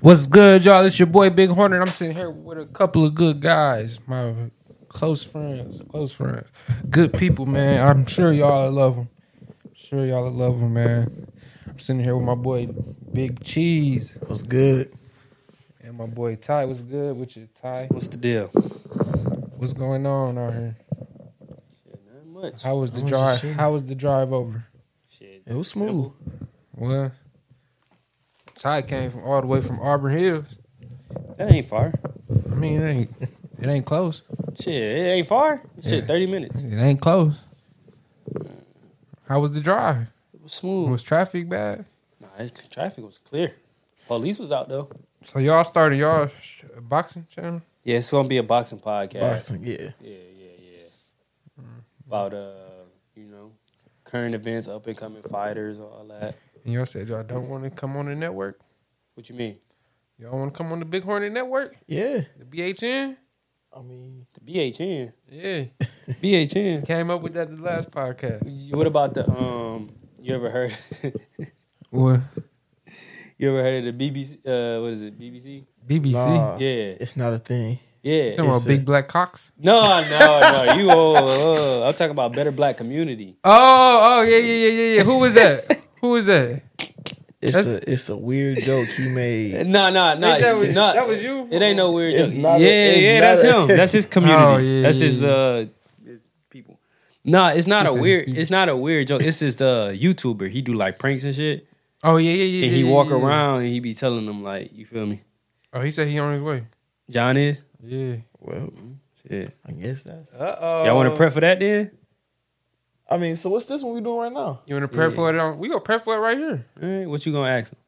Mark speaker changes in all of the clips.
Speaker 1: What's good, y'all? It's your boy Big Horn, and I'm sitting here with a couple of good guys, my close friends, close friends, good people, man. I'm sure y'all love them. I'm sure y'all love them, man. I'm sitting here with my boy Big Cheese
Speaker 2: What's good?
Speaker 1: and my boy Ty. What's good with you, Ty?
Speaker 3: What's the deal?
Speaker 1: What's going on out here?
Speaker 3: Not much.
Speaker 1: How was the
Speaker 2: I was
Speaker 1: drive?
Speaker 2: just chilling.
Speaker 1: How was the drive over?
Speaker 3: Shit.
Speaker 2: It was smooth.
Speaker 1: Well, Ty came from all the way from Arbor Hills.
Speaker 3: That ain't far.
Speaker 1: I mean, it ain't it ain't close.
Speaker 3: Shit, it ain't far. Shit,
Speaker 1: Yeah.
Speaker 3: 30 minutes.
Speaker 1: It ain't close. How was the drive?
Speaker 3: It was smooth.
Speaker 1: Was traffic bad?
Speaker 3: Nah, it- traffic was clear. Police was out, though.
Speaker 1: So y'all started y'all sh- boxing channel?
Speaker 3: Yeah, it's going to be a boxing podcast.
Speaker 2: Boxing, yeah.
Speaker 3: Yeah, yeah, yeah. About, uh, you know, current events, up and coming fighters, all that.
Speaker 1: And y'all said y'all don't want to come on the network.
Speaker 3: What you mean?
Speaker 1: Y'all want to come on the Big Hornet Network,
Speaker 2: Yeah.
Speaker 1: the BHN?
Speaker 2: I mean,
Speaker 3: The BHN.
Speaker 1: Yeah,
Speaker 3: BHN.
Speaker 1: came up with that the last podcast.
Speaker 3: What about the, um, you ever heard,
Speaker 1: What
Speaker 3: you ever heard of the BBC, uh, what is it, BBC?
Speaker 1: BBC?
Speaker 2: Nah.
Speaker 3: Yeah,
Speaker 2: it's not a thing.
Speaker 3: yeah.
Speaker 1: Come on,
Speaker 2: It's a-
Speaker 1: Big Black Cox.
Speaker 3: No, no, no. You old. Uh, I'm talking about better black community.
Speaker 1: Oh, oh yeah, yeah, yeah, yeah, yeah. Who was that? Who was that?
Speaker 2: It's
Speaker 1: That's-
Speaker 2: a it's a weird joke he made.
Speaker 3: No, no, no.
Speaker 1: Ain't that was-
Speaker 3: no,
Speaker 1: that was you?
Speaker 3: It ain't no weird.
Speaker 2: It's
Speaker 3: joke.
Speaker 2: not a-
Speaker 3: yeah,
Speaker 2: it's
Speaker 3: yeah.
Speaker 2: not
Speaker 3: That's
Speaker 2: a-
Speaker 3: him. That's his community.
Speaker 1: Oh, yeah,
Speaker 3: that's
Speaker 1: yeah,
Speaker 3: his
Speaker 1: yeah.
Speaker 3: uh, his people. No, it's not
Speaker 1: He
Speaker 3: a
Speaker 1: said his
Speaker 3: weird.
Speaker 1: people.
Speaker 3: It's not a weird joke. It's just a YouTuber. He do like pranks and shit,
Speaker 1: Oh yeah, yeah, yeah.
Speaker 3: and he
Speaker 1: yeah,
Speaker 3: walk
Speaker 1: yeah, yeah.
Speaker 3: around and he be telling them like, you feel me?
Speaker 1: Oh, he said he on his way.
Speaker 3: John is.
Speaker 1: Yeah.
Speaker 2: Well,
Speaker 3: Yeah.
Speaker 2: I guess that's.
Speaker 1: Uh oh.
Speaker 3: Y'all want to prep for that then?
Speaker 2: I mean, so what's this one we doing right now?
Speaker 1: You want to prep for it? On, we gonna prep for it right here.
Speaker 3: All right. What you gonna ask him?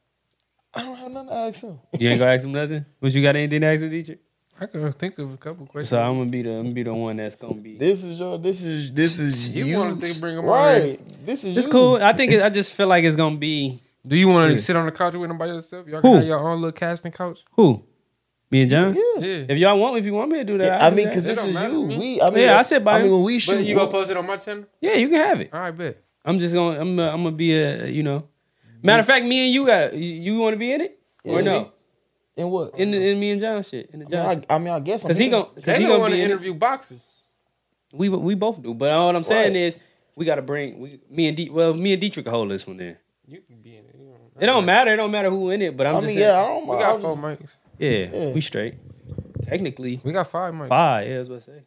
Speaker 2: I don't have nothing to ask him.
Speaker 3: You ain't gonna ask him nothing. What you got anything to ask him, teacher?
Speaker 1: I can think of a couple questions.
Speaker 3: So I'm gonna be the I'm gonna be the one that's gonna be.
Speaker 2: This is your. This is this is
Speaker 1: You
Speaker 2: you.
Speaker 1: wanted to bring him on
Speaker 2: right. This is
Speaker 3: It's
Speaker 2: you.
Speaker 3: cool. I think it, I just feel like it's gonna be
Speaker 1: Do you want to
Speaker 3: Yeah.
Speaker 1: sit on the couch with him by yourself? Y'all can
Speaker 3: Who?
Speaker 1: have your own little casting couch.
Speaker 3: who? Me and John.
Speaker 2: Yeah.
Speaker 1: Yeah.
Speaker 3: If y'all want, if you want me to do that,
Speaker 2: Yeah,
Speaker 3: I'll
Speaker 2: I
Speaker 3: do
Speaker 2: mean,
Speaker 3: that.
Speaker 2: because
Speaker 1: It
Speaker 2: this
Speaker 1: don't
Speaker 2: is
Speaker 1: matter
Speaker 2: you.
Speaker 1: to me.
Speaker 2: We. I mean,
Speaker 3: Yeah, I said by
Speaker 2: I mean,
Speaker 3: you.
Speaker 2: when we shoot,
Speaker 1: But you gonna post it on my channel?
Speaker 3: yeah, you can have it.
Speaker 1: All right, bet.
Speaker 3: I'm just gonna, I'm, uh, I'm gonna be a, you know. Matter of fact, me and you got, you, you want to be in it or
Speaker 2: Yeah.
Speaker 3: no?
Speaker 2: and what?
Speaker 3: In, the, in me and John shit, in the
Speaker 2: I,
Speaker 3: John.
Speaker 2: mean, I, I mean, I guess I'm
Speaker 3: Because he
Speaker 2: here.
Speaker 3: gonna, because
Speaker 1: They don't
Speaker 3: he gonna
Speaker 1: want
Speaker 3: be
Speaker 1: to
Speaker 3: in it.
Speaker 1: interview boxers.
Speaker 3: We we both do, but all I'm saying
Speaker 2: Right.
Speaker 3: is we gotta bring we, me and D, well me and Dietrich can hold this one then.
Speaker 1: You can be in it. You know.
Speaker 3: It don't matter. It don't matter who in it, but I'm
Speaker 2: I
Speaker 3: just
Speaker 2: mean,
Speaker 3: saying,
Speaker 2: yeah, I don't
Speaker 1: We
Speaker 2: mind.
Speaker 1: got
Speaker 2: I'm
Speaker 1: four
Speaker 2: just-
Speaker 1: mics.
Speaker 3: yeah,
Speaker 2: Yeah.
Speaker 3: we straight. Technically
Speaker 1: We got five mics.
Speaker 3: five. Yeah, that's what I say.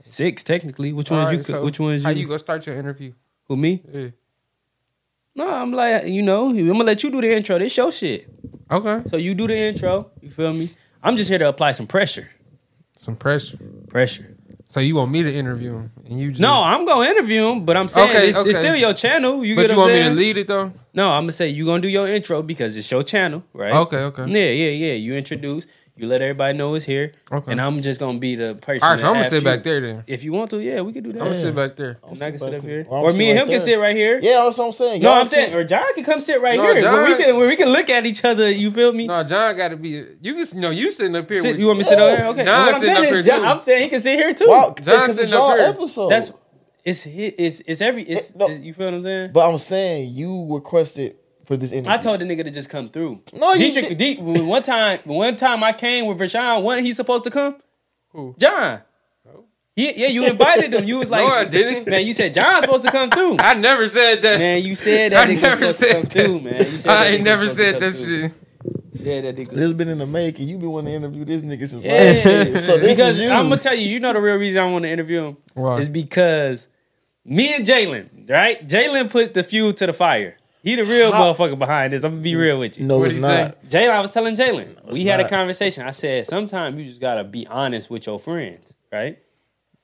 Speaker 3: Six technically. Which
Speaker 1: All
Speaker 3: ones
Speaker 1: right,
Speaker 3: you?
Speaker 1: so
Speaker 3: could which ones
Speaker 1: How
Speaker 3: you?
Speaker 1: you gonna start your interview?
Speaker 3: Who me?
Speaker 1: Yeah.
Speaker 3: No, I'm like, you know, I'm gonna let you do the intro. This your shit.
Speaker 1: Okay.
Speaker 3: So you do the intro. You feel me? I'm just here to apply some pressure.
Speaker 1: Some pressure.
Speaker 3: Pressure.
Speaker 1: So you want me to interview him, and you just,
Speaker 3: No, I'm gonna interview him, but I'm saying
Speaker 1: Okay,
Speaker 3: it's,
Speaker 1: okay.
Speaker 3: it's still your channel. You
Speaker 1: but
Speaker 3: get
Speaker 1: you
Speaker 3: what
Speaker 1: want
Speaker 3: I'm
Speaker 1: me to
Speaker 3: saying?
Speaker 1: lead it though?
Speaker 3: No, I'm gonna say you gonna do your intro because it's your channel, right?
Speaker 1: Okay, okay.
Speaker 3: Yeah, yeah, yeah. You introduce. You let everybody know it's here.
Speaker 1: Okay.
Speaker 3: And I'm just gonna be the person.
Speaker 1: All right, so
Speaker 3: that
Speaker 1: I'm gonna
Speaker 3: have
Speaker 1: sit
Speaker 3: you-
Speaker 1: back there then.
Speaker 3: If you want to, yeah, we could do that.
Speaker 1: I'm gonna sit back there.
Speaker 3: And I can sit up here,
Speaker 2: Well, I'm
Speaker 3: or me
Speaker 2: sit
Speaker 3: and
Speaker 2: right
Speaker 3: him can
Speaker 2: there.
Speaker 3: sit right here.
Speaker 2: Yeah, that's what I'm saying.
Speaker 3: No,
Speaker 2: Y'all
Speaker 3: I'm
Speaker 2: sit-
Speaker 3: saying, or John can come sit right
Speaker 1: No,
Speaker 3: here. where we
Speaker 1: John-
Speaker 3: can, where we can look at each other. You feel me?
Speaker 1: No, John got to be. You can no, you sitting up here.
Speaker 3: Sit,
Speaker 1: with-
Speaker 3: you want me to sit over here? Okay.
Speaker 1: John
Speaker 3: what I'm
Speaker 1: sitting
Speaker 3: saying
Speaker 1: up
Speaker 3: is,
Speaker 1: here
Speaker 3: John-
Speaker 1: too.
Speaker 3: I'm saying he can sit here too.
Speaker 2: Wow, because
Speaker 1: Johnson
Speaker 2: it's y'all
Speaker 1: up here.
Speaker 2: episode.
Speaker 3: That's it's hi- it's it's every it's,
Speaker 2: It- Oh. Eh, no.
Speaker 3: it's- you feel what I'm saying.
Speaker 2: But I'm saying you requested for this interview.
Speaker 3: I told the nigga to just come through.
Speaker 2: No, you did-
Speaker 3: Dietrich, Diet- when one time when one time I came with Rashawn. When he supposed to come?
Speaker 1: Who?
Speaker 3: John. Yeah, yeah, you invited him. You was like,
Speaker 1: I didn't.
Speaker 3: Man, you said John's supposed to come through.
Speaker 1: I never said that.
Speaker 3: Man, you said
Speaker 1: I
Speaker 3: that nigga
Speaker 1: never
Speaker 3: supposed to
Speaker 1: said
Speaker 3: come
Speaker 1: that.
Speaker 3: through, man. You said
Speaker 1: I
Speaker 3: that
Speaker 1: ain't
Speaker 3: nigga
Speaker 1: never
Speaker 3: supposed to
Speaker 1: said
Speaker 3: come
Speaker 1: that
Speaker 3: through.
Speaker 1: shit.
Speaker 3: Yeah, that nigga.
Speaker 2: this been in the making. You've been wanting to interview this nigga since last
Speaker 3: Yeah.
Speaker 2: year. So this
Speaker 3: because
Speaker 2: is you.
Speaker 3: I'm gonna tell you, you know the real reason I want to interview him
Speaker 1: Why?
Speaker 3: is because me and Jalen, right? Jalen put the fuel to the fire. He the real
Speaker 2: How- Mm,
Speaker 3: motherfucker behind this. I'm gonna be real with you.
Speaker 2: no,
Speaker 1: What
Speaker 2: it's
Speaker 1: he say?
Speaker 2: not.
Speaker 3: Jalen, I was telling Jalen, we had a
Speaker 2: not.
Speaker 3: conversation. I said, sometimes you just gotta be honest with your friends, right?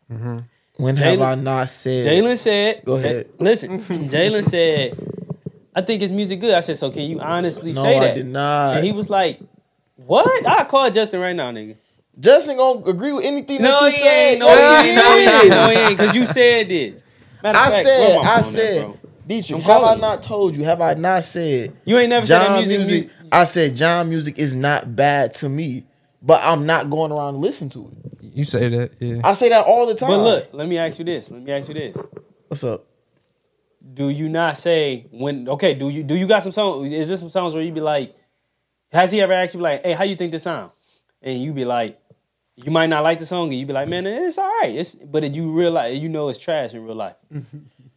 Speaker 2: When have
Speaker 3: Jalen-
Speaker 2: I not said?
Speaker 3: Jalen said,
Speaker 2: Go ahead.
Speaker 3: Eh, Listen, Jalen said, I think his music good. I said, so can you honestly
Speaker 2: No,
Speaker 3: say
Speaker 2: I
Speaker 3: that?
Speaker 2: did not.
Speaker 3: And he was like, what? I call Justin right now, nigga.
Speaker 2: Justin gonna agree with anything
Speaker 3: No,
Speaker 2: that
Speaker 3: he
Speaker 2: you say.
Speaker 3: ain't. No, he ain't. No, he ain't.
Speaker 2: is.
Speaker 3: No, he ain't. Because you said this. Matter of
Speaker 2: I
Speaker 3: fact,
Speaker 2: said.
Speaker 3: where my
Speaker 2: I
Speaker 3: phone at,
Speaker 2: said.
Speaker 3: bro?
Speaker 2: Did you?
Speaker 3: I'm
Speaker 2: Have I
Speaker 3: calling.
Speaker 2: not told you? Have I not said?
Speaker 3: you ain't never said that
Speaker 2: John
Speaker 3: music.
Speaker 2: music.
Speaker 3: music.
Speaker 2: I said John music is not bad to me, but I'm not going around and listen to it.
Speaker 1: You say that, yeah.
Speaker 2: I say that all the time.
Speaker 3: But look, let me ask you this. Let me ask you this.
Speaker 2: what's up?
Speaker 3: Do you not say when? Okay, do you do you got some songs? Is there some songs where you be like, Has he ever asked you like, "Hey, how you think this sound?" And you be like, "You might not like the song," and you be like, "Man, it's all right." It's but did you realize you know it's trash in real life?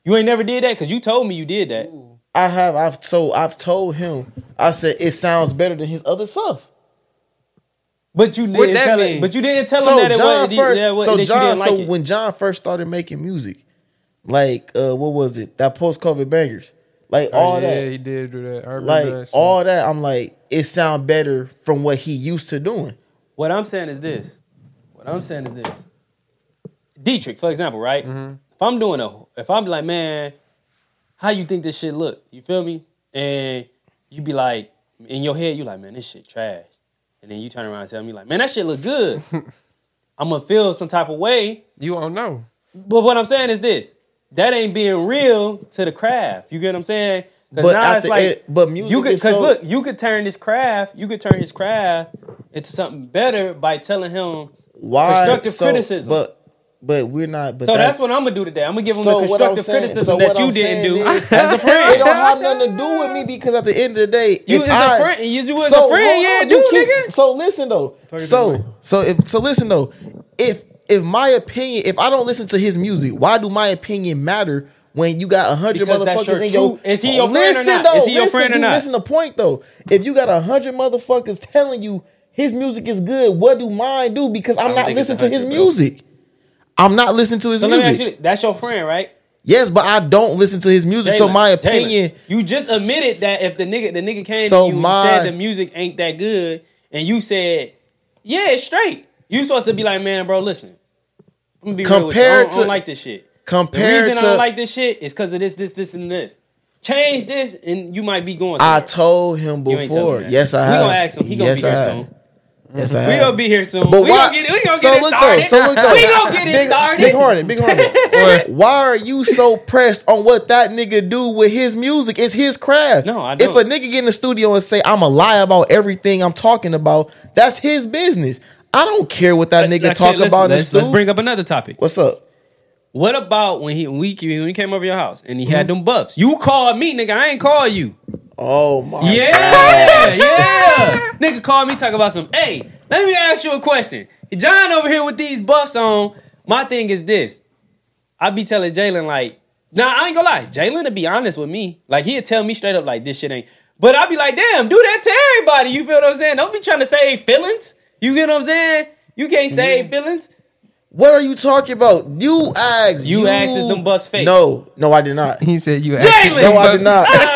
Speaker 3: you ain't never did that because you told me you did that.
Speaker 2: I have I've told I've told him I said it sounds better than his other stuff.
Speaker 3: But you didn't
Speaker 1: that
Speaker 3: tell
Speaker 1: mean?
Speaker 3: him. But you didn't tell
Speaker 2: So
Speaker 3: him that it
Speaker 2: John
Speaker 3: wasn't.
Speaker 2: first,
Speaker 3: that, was,
Speaker 2: so
Speaker 3: that you
Speaker 2: John,
Speaker 3: didn't like
Speaker 2: so
Speaker 3: it.
Speaker 2: when John first started making music, like uh, what was it? That post COVID bangers, like
Speaker 3: Oh,
Speaker 1: Oh,
Speaker 2: all
Speaker 1: yeah,
Speaker 2: that,
Speaker 1: he did do that. I remember
Speaker 2: like
Speaker 1: that shit.
Speaker 2: all that. I'm like, it sound better from what he used to doing.
Speaker 3: What I'm saying is this. What I'm saying is this. Dietrich, for example, right?
Speaker 2: Mm-hmm.
Speaker 3: If I'm doing a, if I'm like, man, how you think this shit look? You feel me? And you be like, in your head, you like, man, this shit trash. And then you turn around and tell me like, man, that shit look good. I'm gonna feel some type of way.
Speaker 1: you don't know.
Speaker 3: But what I'm saying is this. That ain't being real to the craft. You get what I'm saying? 'Cause
Speaker 2: But
Speaker 3: now
Speaker 2: after
Speaker 3: it's like-
Speaker 2: it, but music
Speaker 3: you could
Speaker 2: is
Speaker 3: because
Speaker 2: so,
Speaker 3: look, you could turn this craft, you could turn his craft into something better by telling him.
Speaker 2: why
Speaker 3: constructive
Speaker 2: so-
Speaker 3: criticism.
Speaker 2: But but we're not. But
Speaker 3: So that's, what I'm gonna do today. I'm gonna give him
Speaker 2: So
Speaker 3: the
Speaker 2: what I'm
Speaker 3: constructive
Speaker 2: saying-
Speaker 3: criticism
Speaker 2: so
Speaker 3: that
Speaker 2: what
Speaker 3: you
Speaker 2: I'm
Speaker 3: didn't do
Speaker 2: saying is-
Speaker 3: as a
Speaker 2: it don't
Speaker 3: friend.
Speaker 2: have nothing to do with me because at the end of the day,
Speaker 3: You
Speaker 2: if
Speaker 3: is a
Speaker 2: I-
Speaker 3: friend- you is a friend,
Speaker 2: hold
Speaker 3: yeah,
Speaker 2: on, you
Speaker 3: dude,
Speaker 2: keep-
Speaker 3: nigga.
Speaker 2: So listen though. So so if so listen though. If if my opinion, if I don't listen to his music, why do my opinion matter? When you got a hundred
Speaker 3: Because that's your
Speaker 2: motherfuckers in your
Speaker 3: true- is he your friend or
Speaker 2: Listen,
Speaker 3: not? Is he
Speaker 2: though,
Speaker 3: your
Speaker 2: listen,
Speaker 3: friend or
Speaker 2: you
Speaker 3: not?
Speaker 2: Listen to point though. If you got a hundred motherfuckers telling you his music is good, what do mine do? Because I'm
Speaker 3: don't
Speaker 2: not
Speaker 3: think it's
Speaker 2: listening to his
Speaker 3: 100, bro.
Speaker 2: music. I'm not listening to his
Speaker 3: So let me
Speaker 2: music.
Speaker 3: ask you, this. that's your friend, right?
Speaker 2: Yes, but I don't listen to his music, so
Speaker 3: Jalen,
Speaker 2: my
Speaker 3: Jalen,
Speaker 2: opinion.
Speaker 3: you just admitted that if the nigga the nigga came
Speaker 2: So
Speaker 3: to you
Speaker 2: my-
Speaker 3: and said the music ain't that good, and you said, yeah, it's straight. You supposed to be like, man, bro, listen. I'm gonna be real with you. I
Speaker 2: Compared
Speaker 3: don't, I don't
Speaker 2: to-
Speaker 3: like this shit. The
Speaker 2: Compared
Speaker 3: reason I
Speaker 2: to,
Speaker 3: don't like this shit is because of this, this, this, and this. Change this, and you might be going.
Speaker 2: I
Speaker 3: Somewhere.
Speaker 2: told him
Speaker 3: You ain't
Speaker 2: before.
Speaker 3: telling me that.
Speaker 2: Yes, I
Speaker 3: We
Speaker 2: have.
Speaker 3: gonna ask him. He gonna
Speaker 2: yes,
Speaker 3: be
Speaker 2: I
Speaker 3: here
Speaker 2: have.
Speaker 3: soon.
Speaker 2: Yes, I
Speaker 3: We
Speaker 2: have.
Speaker 3: gonna be here soon.
Speaker 2: But
Speaker 3: we
Speaker 2: why?
Speaker 3: gonna get, we gonna
Speaker 2: so
Speaker 3: get it
Speaker 2: look
Speaker 3: started.
Speaker 2: though. So look though.
Speaker 3: we gonna get it
Speaker 2: big,
Speaker 3: started.
Speaker 2: Big Hornet. Big Hornet.
Speaker 1: But
Speaker 2: Why are you so pressed on what that nigga do with his music? It's his craft.
Speaker 3: No, I
Speaker 2: If
Speaker 3: don't.
Speaker 2: a nigga get in the studio and say I'm a lie about everything I'm talking about, that's his business. I don't care what that nigga
Speaker 3: Okay,
Speaker 2: talk
Speaker 3: listen,
Speaker 2: about in the
Speaker 3: Let's, let's
Speaker 2: studio.
Speaker 3: bring up another topic.
Speaker 2: What's up?
Speaker 3: What about when he when, we, when he came over your house and he had
Speaker 2: Mm-hmm.
Speaker 3: them buffs? You called me, nigga. I ain't call you.
Speaker 2: Oh my.
Speaker 3: Yeah, yeah. Nigga called me talking about some. Hey, let me ask you a question. John over here with these buffs on. My thing is this. I be telling Jalen like, nah, I ain't gonna lie. Jalen to be honest with me, like he'd tell me straight up like this shit ain't. But I be like, damn, do that to everybody. You feel what I'm saying? Don't be trying to save feelings. You get what I'm saying? You can't save feelings.
Speaker 2: What are you talking about? You asked.
Speaker 3: You asked is them bus fake.
Speaker 2: No, no, I did not.
Speaker 1: he said you.
Speaker 3: Jalen!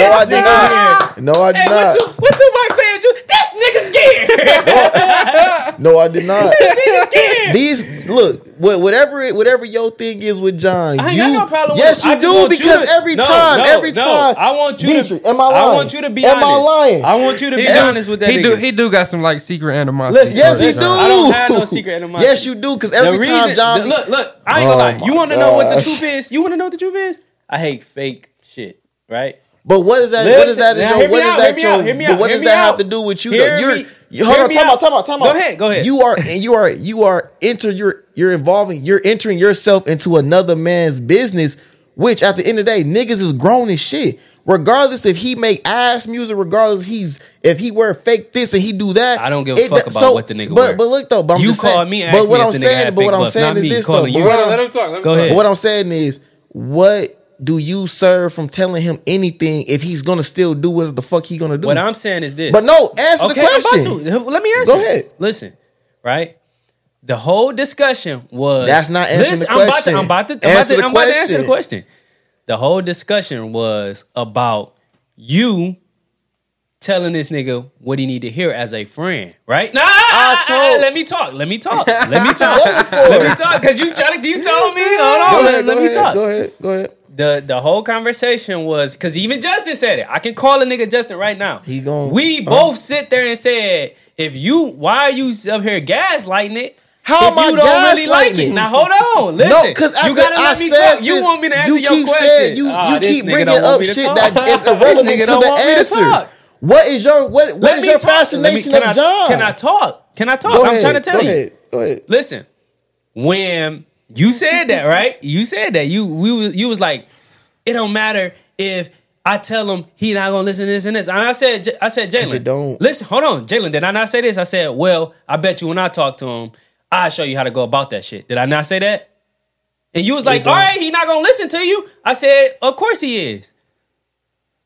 Speaker 2: No, I did not.
Speaker 3: Ah,
Speaker 2: No, I did
Speaker 3: this nigga.
Speaker 2: not. No, I did
Speaker 3: Hey, what,
Speaker 2: not.
Speaker 3: two, what Tupac said? You, this nigga scared.
Speaker 2: No, I did not.
Speaker 3: this nigga scared.
Speaker 2: These look wha- whatever it- whatever your thing is with John.
Speaker 3: I ain't
Speaker 2: you,
Speaker 3: got no problem with
Speaker 2: yes,
Speaker 3: it. I
Speaker 2: you
Speaker 3: just
Speaker 2: do
Speaker 3: want you
Speaker 2: because
Speaker 3: to-
Speaker 2: every
Speaker 3: No,
Speaker 2: time,
Speaker 3: no,
Speaker 2: every
Speaker 3: no.
Speaker 2: time.
Speaker 3: I want you
Speaker 2: Dietrich,
Speaker 3: to.
Speaker 2: am I
Speaker 3: I
Speaker 2: lying?
Speaker 3: want you to be
Speaker 2: Am I
Speaker 3: honest.
Speaker 2: lying?
Speaker 3: I want you to be
Speaker 1: do-
Speaker 3: honest with that
Speaker 1: he
Speaker 3: nigga.
Speaker 1: do he do got some like secret animosity.
Speaker 3: Listen,
Speaker 2: yes, he
Speaker 1: towards
Speaker 2: do.
Speaker 1: John.
Speaker 3: I don't have no secret animosity.
Speaker 2: Yes, you do because
Speaker 3: The
Speaker 2: every time
Speaker 3: reason-
Speaker 2: John.
Speaker 3: the-
Speaker 2: be-
Speaker 3: look, look. I ain't gonna
Speaker 2: Oh
Speaker 3: lie. You
Speaker 2: my
Speaker 3: want to know what the
Speaker 2: gosh.
Speaker 3: truth is? You want to know what the truth is? I hate fake shit. Right?
Speaker 2: but what is that? what is that? Is
Speaker 3: Listen,
Speaker 2: your,
Speaker 3: now, hear
Speaker 2: what
Speaker 3: me
Speaker 2: is
Speaker 3: out,
Speaker 2: that?
Speaker 3: hear me out, hear
Speaker 2: Your,
Speaker 3: me
Speaker 2: but
Speaker 3: out,
Speaker 2: what
Speaker 3: hear
Speaker 2: does
Speaker 3: me
Speaker 2: that have
Speaker 3: out.
Speaker 2: to do with you?
Speaker 3: Hear
Speaker 2: though? You're
Speaker 3: me-
Speaker 2: you, hold
Speaker 3: hear
Speaker 2: on.
Speaker 3: me
Speaker 2: Time
Speaker 3: out.
Speaker 2: out. Time out. Time
Speaker 3: Go
Speaker 2: out.
Speaker 3: ahead, go ahead.
Speaker 2: You are and you are you are enter your you're involving you're entering yourself into another man's business, which at the end of the day, niggas is grown as shit. Regardless if he make ass music, regardless if he's if he wear fake this and he do that,
Speaker 3: I don't give a
Speaker 2: it-
Speaker 3: fuck about
Speaker 2: so-
Speaker 3: what the nigga
Speaker 2: But
Speaker 3: wear.
Speaker 2: but look though, but I'm
Speaker 3: You
Speaker 2: just
Speaker 3: called
Speaker 2: saying,
Speaker 3: me, asked
Speaker 2: but what
Speaker 3: me if
Speaker 2: I'm
Speaker 3: the nigga
Speaker 2: saying,
Speaker 3: had
Speaker 2: but what
Speaker 3: fake
Speaker 2: I'm
Speaker 3: bucks,
Speaker 2: saying
Speaker 3: not
Speaker 2: is
Speaker 3: me
Speaker 2: this though.
Speaker 3: calling
Speaker 2: But
Speaker 3: you
Speaker 2: what
Speaker 3: out.
Speaker 2: I'm-
Speaker 1: Let him talk. Let him
Speaker 3: Go
Speaker 1: talk.
Speaker 3: ahead.
Speaker 2: but what I'm saying is, what do you serve from telling him anything if he's gonna still do what the fuck he gonna do?
Speaker 3: What I'm saying is this.
Speaker 2: Mm. but no, answer
Speaker 3: okay,
Speaker 2: the
Speaker 3: I'm about
Speaker 2: question.
Speaker 3: to. Let me answer.
Speaker 2: Go ahead.
Speaker 3: Listen, right? The whole discussion was
Speaker 2: That's not answering the
Speaker 3: I'm about to-
Speaker 2: question.
Speaker 3: I'm about to. I'm,
Speaker 2: Answer
Speaker 3: about,
Speaker 2: the
Speaker 3: to, I'm about to answer the
Speaker 2: question.
Speaker 3: question. The whole discussion was about you telling this nigga what he need to hear as a friend, right? Nah, I
Speaker 2: told-
Speaker 3: let me talk. Let me talk. Let me
Speaker 2: Go
Speaker 3: talk.
Speaker 2: for
Speaker 3: let me talk. Cause you trying to. You told me. Hold on.
Speaker 2: Go ahead,
Speaker 3: let
Speaker 2: go
Speaker 3: me
Speaker 2: ahead,
Speaker 3: talk
Speaker 2: Go ahead, go ahead.
Speaker 3: the the whole conversation was because even Justin said it. I can call a nigga Justin right now.
Speaker 2: He gon-
Speaker 3: We
Speaker 2: uh.
Speaker 3: both sit there and said, if you, why are you up here gaslighting it?
Speaker 2: How
Speaker 3: if
Speaker 2: am I
Speaker 3: you don't really like
Speaker 2: gaslighting?
Speaker 3: it? Now hold on, listen.
Speaker 2: No, because after
Speaker 3: you gotta
Speaker 2: I
Speaker 3: let me
Speaker 2: said
Speaker 3: talk. You
Speaker 2: this,
Speaker 3: want me to answer
Speaker 2: you
Speaker 3: your
Speaker 2: keep
Speaker 3: question?
Speaker 2: saying- you
Speaker 3: Ah,
Speaker 2: you
Speaker 3: this
Speaker 2: keep
Speaker 3: nigga
Speaker 2: bringing
Speaker 3: don't want
Speaker 2: up
Speaker 3: me to
Speaker 2: shit
Speaker 3: talk.
Speaker 2: that is
Speaker 3: This
Speaker 2: irrelevant
Speaker 3: nigga
Speaker 2: to
Speaker 3: don't
Speaker 2: the
Speaker 3: want me to
Speaker 2: answer.
Speaker 3: talk.
Speaker 2: What is your what? What
Speaker 3: Let
Speaker 2: is
Speaker 3: me
Speaker 2: your
Speaker 3: talk. Let me-
Speaker 2: fascination
Speaker 3: can
Speaker 2: of
Speaker 3: I-
Speaker 2: John?
Speaker 3: Can I talk? Can I talk?
Speaker 2: Go
Speaker 3: I'm
Speaker 2: ahead,
Speaker 3: trying to tell
Speaker 2: go
Speaker 3: you.
Speaker 2: Ahead, go ahead.
Speaker 3: Listen, when you said that, right? You said that you we was, you was like, it don't matter if I I tell him he not gonna listen to this and this. And I said, J- I said,
Speaker 2: Cause
Speaker 3: Jalen,
Speaker 2: it don't-
Speaker 3: listen. Hold on, Jalen. Did I not say this? I said, well, I bet you when I talk to him, I show you how to go about that shit. Did I not say that? And you was like, all
Speaker 2: don't.
Speaker 3: right, he not gonna listen to you. I said, of course he is.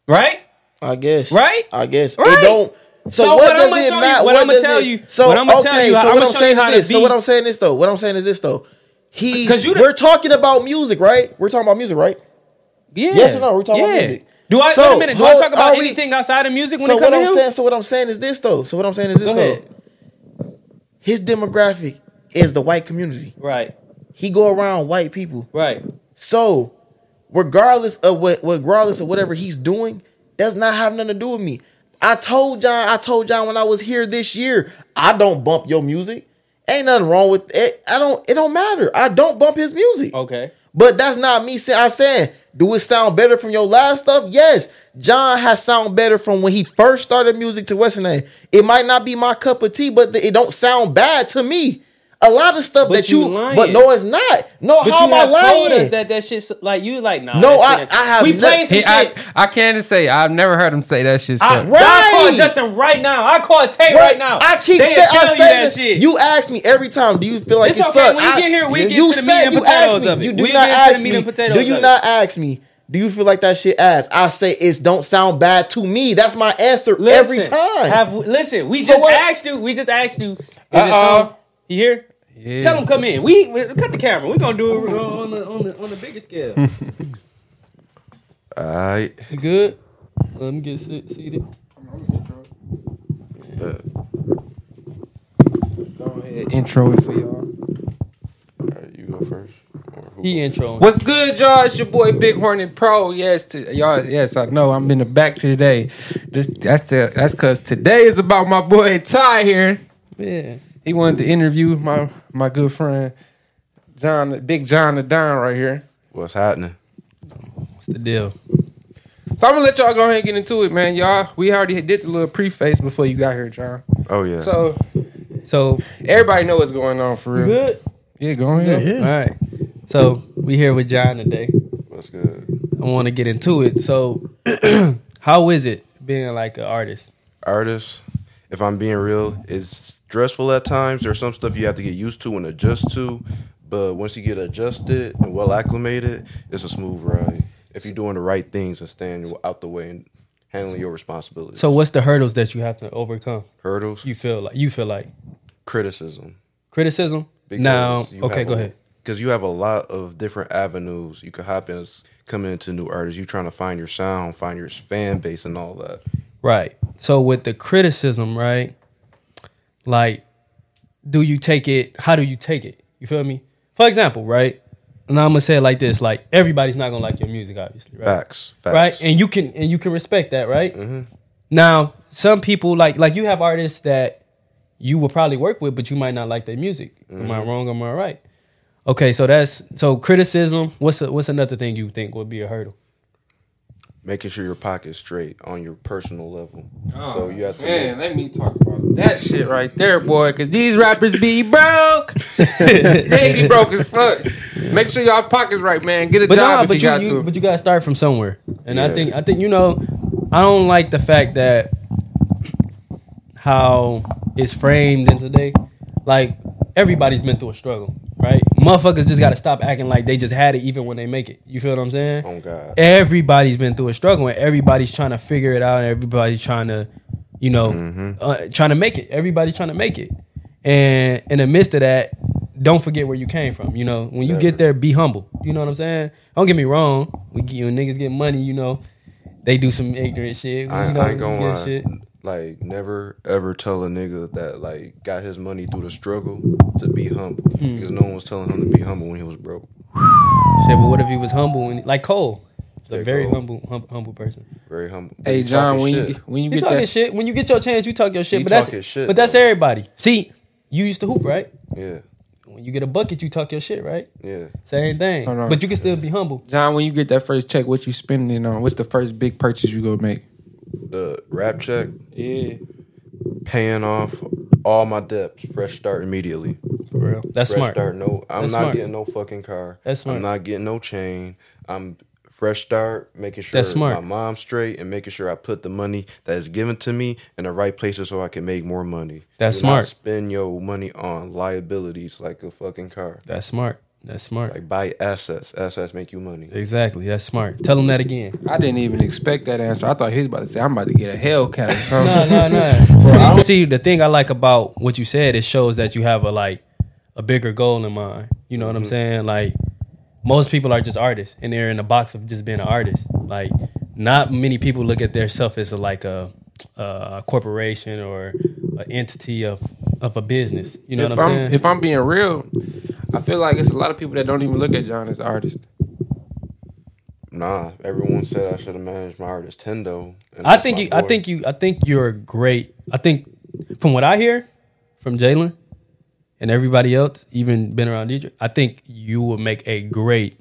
Speaker 3: Right?
Speaker 2: I guess.
Speaker 3: Right?
Speaker 2: I guess.
Speaker 3: Right.
Speaker 2: It don't. So,
Speaker 3: So
Speaker 2: what,
Speaker 3: what
Speaker 2: does
Speaker 3: I'ma
Speaker 2: it
Speaker 3: show you-
Speaker 2: matter?
Speaker 3: what I'ma
Speaker 2: does
Speaker 3: tell
Speaker 2: it-
Speaker 3: you-
Speaker 2: So
Speaker 3: what I'ma
Speaker 2: okay.
Speaker 3: tell you,
Speaker 2: so what
Speaker 3: I'ma
Speaker 2: I'm
Speaker 3: show you
Speaker 2: saying
Speaker 3: how
Speaker 2: is
Speaker 3: to
Speaker 2: this. So what
Speaker 3: be-
Speaker 2: I'm saying is though. What I'm saying is this though. He.
Speaker 3: 'Cause you the-
Speaker 2: We're talking about music, right? We're talking about music, right?
Speaker 3: Yeah.
Speaker 2: Yes or no? We talking about music.
Speaker 3: Do I
Speaker 2: So,
Speaker 3: wait a minute? Do I
Speaker 2: how
Speaker 3: talk about
Speaker 2: are we-
Speaker 3: anything outside of music when
Speaker 2: so
Speaker 3: it comes
Speaker 2: what
Speaker 3: to
Speaker 2: I'm
Speaker 3: him?
Speaker 2: saying. So what I'm saying is this though. So what I'm saying is this
Speaker 3: Go
Speaker 2: though.
Speaker 3: ahead.
Speaker 2: His demographic is the white community.
Speaker 3: Right.
Speaker 2: He go around white people.
Speaker 3: Right.
Speaker 2: So, regardless of what, regardless of whatever he's doing, does not have nothing to do with me. I told John, I told John when I was here this year, I don't bump your music. Ain't nothing wrong with it. I don't. It don't matter. I don't bump his music.
Speaker 3: Okay.
Speaker 2: But that's not me saying. I'm saying, do it sound better from your last stuff? Yes. John has sound better from when he first started music to Western Name. It might not be my cup of tea, but th- it don't sound bad to me. A lot of stuff
Speaker 3: But
Speaker 2: that
Speaker 3: you
Speaker 2: you,
Speaker 3: lying.
Speaker 2: but no, it's not. No,
Speaker 3: But
Speaker 2: how
Speaker 3: you
Speaker 2: am I
Speaker 3: have
Speaker 2: lying?
Speaker 3: told us that that shit's like you like nah.
Speaker 2: No,
Speaker 3: that
Speaker 2: I-
Speaker 3: shit-
Speaker 2: I have
Speaker 3: We
Speaker 2: not-
Speaker 3: playing some
Speaker 1: He, I,
Speaker 3: shit.
Speaker 1: I can't say I've never heard him say that shit.
Speaker 3: I,
Speaker 1: so-
Speaker 2: Right.
Speaker 3: I call Justin right now. I call Tay right, now.
Speaker 2: I keep
Speaker 3: They'll
Speaker 2: saying, I
Speaker 3: tell
Speaker 2: say
Speaker 3: you that
Speaker 2: this-
Speaker 3: shit.
Speaker 2: You ask me every time, do you feel like
Speaker 3: It's
Speaker 2: it
Speaker 3: okay,
Speaker 2: sucks?
Speaker 3: when we
Speaker 2: I-
Speaker 3: get here, we
Speaker 2: you-
Speaker 3: get
Speaker 2: you
Speaker 3: to the
Speaker 2: said
Speaker 3: meat and
Speaker 2: you
Speaker 3: potatoes
Speaker 2: asked me.
Speaker 3: of it.
Speaker 2: You do
Speaker 3: We
Speaker 2: not
Speaker 3: get to the
Speaker 2: ask
Speaker 3: meat
Speaker 2: me.
Speaker 3: and potatoes
Speaker 2: do you
Speaker 3: of
Speaker 2: not ask me? Do you feel like that shit ass? I say it don't sound bad to me. That's my answer
Speaker 3: Listen,
Speaker 2: every time.
Speaker 3: Have listen, we just
Speaker 2: what- Uh-uh.
Speaker 3: asked you. We just asked you. Is it
Speaker 1: Uh-oh.
Speaker 3: song? You here?
Speaker 1: Yeah.
Speaker 3: Tell them come in. We, we cut the camera. We're gonna do it uh, on the on the on the bigger scale.
Speaker 4: All right.
Speaker 3: You good? Let me get se- seated.
Speaker 1: Go ahead, intro it for y'all.
Speaker 4: All right, you go first. Or who-
Speaker 3: He intro.
Speaker 1: What's good, y'all? It's your boy Big Hornet Pro. Yes, to, y'all. Yes, I know. I'm in the back today. This, that's the, that's because today is about my boy Ty here.
Speaker 3: Yeah.
Speaker 1: He wanted to interview my my good friend John, Big John the Don right here.
Speaker 4: What's happening?
Speaker 3: What's the deal?
Speaker 1: So I'm gonna let y'all go ahead and get into it, man. Y'all, we already did the little preface before you got here, John.
Speaker 4: Oh yeah.
Speaker 1: So
Speaker 3: So
Speaker 1: everybody know what's going on for real.
Speaker 3: good.
Speaker 1: Yeah, go ahead.
Speaker 3: All right. So we here with John today.
Speaker 4: What's good?
Speaker 3: I want to get into it. So, how is it being like an artist?
Speaker 4: Artists, if I'm being real, it's stressful at times. There's some stuff you have to get used to and adjust to, but once you get adjusted and well acclimated, it's a smooth ride. If you're doing the right things and staying out the way and handling your responsibilities.
Speaker 3: So, what's the hurdles that you have to overcome?
Speaker 4: hurdles,
Speaker 3: You feel like you feel like
Speaker 4: criticism.
Speaker 3: criticism.
Speaker 4: Because
Speaker 3: Now,
Speaker 4: you
Speaker 3: okay,
Speaker 4: have
Speaker 3: go
Speaker 4: a-
Speaker 3: ahead.
Speaker 4: Because you have a lot of different avenues you could hop in as coming into new artists. You trying to find your sound, find your fan base, and all that.
Speaker 3: Right. So with the criticism, right? Like, do you take it? How do you take it? You feel me? For example, right? And I'm gonna say it like this: like everybody's not gonna like your music, obviously, right?
Speaker 4: Facts, facts.
Speaker 3: right? And you can and you can respect that, right? Now, some people like like you have artists that you will probably work with, but you might not like their music. Am I wrong? Am I right? Okay, so that's so criticism. What's a, what's another thing you think would be a hurdle?
Speaker 4: making sure your pocket's straight on your personal level.
Speaker 1: Oh,
Speaker 4: so you have to.
Speaker 1: Man, let me talk about that shit right there, boy. Cause these rappers be broke. they be broke as fuck. Make sure y'all pockets right, man. Get a
Speaker 3: But
Speaker 1: job
Speaker 3: nah,
Speaker 1: if
Speaker 3: but
Speaker 1: you
Speaker 3: you,
Speaker 1: got
Speaker 3: you-
Speaker 1: to.
Speaker 3: but you gotta start from somewhere. And I
Speaker 4: Yeah.
Speaker 3: think I think you know, I don't like the fact that how it's framed in today. Like everybody's been through a struggle, right? Motherfuckers just gotta stop acting like they just had it even when they make it. You feel what I'm saying?
Speaker 4: Oh God.
Speaker 3: Everybody's been through a struggle and everybody's trying to figure it out and everybody's trying to, you know,
Speaker 4: Mm-hmm.
Speaker 3: uh, trying to make it. Everybody's trying to make it. And in the midst of that, don't forget where you came from. You know, when you get there, be humble. You know what I'm saying? Don't get me wrong. We get, you niggas get money, you know. They do some ignorant shit.
Speaker 4: I,
Speaker 3: you know,
Speaker 4: I ain't
Speaker 3: we
Speaker 4: gonna
Speaker 3: get
Speaker 4: lie. Like never ever tell a nigga that like got his money through the struggle to be humble because no one was telling him to be humble when he was broke.
Speaker 3: Shit, but what if he was humble and like Cole? He's a
Speaker 4: Yeah,
Speaker 3: very
Speaker 4: Cole.
Speaker 3: humble, hum, humble person.
Speaker 4: Very humble. But
Speaker 1: hey,
Speaker 4: he
Speaker 1: John,
Speaker 4: talking
Speaker 1: when
Speaker 4: shit.
Speaker 1: you get- when you
Speaker 3: You
Speaker 1: get
Speaker 3: talking
Speaker 1: that,
Speaker 3: shit. When you get your chance, you talk your shit.
Speaker 4: He
Speaker 3: but that's
Speaker 4: talking shit,
Speaker 3: but that's
Speaker 4: though.
Speaker 3: everybody. See, you used to hoop, right?
Speaker 4: yeah,
Speaker 3: When you get a bucket, you talk your shit, right?
Speaker 4: yeah.
Speaker 3: Same thing.
Speaker 1: Hold on.
Speaker 3: But you can still be humble.
Speaker 1: John, when you get that first check, what you spending it on? What's the first big purchase you gonna make?
Speaker 4: The rap check
Speaker 1: Yeah,
Speaker 4: paying off all my debts. Fresh start immediately.
Speaker 3: For real. That's
Speaker 4: Fresh
Speaker 3: smart.
Speaker 4: start. No, I'm
Speaker 3: That's
Speaker 4: not
Speaker 3: smart.
Speaker 4: getting no fucking car.
Speaker 3: That's smart.
Speaker 4: I'm not getting no chain. I'm fresh start, making sure
Speaker 3: That's smart.
Speaker 4: my mom's straight, and making sure I put the money that is given to me in the right places so I can make more money.
Speaker 3: That's
Speaker 4: Do not
Speaker 3: smart.
Speaker 4: Spend your money on liabilities like a fucking car.
Speaker 3: That's smart. That's smart.
Speaker 4: Like buy assets. Assets make you money.
Speaker 3: exactly. That's smart. Tell him that again.
Speaker 1: I didn't even expect that answer. I thought he was about to say, I'm about to get a Hellcat or something.
Speaker 3: no, no, no. Bro, see, the thing I like about what you said, it shows that you have a like a bigger goal in mind. You know what
Speaker 4: Mm-hmm.
Speaker 3: I'm saying? Like most people are just artists, and they're in a box of just being an artist. Like not many people look at their self as a, like a, a corporation or an entity of of a business. You know
Speaker 1: if
Speaker 3: what I'm,
Speaker 1: I'm,
Speaker 3: saying?
Speaker 1: if I'm being real, I feel like it's a lot of people that don't even look at John as an artist.
Speaker 4: Nah, everyone said I should have managed my artist Tendo. and
Speaker 3: I
Speaker 4: that's
Speaker 3: think
Speaker 4: my
Speaker 3: you, I
Speaker 4: boy.
Speaker 3: think you, I think you're great. I think from what I hear from Jalen and everybody else, even been around DJ, I think you will make a great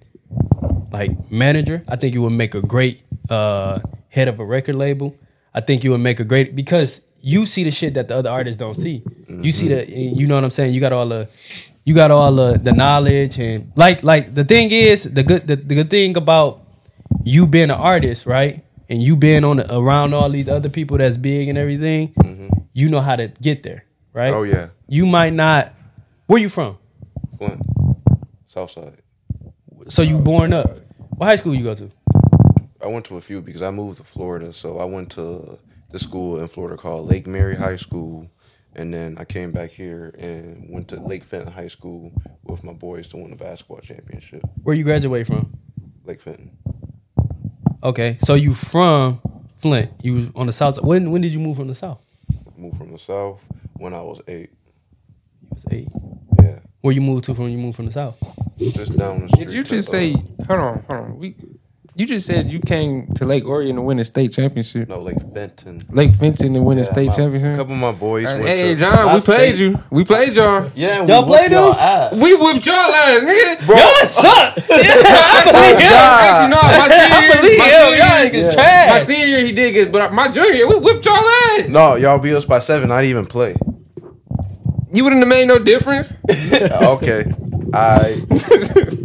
Speaker 3: like manager. I think you will make a great uh, head of a record label. I think you will make a great because you see the shit that the other artists don't see. You see the, you know what I'm saying. You got all the, you got all the the knowledge and like like the thing is the good the, the good thing about you being an artist, right? And you being on around all these other people that's big and everything, you know how to get there, right?
Speaker 4: Mm-hmm. Oh yeah,
Speaker 3: You might not. Where you from?
Speaker 4: Flint, Southside.
Speaker 3: So
Speaker 4: Oh,
Speaker 3: you born up? What high school you go to?
Speaker 4: I went to a few because I moved to Florida, so I went to the school in Florida called Lake Mary High School, and then I came back here and went to Lake Fenton High School with my boys to win the basketball championship.
Speaker 3: Where you graduate from?
Speaker 4: Lake Fenton,
Speaker 3: Okay, so you from Flint? You was on the south? side. When when did you move from the south?
Speaker 4: moved from the south when I was eight.
Speaker 3: You was eight.
Speaker 4: Yeah,
Speaker 3: Where you moved to from? You moved from the south.
Speaker 4: just down the street.
Speaker 1: Did you
Speaker 4: to,
Speaker 1: just
Speaker 4: uh,
Speaker 1: say, hold on, hold on. We, you just said you came to Lake Orion to win a state championship.
Speaker 4: no Lake Fenton?
Speaker 1: Lake Fenton to win a state
Speaker 4: my- A
Speaker 1: championship.
Speaker 4: couple of my boys.
Speaker 1: Hey,
Speaker 4: went
Speaker 1: hey,
Speaker 4: to
Speaker 1: John, we
Speaker 4: Ohio
Speaker 1: played
Speaker 4: State.
Speaker 1: you. We played y'all.
Speaker 4: Yeah, we
Speaker 3: Y'all
Speaker 4: whooped
Speaker 3: played
Speaker 4: y'all
Speaker 3: them?
Speaker 4: ass.
Speaker 1: We whipped y'all ass, nigga. Bro,
Speaker 3: Y'all suck. I believe him.
Speaker 4: Oh,
Speaker 1: Actually, no, my senior,
Speaker 3: I believe
Speaker 1: my
Speaker 3: him. Y'all
Speaker 1: senior-
Speaker 3: niggas
Speaker 1: My
Speaker 3: trash.
Speaker 1: senior year he did good, but my junior year, we whipped y'all ass.
Speaker 4: No, y'all beat us by seven. I didn't even play.
Speaker 1: You wouldn't have made no difference.
Speaker 4: okay. I,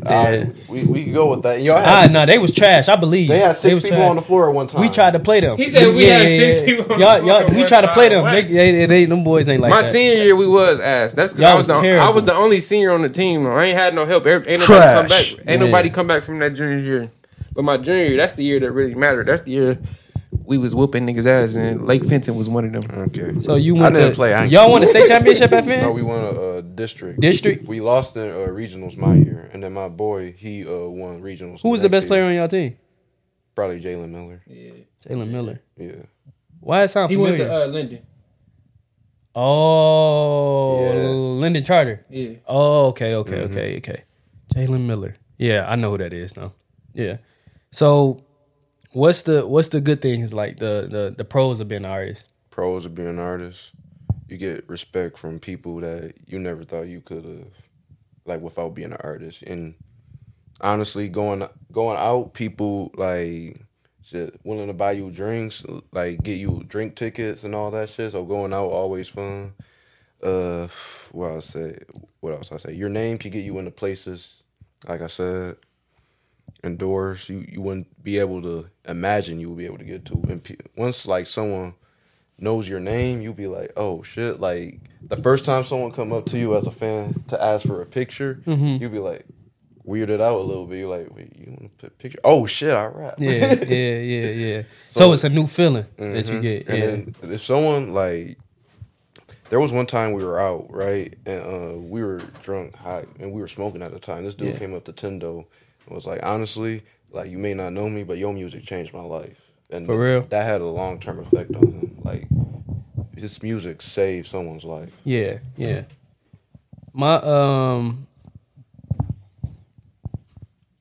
Speaker 3: Yeah.
Speaker 4: we we can go with that. Y'all
Speaker 3: Ah,
Speaker 4: had,
Speaker 3: no, they was trash. I believe
Speaker 4: they had six
Speaker 3: was
Speaker 4: people
Speaker 3: trash.
Speaker 4: on the floor at one time.
Speaker 3: We tried to play them.
Speaker 1: He said we had six people on
Speaker 3: Y'all,
Speaker 1: the
Speaker 3: y'all,
Speaker 1: floor
Speaker 3: we
Speaker 1: one
Speaker 3: tried to play
Speaker 1: time.
Speaker 3: them. They, they, they, they- them boys ain't like
Speaker 1: My
Speaker 3: that.
Speaker 1: senior year, we was ass. That's because
Speaker 3: Y'all
Speaker 1: I was,
Speaker 3: was
Speaker 1: the I
Speaker 3: terrible.
Speaker 1: was the only senior on the team. though. I ain't had no help. Every- Ain't nobody come
Speaker 2: Trash.
Speaker 1: back. Ain't
Speaker 3: Yeah.
Speaker 1: nobody come back from that junior year. But my junior year, that's the year that really mattered. That's the year we was whooping niggas ass, and Lake Fenton was one of them.
Speaker 4: Okay.
Speaker 3: So you went
Speaker 4: didn't
Speaker 3: to
Speaker 4: play, I ain't-
Speaker 3: y'all won the state championship at Finn?
Speaker 4: No, we won a, uh district.
Speaker 3: District?
Speaker 4: We lost in uh, regionals my year, and then my boy he uh, won regionals.
Speaker 3: Who was the best player on y'all team?
Speaker 4: Probably Jalen Miller.
Speaker 3: Jalen Miller.
Speaker 4: Yeah.
Speaker 3: Why it sound
Speaker 1: He
Speaker 3: familiar?
Speaker 1: went to uh, Linden.
Speaker 3: oh,
Speaker 4: Yeah.
Speaker 3: Lyndon Charter.
Speaker 1: Yeah.
Speaker 3: Oh, okay, okay, okay, okay. Jalen Miller. Yeah, I know who that is now. Yeah. So, what's the what's the good things like the the the pros of being an artist?
Speaker 4: Pros of being an artist, you get respect from people that you never thought you could have, like without being an artist. And honestly, going going out, people like shit, willing to buy you drinks, like get you drink tickets and all that shit. So going out always fun. Uh, what I say? What else I say? Your name can get you into places. Like I said, indoors you, you wouldn't be able to imagine you would be able to get to. And pe- once like someone knows your name, you'll be like, oh shit! Like the first time someone come up to you as a fan to ask for a picture, you'll be like weirded out a little bit. You're like, wait, you want a picture? Oh shit! I rap.
Speaker 3: Yeah, yeah, yeah, yeah. Mm-hmm. So, it's a new feeling that you get. Yeah.
Speaker 4: And then if someone like, there was one time we were out right, and uh, we were drunk, high, and we were smoking at the time. This dude came up to Tendo and was like, "Honestly, like you may not know me, but your music changed my life." And
Speaker 3: For real?
Speaker 4: that had a long term effect on him. Like his music saved someone's life.
Speaker 3: Yeah, yeah. My um.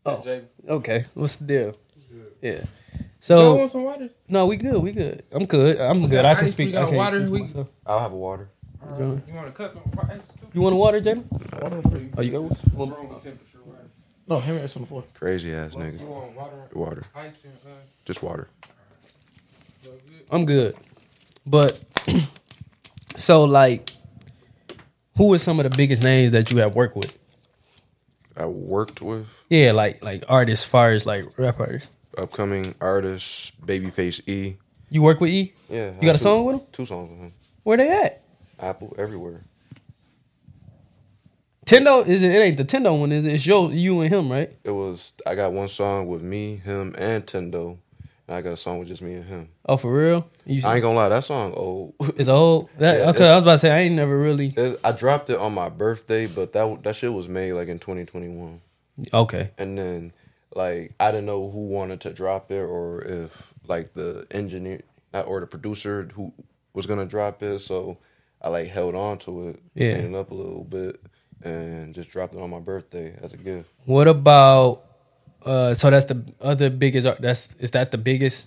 Speaker 3: Oh, okay. What's the deal? Yeah.
Speaker 1: Y'all
Speaker 3: So
Speaker 1: want some water?
Speaker 3: no, we good. We good. I'm good. I'm good. I can
Speaker 1: ice,
Speaker 3: speak.
Speaker 1: we got
Speaker 3: I can
Speaker 1: water,
Speaker 3: speak
Speaker 1: we-
Speaker 3: for myself.
Speaker 4: I'll have a water.
Speaker 1: You want a cup?
Speaker 3: You want a water, Jalen?
Speaker 1: Are
Speaker 3: Oh, you got one?
Speaker 2: No, hand me ice on the floor.
Speaker 4: Crazy ass nigga.
Speaker 1: want water,
Speaker 4: Water,
Speaker 1: ice, and uh,
Speaker 4: just water.
Speaker 3: I'm good. But so like, who are some of the biggest names that you have worked with?
Speaker 4: I worked with
Speaker 3: Yeah, like like artists, far as like rap artists.
Speaker 4: upcoming artist, Babyface E.
Speaker 3: You work with E?
Speaker 4: Yeah,
Speaker 3: You got a
Speaker 4: two-
Speaker 3: song with him?
Speaker 4: Two songs with him.
Speaker 3: Where they at?
Speaker 4: Apple everywhere.
Speaker 3: Tendo is it, it ain't the Tendo one, is it? It's your you and him, right?
Speaker 4: It was I got one song with me, him, and Tendo, and I got a song with just me and him.
Speaker 3: Oh, for real? You
Speaker 4: I ain't gonna lie, that song old.
Speaker 3: it's old. That,
Speaker 4: Yeah,
Speaker 3: okay,
Speaker 4: it's-
Speaker 3: I was about to say I ain't never really.
Speaker 4: It- I dropped it on my birthday, but that that shit was made like in 2021,
Speaker 3: Okay,
Speaker 4: and then like I didn't know who wanted to drop it or if like the engineer uh, or the producer who was gonna drop it. So I like held on to it,
Speaker 3: Yeah.
Speaker 4: cleaned it up a little bit, and just dropped it on my birthday as a gift.
Speaker 3: what about? uh So that's the other biggest. art- That's is that the biggest?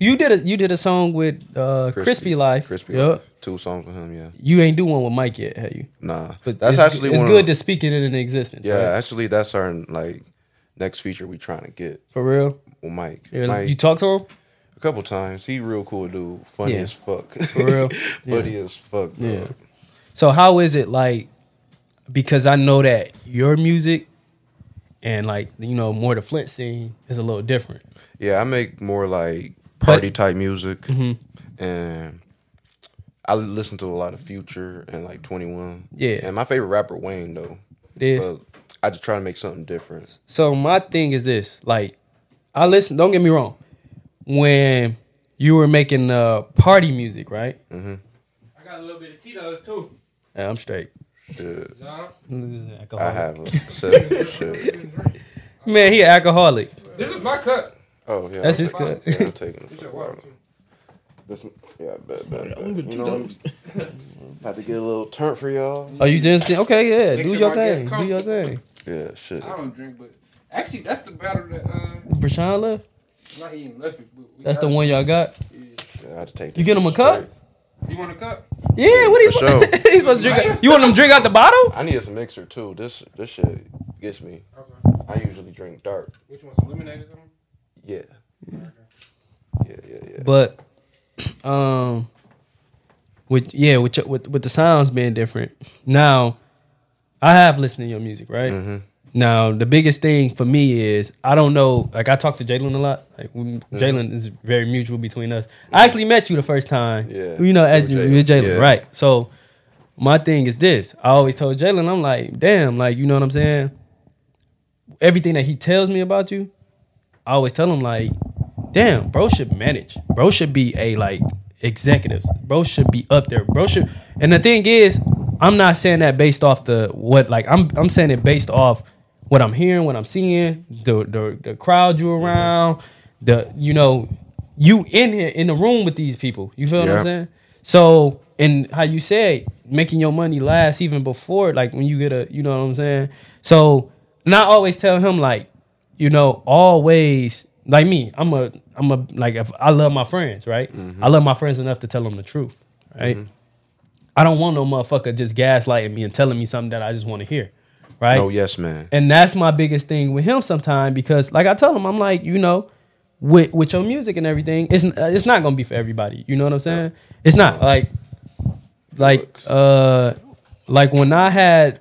Speaker 3: You did a you did a song with uh Crispy, Life.
Speaker 4: Crispy
Speaker 3: Yup.
Speaker 4: Life. Two songs with him, yeah.
Speaker 3: You ain't do one with Mike yet, have you?
Speaker 4: Nah,
Speaker 3: But
Speaker 4: that's
Speaker 3: it's,
Speaker 4: actually
Speaker 3: it's
Speaker 4: one
Speaker 3: good
Speaker 4: Of,
Speaker 3: to speak it into existence.
Speaker 4: yeah,
Speaker 3: right?
Speaker 4: actually, that's our like next feature we trying to get
Speaker 3: for real.
Speaker 4: with Mike.
Speaker 3: Yeah,
Speaker 4: Mike
Speaker 3: You talk to him.
Speaker 4: a couple times. He real cool dude, funny
Speaker 3: Yeah.
Speaker 4: as fuck.
Speaker 3: For real.
Speaker 4: funny as fuck. Bro.
Speaker 3: Yeah. So how is it like? Because I know that your music and like you know more the Flint scene is a little different.
Speaker 4: Yeah, I make more like party type music,
Speaker 3: Mm-hmm.
Speaker 4: and I listen to a lot of Future and like Twenty One.
Speaker 3: Yeah.
Speaker 4: and my favorite rapper Wayne though.
Speaker 3: Yeah.
Speaker 4: But I just try to make something different.
Speaker 3: So my thing is this: like, I listen. Don't get me wrong. When you were making uh, party music, right?
Speaker 4: Mm-hmm.
Speaker 1: I got a little bit of Tito's too.
Speaker 3: Yeah, I'm straight.
Speaker 4: Shit. I
Speaker 3: Man,
Speaker 4: have a seven. shit.
Speaker 3: he an alcoholic.
Speaker 1: This is my cup.
Speaker 4: Oh yeah,
Speaker 3: That's his
Speaker 4: I'm-
Speaker 3: cut.
Speaker 4: Yeah, I'm taking
Speaker 1: This your water too.
Speaker 4: This, yeah, I bet, bet, bet.
Speaker 2: I'm with
Speaker 4: You know,
Speaker 2: Tito's.
Speaker 4: Had to get a little turn for y'all.
Speaker 3: Oh, you just okay? Yeah,
Speaker 1: Make
Speaker 3: do
Speaker 1: sure
Speaker 3: your
Speaker 1: my guests
Speaker 3: thing. Do
Speaker 1: comfortable.
Speaker 3: your thing.
Speaker 4: Yeah, shit.
Speaker 1: I don't drink, but actually that's the battle that uh,
Speaker 3: Brashan left.
Speaker 1: not even left it. But we
Speaker 3: That's
Speaker 1: got
Speaker 3: the
Speaker 1: it.
Speaker 3: one y'all got.
Speaker 4: Yeah, I had to take.
Speaker 3: You
Speaker 4: this
Speaker 3: get him a cup?
Speaker 4: straight.
Speaker 1: You want a cup?
Speaker 3: Yeah, what he's,
Speaker 4: For sure.
Speaker 3: he's supposed to drink? out- You want him to drink out the bottle?
Speaker 4: I need this mixer too. This this shit gets me.
Speaker 1: Okay.
Speaker 4: I usually drink dark.
Speaker 1: Which one's lemonade or something?
Speaker 4: Yeah. Yeah, yeah, yeah.
Speaker 3: But, um, with yeah, with your- with with the sounds being different. Now, I have listened to your music, right?
Speaker 4: Mm-hmm.
Speaker 3: Now, the biggest thing for me is I don't know. Like I talk to Jalen a lot. Like we- Jalen is very mutual between us. I actually met you the first time.
Speaker 4: Yeah.
Speaker 3: you know, as
Speaker 4: With
Speaker 3: you
Speaker 4: Jalen.
Speaker 3: with Jalen,
Speaker 4: Yeah.
Speaker 3: right? So, my thing is this. I always told Jalen, I'm like, damn, like you know what I'm saying. Everything that he tells me about you, I always tell him like, damn, bro should manage. Bro should be a like executive. Bro should be up there. Bro should. And the thing is, I'm not saying that based off the what like I'm I'm saying it based off what I'm hearing, what I'm seeing, the the, the crowd you around, the you know, you in here in the room with these people. You feel what
Speaker 4: Yeah.
Speaker 3: I'm saying? So and how you said making your money last even before like when you get a you know what I'm saying. So and I always tell him like you know always like me I'm a I'm a like if I love my friends right I love my friends enough to tell them the truth right. I don't want no motherfucker just gaslighting me and telling me something that I just want to hear right.
Speaker 4: No, yes, man.
Speaker 3: And that's my biggest thing with him sometimes because, like I tell him, I'm like, you know, with with your music and everything, it's uh, it's not gonna be for everybody. You know what I'm saying? It's not like like uh like when I had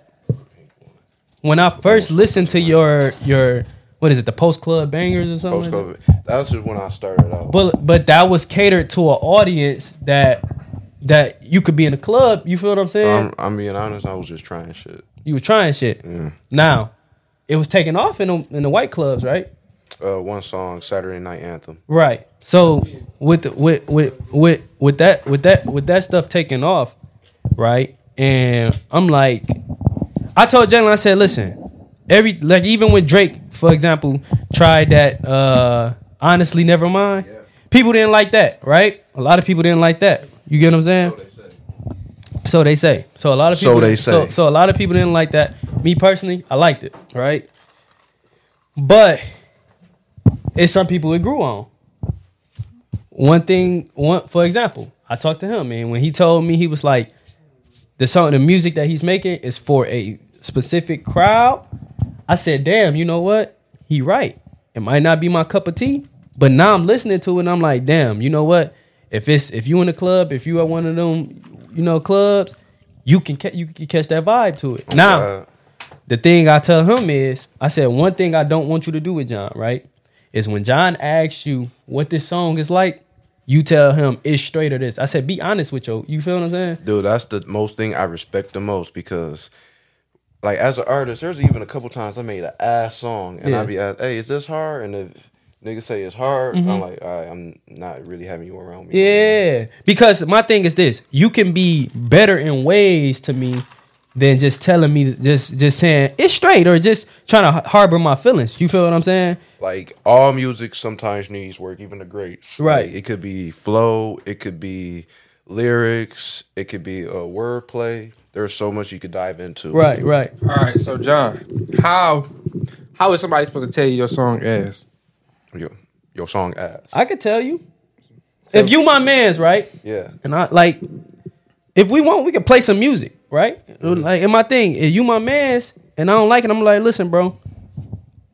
Speaker 3: when I first listened to your your what is it the post club bangers or something?
Speaker 4: Post
Speaker 3: like that?
Speaker 4: COVID. That's just when I started out.
Speaker 3: But but that was catered to an audience that that you could be in a club. You feel what I'm saying?
Speaker 4: Um, I'm, I'm being honest. I was just trying shit.
Speaker 3: you were trying shit. Now it was taking off in the, in the white clubs, right?
Speaker 4: Uh, one song, Saturday Night Anthem.
Speaker 3: Right. So with with with with with that with that with that stuff taking off, right? And I'm like, I told Jalen, I said, listen, every like even when Drake, for example, tried that uh honestly never mind, people didn't like that, right? A lot of people didn't like that. You get what I'm saying? So they say. So a lot of
Speaker 4: So
Speaker 3: people.
Speaker 4: they
Speaker 3: So,
Speaker 4: say.
Speaker 3: so a lot of people didn't like that. Me personally, I liked it. Right. But it's some people it grew on. One thing, one for example, I talked to him and when he told me he was like, the song, the music that he's making is for a specific crowd. I said, damn, you know what? He right. It might not be my cup of tea, but now I'm listening to it and I'm like, damn, you know what? If it's if you in a club, if you at one of them, you know, clubs, you can ca- you can catch that vibe to it. Now,
Speaker 4: Uh,
Speaker 3: the thing I tell him is, I said one thing I don't want you to do with John, right? is when John asks you what this song is like, you tell him it's straight or this. I said, be honest with yo. You feel what I'm saying?
Speaker 4: dude that's the most thing i respect the most because like as an artist there's even a couple times i made an ass song and
Speaker 3: Yeah.
Speaker 4: i'd be asked hey is this hard and if niggas say it's hard i'm like all right, i'm not really having you around me
Speaker 3: Mm-hmm. Yeah, because my thing is this: you can be better in ways to me than just telling me, just just saying it's straight or just trying to har- harbor my feelings. You feel what I'm saying?
Speaker 4: like all music sometimes needs work even the greats
Speaker 3: Right.
Speaker 4: Like, it could be flow it could be lyrics it could be a wordplay there's so much you could dive into
Speaker 3: Right, right.
Speaker 1: All right, so John, how how is somebody supposed to tell you your song ass?
Speaker 4: your, your song ass
Speaker 3: I could tell you if you my man's right,
Speaker 4: yeah
Speaker 3: and I like if we want, we could play some music, right? Like, and my thing, if you my man's, and I don't like it, I'm like, listen, bro.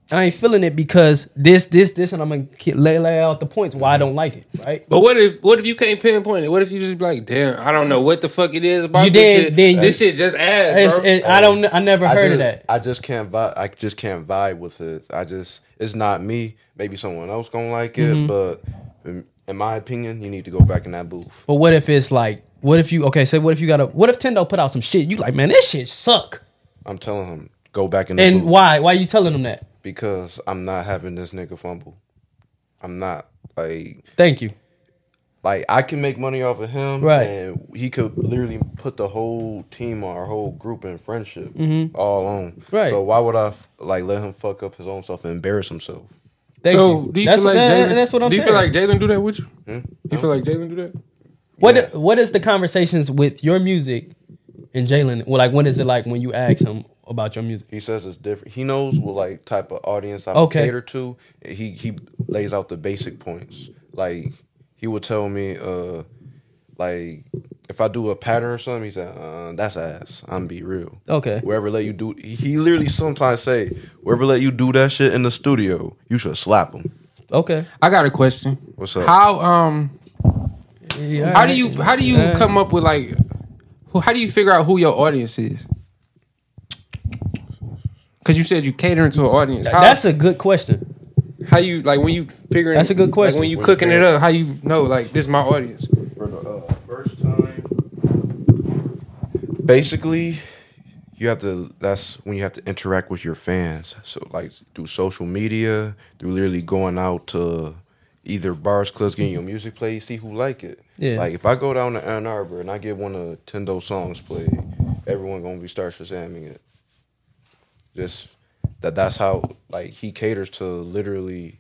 Speaker 3: I ain't feeling it because this, this, this, and I'm gonna ke- lay, lay out the points why I don't like it, right?
Speaker 1: But what if what if you can't pinpoint it? What if you just be like, damn, I don't know what the fuck it is about
Speaker 3: You
Speaker 1: this
Speaker 3: did-
Speaker 1: shit.
Speaker 3: then
Speaker 1: this shit just ass,
Speaker 3: It's-
Speaker 1: bro.
Speaker 3: it- I don't, I never
Speaker 4: I
Speaker 3: heard
Speaker 4: just,
Speaker 3: of that.
Speaker 4: I just can't vibe. I just can't vibe with it. I just it's not me. Maybe someone else gonna like it,
Speaker 3: Mm-hmm.
Speaker 4: but in, in my opinion, you need to go back in that booth.
Speaker 3: But what if it's like, what if you okay? Say, what if you got a, what if Tendo put out some shit? You like, man, this shit suck.
Speaker 4: I'm telling him go back in the
Speaker 3: And
Speaker 4: booth
Speaker 3: why? Why you telling them that?
Speaker 4: because I'm not having this nigga fumble. I'm not like
Speaker 3: Thank you.
Speaker 4: like I can make money off of him,
Speaker 3: Right.
Speaker 4: And he could literally put the whole team or our whole group in friendship all on,
Speaker 3: Mm-hmm. Right.
Speaker 4: So why would I f- like let him fuck up his own self and embarrass himself?
Speaker 3: Thank
Speaker 1: so
Speaker 3: you.
Speaker 1: do you
Speaker 3: that's,
Speaker 1: feel like
Speaker 3: that-
Speaker 1: Jalen?
Speaker 3: that's what I'm
Speaker 1: Do you
Speaker 3: saying.
Speaker 1: feel like Jalen do that with you?
Speaker 4: Hmm?
Speaker 1: You feel like Jalen do that?
Speaker 3: what
Speaker 4: yeah.
Speaker 3: What is the conversations with your music and Jalen? Well, like, what is it like when you ask him about your music?
Speaker 4: He says it's different. He knows what like type of audience I would
Speaker 3: Okay.
Speaker 4: cater to. He he lays out the basic points. Like he would tell me, uh, like if I do a pattern or something, he said, uh, "That's ass." I'm be real.
Speaker 3: Okay.
Speaker 4: Wherever let you do, he literally sometimes say, "Wherever let you do that shit in the studio, you should slap him."
Speaker 3: Okay.
Speaker 1: I got a question.
Speaker 4: What's up?
Speaker 1: How um
Speaker 3: Yeah,
Speaker 1: how do you how do you
Speaker 3: Yeah.
Speaker 1: come up with like who, how do you figure out who your audience is? Because you said you catering to an audience. How,
Speaker 3: That's a good question.
Speaker 1: how you like when you figuring.
Speaker 3: That's a good question.
Speaker 1: Like when you
Speaker 4: What
Speaker 1: cooking
Speaker 4: is
Speaker 1: it
Speaker 4: that?
Speaker 1: up, how you know like this is my audience?
Speaker 4: For the uh, first time, basically, you have to that's when you have to interact with your fans so like through social media through literally going out to either bars clubs getting your music played see who like it
Speaker 3: Yeah.
Speaker 4: like if i go down to ann arbor and i get one of tendo songs played everyone gonna be start shazamming it just that that's how like he caters to literally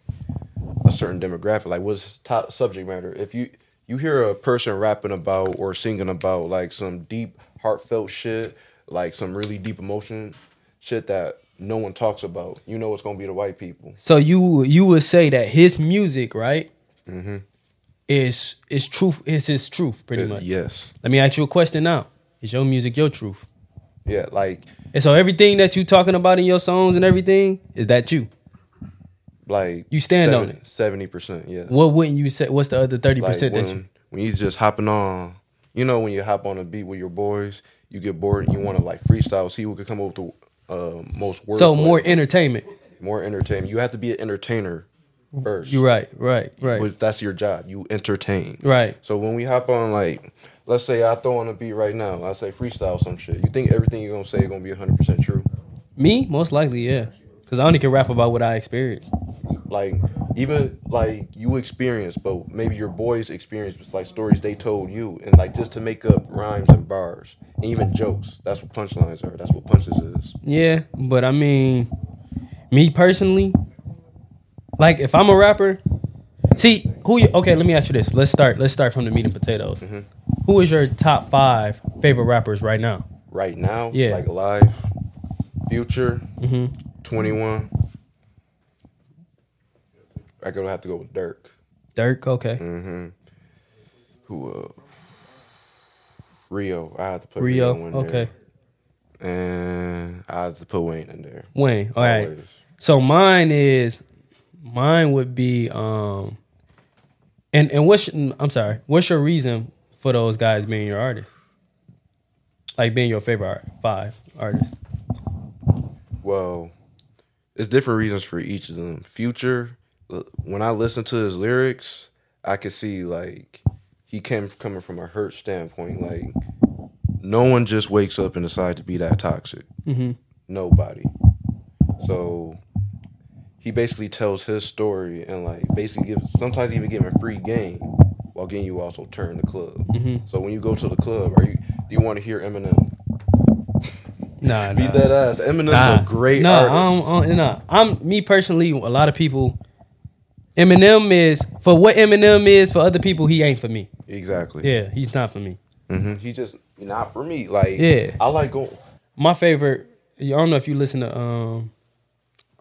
Speaker 4: a certain demographic like what's his top subject matter if you you hear a person rapping about or singing about like some deep heartfelt shit like some really deep emotion shit that no one talks about you know it's gonna be the white people
Speaker 3: So you you would say that his music, right? Is is truth? Is his truth pretty
Speaker 4: Mm-hmm. Uh,
Speaker 3: much?
Speaker 4: yes
Speaker 3: Let me ask you a question now. Is your music your truth?
Speaker 4: yeah like
Speaker 3: And so everything that you talking about in your songs and everything is that you.
Speaker 4: like
Speaker 3: You stand on it.
Speaker 4: 70 percent yeah
Speaker 3: What wouldn't you say? What's the other thirty
Speaker 4: like
Speaker 3: percent that you?
Speaker 4: when, when you just hopping on you know when you hop on a beat with your boys you get bored and you want to like freestyle see who could come up with the uh, most words
Speaker 3: So more entertainment.
Speaker 4: more entertainment. You have to be an entertainer first.
Speaker 3: You're right, right, right.
Speaker 4: But that's your job. You entertain.
Speaker 3: Right.
Speaker 4: So when we hop on, like, let's say I throw on a beat right now. I say freestyle some shit. You think everything you're gonna say is gonna be 100 percent true?
Speaker 3: Me, most likely, yeah. Because I only can rap about what I experienced.
Speaker 4: Like, even like you experience, but maybe your boys experience was like stories they told you, and like just to make up rhymes and bars and even jokes. That's what punchlines are. That's what punches is.
Speaker 3: Yeah, but I mean, me personally, like if I'm a rapper, see who you. Okay, let me ask you this. Let's start. Let's start from the meat and potatoes. Who is your top five favorite rappers right now?
Speaker 4: Right now,
Speaker 3: Yeah.
Speaker 4: like live, future,
Speaker 3: hmm
Speaker 4: Mm-hmm. 21. I gonna have to go with Dirk.
Speaker 3: Dirk. Okay.
Speaker 4: Mm. Mm-hmm. Who uh Rio. I have to put Rio,
Speaker 3: Rio.
Speaker 4: in
Speaker 3: Okay.
Speaker 4: there. And I have to put Wayne in there.
Speaker 3: Wayne. All right.
Speaker 4: Always.
Speaker 3: So mine is mine would be um and and what's mm, I'm sorry, what's your reason for those guys being your artist? Like being your favorite art, five artists.
Speaker 4: Well, it's different reasons for each of them. Future l- when I listen to his lyrics, I could see like he came coming from a hurt standpoint. Like no one just wakes up and decides to be that toxic. Nobody. So he basically tells his story and like basically gives sometimes even giving free game while getting you also turn the club.
Speaker 3: Mm-hmm.
Speaker 4: So when you go to the club, are you do you want to hear Eminem?
Speaker 3: Nah,
Speaker 4: Beat that ass. Eminem's
Speaker 3: Nah.
Speaker 4: a great
Speaker 3: no,
Speaker 4: artist.
Speaker 3: I don't, I, nah. I'm me personally. A lot of people, Eminem is for what Eminem is for other people. He ain't for me.
Speaker 4: exactly.
Speaker 3: Yeah, he's not for me.
Speaker 4: hmm He just not for me. Like
Speaker 3: Yeah.
Speaker 4: I like going.
Speaker 3: My favorite. I don't know if you listen to. Um,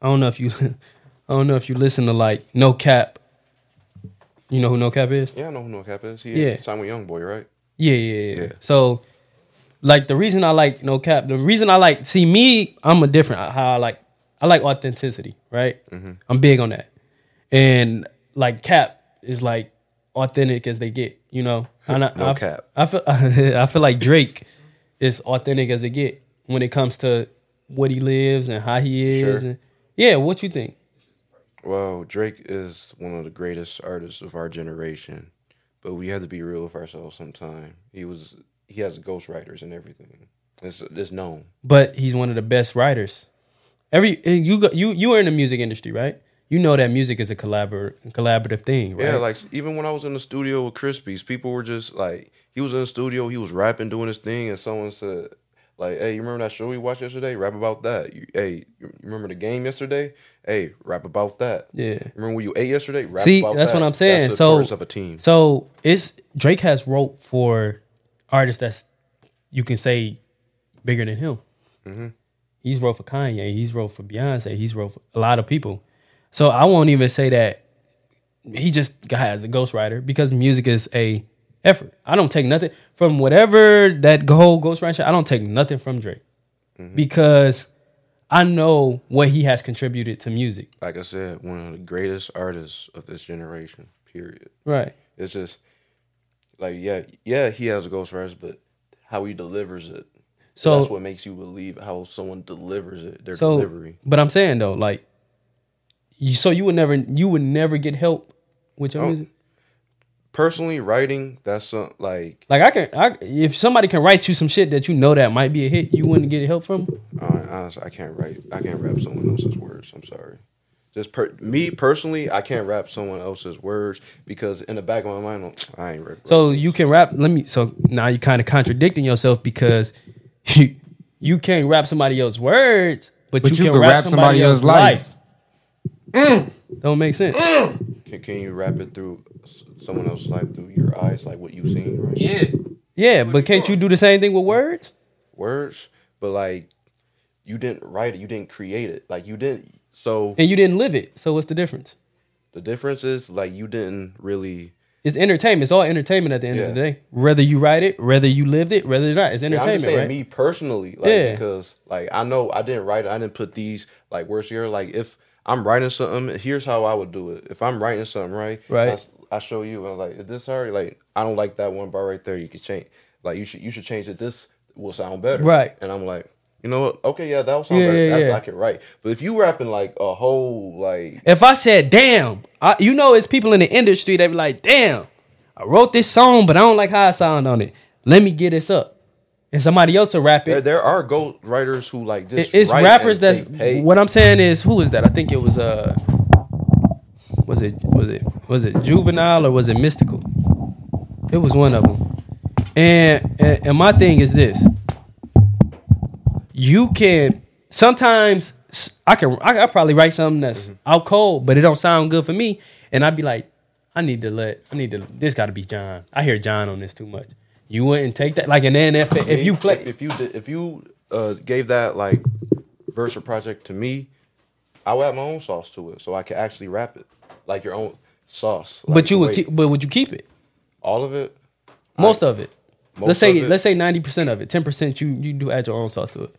Speaker 3: I don't know if you. I don't know if you listen to like No Cap. You know who No Cap is?
Speaker 4: Yeah, I know who No Cap is. He
Speaker 3: Yeah.
Speaker 4: signed with YoungBoy, right?
Speaker 3: Yeah, yeah, yeah,
Speaker 4: Yeah.
Speaker 3: So, like the reason I like no cap, the reason I like see me, I'm a different how I like. I like authenticity, right?
Speaker 4: Mm-hmm.
Speaker 3: I'm big on that, and like cap is like authentic as they get, you know. And I,
Speaker 4: No
Speaker 3: I-
Speaker 4: cap.
Speaker 3: I feel I feel like Drake is authentic as they get when it comes to what he lives and how he is.
Speaker 4: Sure.
Speaker 3: And, yeah, what you think?
Speaker 4: Well, Drake is one of the greatest artists of our generation, but we have to be real with ourselves sometime. He was he has ghostwriters and everything. It's it's known.
Speaker 3: but he's one of the best writers. Every and you go, you you are in the music industry, right? You know that music is a collabor collaborative thing, right?
Speaker 4: Yeah, like even when I was in the studio with Crispies, people were just like he was in the studio, he was rapping, doing his thing, and someone said. Like, hey, you remember that show we watched yesterday? Rap about that. You, hey, you remember the game yesterday? Hey, rap about that.
Speaker 3: Yeah.
Speaker 4: Remember when you ate yesterday? Rap
Speaker 3: See,
Speaker 4: about
Speaker 3: that's
Speaker 4: that.
Speaker 3: what I'm saying.
Speaker 4: That's the
Speaker 3: so
Speaker 4: chorus of a team.
Speaker 3: So it's Drake has wrote for artists that's you can say bigger than him. He's wrote for Kanye. He's wrote for Beyonce. He's wrote for a lot of people. So I won't even say that he just got as a ghostwriter because music is a effort. I don't take nothing from whatever that whole ghostwriter. I don't take nothing from Drake because I know what he has contributed to music.
Speaker 4: like I said, one of the greatest artists of this generation. Period.
Speaker 3: Right.
Speaker 4: It's just like yeah, yeah, he has a ghostwriter, but how he delivers it.
Speaker 3: So-
Speaker 4: So that's what makes you believe how someone delivers it. Their
Speaker 3: So,
Speaker 4: delivery.
Speaker 3: but I'm saying though, like, you, so you would never, you would never get help with your
Speaker 4: Oh.
Speaker 3: music.
Speaker 4: Personally, writing that's some, like
Speaker 3: Like I can, I, if somebody can write you some shit that you know that might be a hit, you wouldn't get help from. 'em?
Speaker 4: uh, honestly, I can't write. I can't rap someone else's words. I'm sorry. Just per, me personally, I can't rap someone else's words because in the back of my mind, I'm, I ain't rap.
Speaker 3: So you can rap. Let me. So now you're kind of contradicting yourself because you, you can't rap somebody else's words, but,
Speaker 1: But
Speaker 3: you, can, rap, somebody, else's life. Don't make sense.
Speaker 4: can, can you rap it through s- someone else's life through your eyes, like what you've seen? Right?
Speaker 1: Yeah.
Speaker 3: Yeah, but can't you do the same thing with words?
Speaker 4: words, but like you didn't write it, you didn't create it. Like you didn't so
Speaker 3: And you didn't live it. So what's the difference?
Speaker 4: the difference is like you didn't really
Speaker 3: It's entertainment. It's all entertainment at the end of the
Speaker 4: Yeah.
Speaker 3: day. Whether you write it, whether you lived it, whether or not, it's
Speaker 4: Yeah, I'm just
Speaker 3: entertainment,
Speaker 4: saying
Speaker 3: right?
Speaker 4: me personally, like
Speaker 3: Yeah.
Speaker 4: because like I know I didn't write it, I didn't put these like words here. Like if I'm writing something, here's how I would do it. If I'm writing something, right?
Speaker 3: Right.
Speaker 4: I s- I, show you and like, is this alright? Like I don't like that one bar right there. You could change like you should you should change it. This will sound better.
Speaker 3: Right.
Speaker 4: And I'm like, you know what? Okay, yeah, that'll sound
Speaker 3: Yeah,
Speaker 4: better.
Speaker 3: yeah,
Speaker 4: That's
Speaker 3: yeah.
Speaker 4: I can write. But if you rapping like a whole like
Speaker 3: If I said, damn, I, you know, it's people in the industry that be like, damn, I wrote this song, but I don't like how I sound on it. Let me get this up. And somebody else will rap
Speaker 4: There,
Speaker 3: it.
Speaker 4: there are ghost writers who like just
Speaker 3: it's
Speaker 4: write
Speaker 3: rappers
Speaker 4: and they
Speaker 3: that's.
Speaker 4: pay.
Speaker 3: What I'm saying is, who is that? I think it was, uh, was it, was it, was it Juvenile or was it Mystical? It was one of them. And, and, and my thing is this. you can sometimes s- I can I, I probably write something
Speaker 4: Mm-hmm.
Speaker 3: that's out cold, but it don't sound good for me, and I'd be like, I need to let I need to this got to be John. I hear John on this too much. You wouldn't take that like an NF if you play.
Speaker 4: if, you did, if you uh, gave that like verse or project to me, I would add my own sauce to it, so I could actually rap it like your own sauce. Like,
Speaker 3: but you
Speaker 4: the
Speaker 3: would
Speaker 4: way-
Speaker 3: keep, but would you keep it?
Speaker 4: all of it.
Speaker 3: Most of it. let's
Speaker 4: Most
Speaker 3: say
Speaker 4: of it?
Speaker 3: let's say ninety percent of it. Ten percent you you do add your own sauce to it.